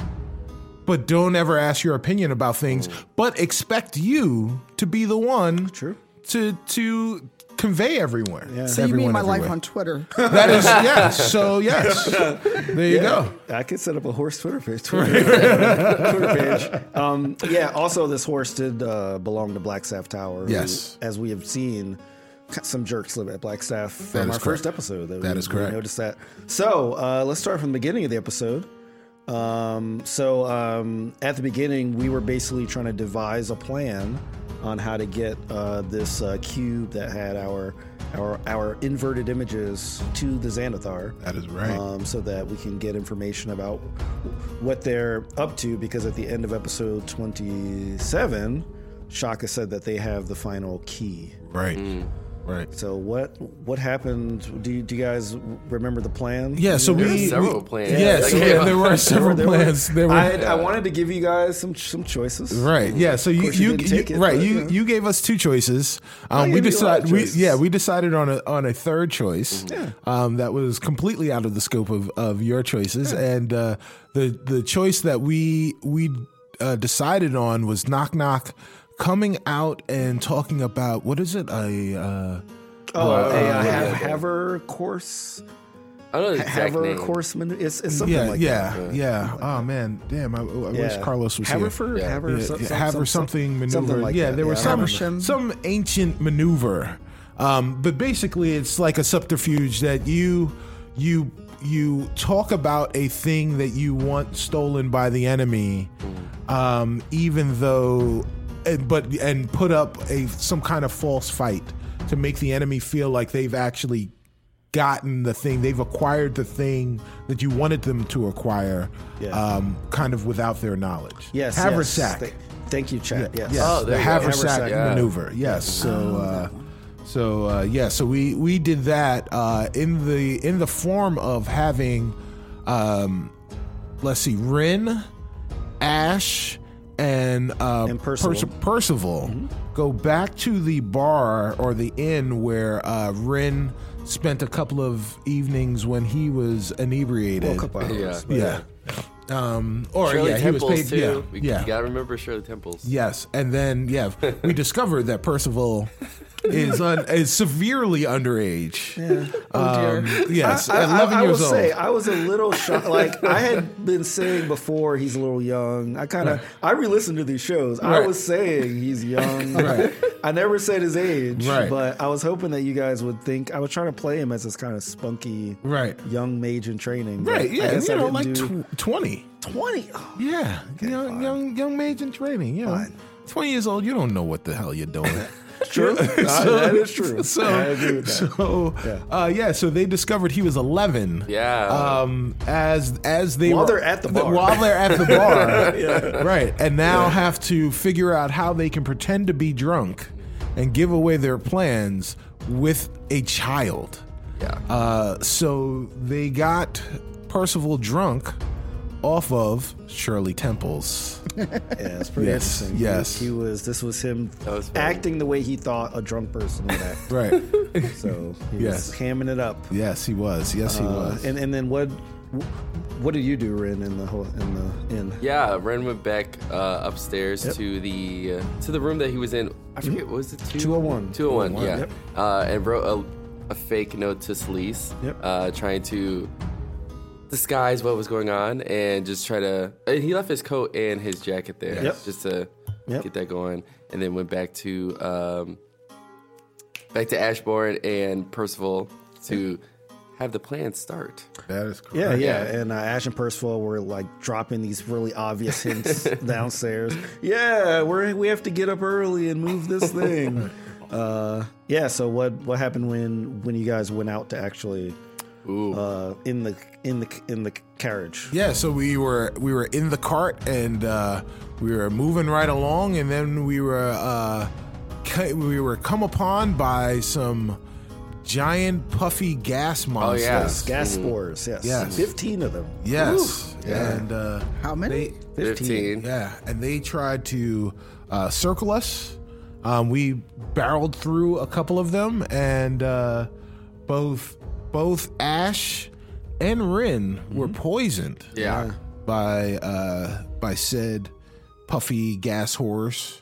D: but don't ever ask your opinion about things, but expect you to be the one True. to to convey everywhere?
F: So you mean my life on Twitter?
D: That is yes. So yes, there you go.
A: I could set up a horse Twitter page. Twitter, Twitter page. Um, yeah. Also, this horse did uh, belong to Blackstaff Tower. who,
D: Yes.
A: as we have seen, some jerks live at Blackstaff from
D: That is
A: our
D: correct.
A: first episode.
D: That
A: we,
D: is correct.
A: We noticed that. So uh, let's start from the beginning of the episode. Um, so um, at the beginning, we were basically trying to devise a plan on how to get uh, this uh, cube that had our our our inverted images to the Xanathar.
I: That is right.
A: Um, so that we can get information about what they're up to, because at the end of episode twenty-seven, Shaka said that they have the final key.
I: Right. Right.
A: So what what happened? Do you, do you guys remember the plan?
D: Yeah, so
E: There were
D: we
E: several
D: we-
E: plans.
D: Yeah,
E: That
D: so
E: came up.
D: there were several plans. There were
A: I, I wanted to give you guys some some choices.
D: Right. Yeah. So you
A: course you
D: you,
A: didn't
D: you-
A: take it,
D: right
A: but,
D: you
A: yeah.
D: you gave us two choices.
A: I
D: Um, we
A: gave you a lot of
D: decided we
A: choices. Mm-hmm.
D: yeah we decided on a on a third choice. Um, that was completely out of the scope of, of your choices, and uh, the the choice that we we uh, decided on was knock knock coming out and talking about what is it a uh,
A: Oh,
D: Well,
A: a,
D: uh,
A: uh,
E: yeah.
A: ha- haver course,
E: I don't know the exact
A: haver
E: name.
A: courseman. It's, it's something
D: yeah
A: like
D: yeah
A: that.
D: yeah oh man damn I, I wish Carlos was here.
A: Haverford,
E: Yeah.
A: Haver,
D: Yeah,
A: some-
D: yeah,
A: some-
D: have
A: some-
D: or something maneuver.
A: like
D: yeah,
A: that.
D: there
A: Yeah,
D: was
A: I
D: some
F: remember.
D: some ancient maneuver. Um, but basically, it's like a subterfuge that you you you talk about a thing that you want stolen by the enemy, um, even though, and, but and put up a some kind of false fight to make the enemy feel like they've actually gotten the thing they've acquired the thing that you wanted them to acquire
A: Yeah.
D: um, kind of without their knowledge
A: Yes,
D: haversack
A: Yes. Th- thank you, Chad. Yes.
D: Yes.
E: Oh, there
D: the
E: you go.
D: haversack
A: Haversack,
E: yeah.
D: maneuver. Yes. So, uh, so uh, yeah. So we we did that uh, in the in the form of having, um, let's see, Rin, Ash, and, uh,
A: And Percival. Mm-hmm.
D: Percival go back to the bar or the inn where uh, Rin spent a couple of evenings when he was inebriated.
A: A couple
E: Yeah.
A: hours.
D: yeah. Um, or
E: Shirley
D: yeah, he was
E: Temples
D: paid.
E: too.
D: Yeah,
E: We-
D: yeah.
E: You gotta remember Shirley Temples.
D: Yes, and then yeah, we discovered that Percival is un, is severely underage. Yeah. Um, yes,
A: Oh, I, I,
D: eleven
A: I
D: years
A: will
D: old.
A: say I was a little shocked. Like I had been saying before, he's a little young. I kind of I re-listened to these shows. I
D: Right.
A: was saying he's young.
D: Right.
A: I never said his age,
D: Right.
A: but I was hoping that you guys would think I was trying to play him as this kind of spunky,
D: Right.
A: young mage in training. but
D: right?
A: I
D: Yeah,
A: guess
D: you
A: I
D: know,
A: didn't
D: like
A: do
D: tw- twenty.
A: twenty. Oh,
D: Yeah, young, young young mage in training. You know,
A: Fine.
D: twenty years old. You don't know what the hell you're doing.
A: true. Uh, that is true.
D: So,
A: I agree with that.
D: so yeah. Uh, yeah, so they discovered he was 11.
E: Yeah.
D: Um, as as they
A: While
D: were-
A: they're at the bar.
D: while they're at the bar, right, and now have to figure out how they can pretend to be drunk and give away their plans with a child.
E: Yeah.
D: Uh, so they got Percival drunk off of Shirley Temples.
A: Yeah, it's pretty
D: Yes,
A: interesting. He-
D: yes.
A: he, was. This was him
E: was funny.
A: acting the way he thought a drunk person would act.
D: Right.
A: So he
D: Yes.
A: was hamming it up.
D: yes, he was. Yes, he
A: Uh,
D: was.
A: and and then what? What did you do, Ren, in the whole in the in?
E: Yeah, Ren went back uh, upstairs to the uh, to the room that he was in. I forget what was it two-
A: 201.
E: 201, yeah.
A: yep.
E: Uh, and wrote a, a fake note to Celise,
A: Yep.
E: uh, trying to disguise what was going on and just try to. And he left his coat and his jacket there
A: Yep.
E: just to
A: Yep.
E: get that going, and then went back to um, back to Ashbourne and Percival to have the plan start.
I: That is correct.
A: Yeah, yeah, and uh, Ash and Percival were like dropping these really obvious hints downstairs. Yeah, we're we have to get up early and move this thing. uh, yeah. So what what happened when when you guys went out to actually uh, in the in the in the carriage?
D: Yeah, so we were we were in the cart and uh, we were moving right along, and then we were uh, ca- we were come upon by some giant puffy gas monsters.
E: yeah.
A: Yes, gas spores. Yes,
D: Yes.
A: fifteen of them.
D: Yes, and uh,
F: How many?
E: Fifteen.
D: yeah, and they tried to uh, circle us. Um, we barreled through a couple of them, and uh, both both Ash and Rin were poisoned.
E: Yeah.
D: by uh, by said puffy gas horse.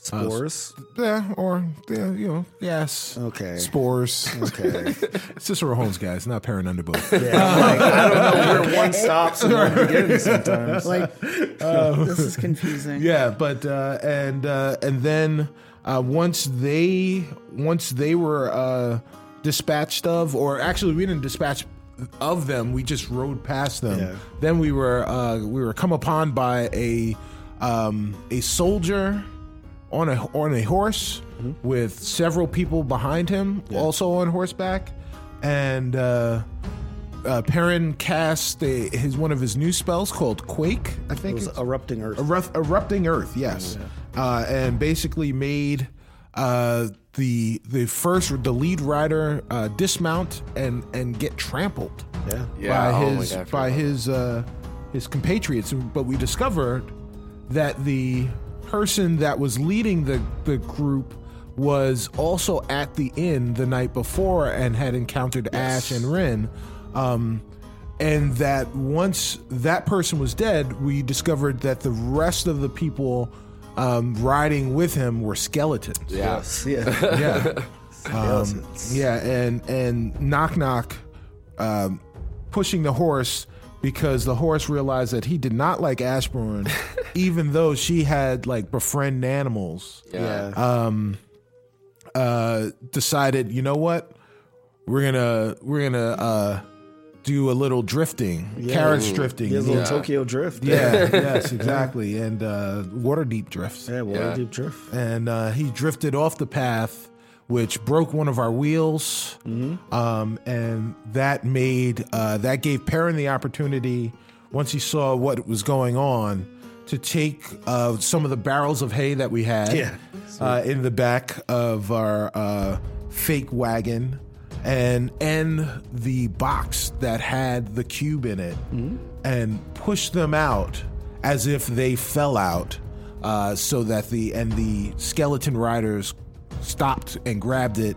A: Spores.
D: Yeah, or yeah, you know, gas.
A: Okay.
D: Spores.
A: Okay.
D: It's Cicero Holmes, guys, not Perrin Underwood.
A: Like, I don't know where one stops and one begins sometimes.
F: Like, this is confusing.
D: yeah, but uh, and uh, and then uh, once they once they were uh, dispatched of, or actually we didn't dispatch of them. We just rode past them.
A: Yeah.
D: Then we were uh, we were come upon by a um, a soldier on a on a horse
A: Mm-hmm.
D: with several people behind him, also on horseback, and. Uh, uh, Perrin cast a, his one of his new spells called Quake. I think
A: It was
D: it's-
A: erupting earth.
D: Erupt, erupting Earth, yes, uh, and basically made uh, the the first the lead rider uh, dismount and and get trampled
A: yeah.
E: Yeah,
D: by
E: oh my
D: his
E: God, I forgot
D: by
E: about
D: his uh, his compatriots. But we discovered that the person that was leading the the group was also at the inn the night before and had encountered Ash and Rin. Um, and that once that person was dead, we discovered that the rest of the people um, riding with him were skeletons.
E: Yeah.
A: Yeah.
D: Yeah. Um, yeah, and and knock knock, um, pushing the horse because the horse realized that he did not like Ashburn, even though she had like befriend animals.
E: Yeah.
D: Uh, decided, you know what, we're gonna we're gonna uh, do a little drifting, carriage drifting.
A: He has a little
E: Yeah.
A: Tokyo drift.
D: yeah, yes, exactly, and uh, water deep drifts.
A: Yeah, well,
E: Yeah.
A: deep drift.
D: and uh, he drifted off the path, which broke one of our wheels, um, and that made uh, that gave Perrin the opportunity once he saw what was going on to take uh, some of the barrels of hay that we had
A: Yeah.
D: uh, in the back of our uh, fake wagon. And end the box that had the cube in it, and push them out as if they fell out, uh, so that the and the skeleton riders stopped and grabbed it,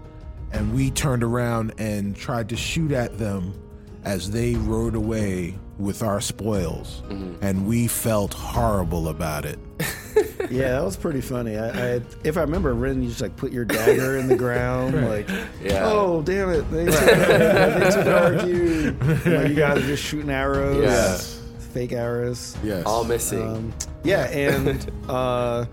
D: and we turned around and tried to shoot at them as they rode away with our spoils,
E: Mm-hmm.
D: and we felt horrible about it.
A: Yeah, that was pretty funny. I, I if I remember, Ren, you just like put your dagger in the ground, like,
E: Yeah.
A: oh damn it, they took, they took our cue. You, know, you guys are just shooting arrows,
E: Yeah.
A: fake arrows.
D: Yes,
E: All missing.
A: Um, yeah, and uh,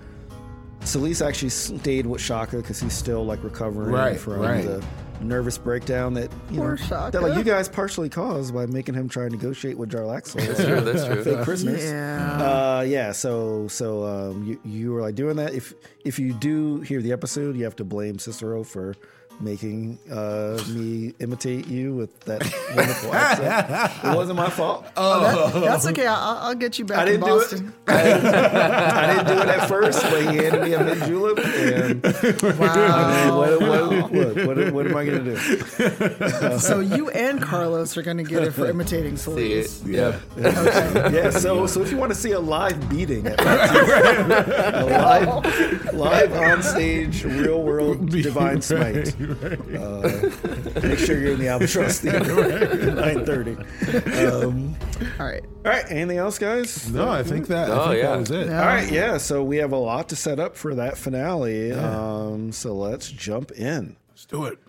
A: Solis actually stayed with Shaka because he's still like recovering
D: Right,
A: from
D: right.
A: the nervous breakdown that you
F: Poor
A: know
F: Shaka.
A: that like you guys partially caused by making him try and negotiate with Jarlaxle.
E: that's true. That's true.
A: fake prisoners.
F: Yeah.
A: Uh, yeah. So so um, you you were like doing that. If if you do hear the episode, you have to blame Cicero for making uh, me imitate you with that wonderful accent. It wasn't my fault.
F: That's okay. I'll, I'll get you back
A: I
F: in
A: didn't do it.
F: Boston.
A: I didn't do it at first, but he handed me a mint julep, and
F: Wow.
A: what, what, what, what, what am I going to do?
F: so you and Carlos are going to get it for imitating
E: See
F: Solis.
E: it? Yeah.
A: Yeah. So so if you want to see a live beating, at a live live on stage, real world divine smite. Uh, make sure you're in the Albatross Theater at nine thirty. Um,
F: All right.
A: all right. Anything else, guys?
D: No, I think that.
E: Oh,
D: I think
E: yeah.
D: that was it.
A: All right, yeah. So we have a lot to set up for that finale. Um, so let's jump in.
D: Let's do it.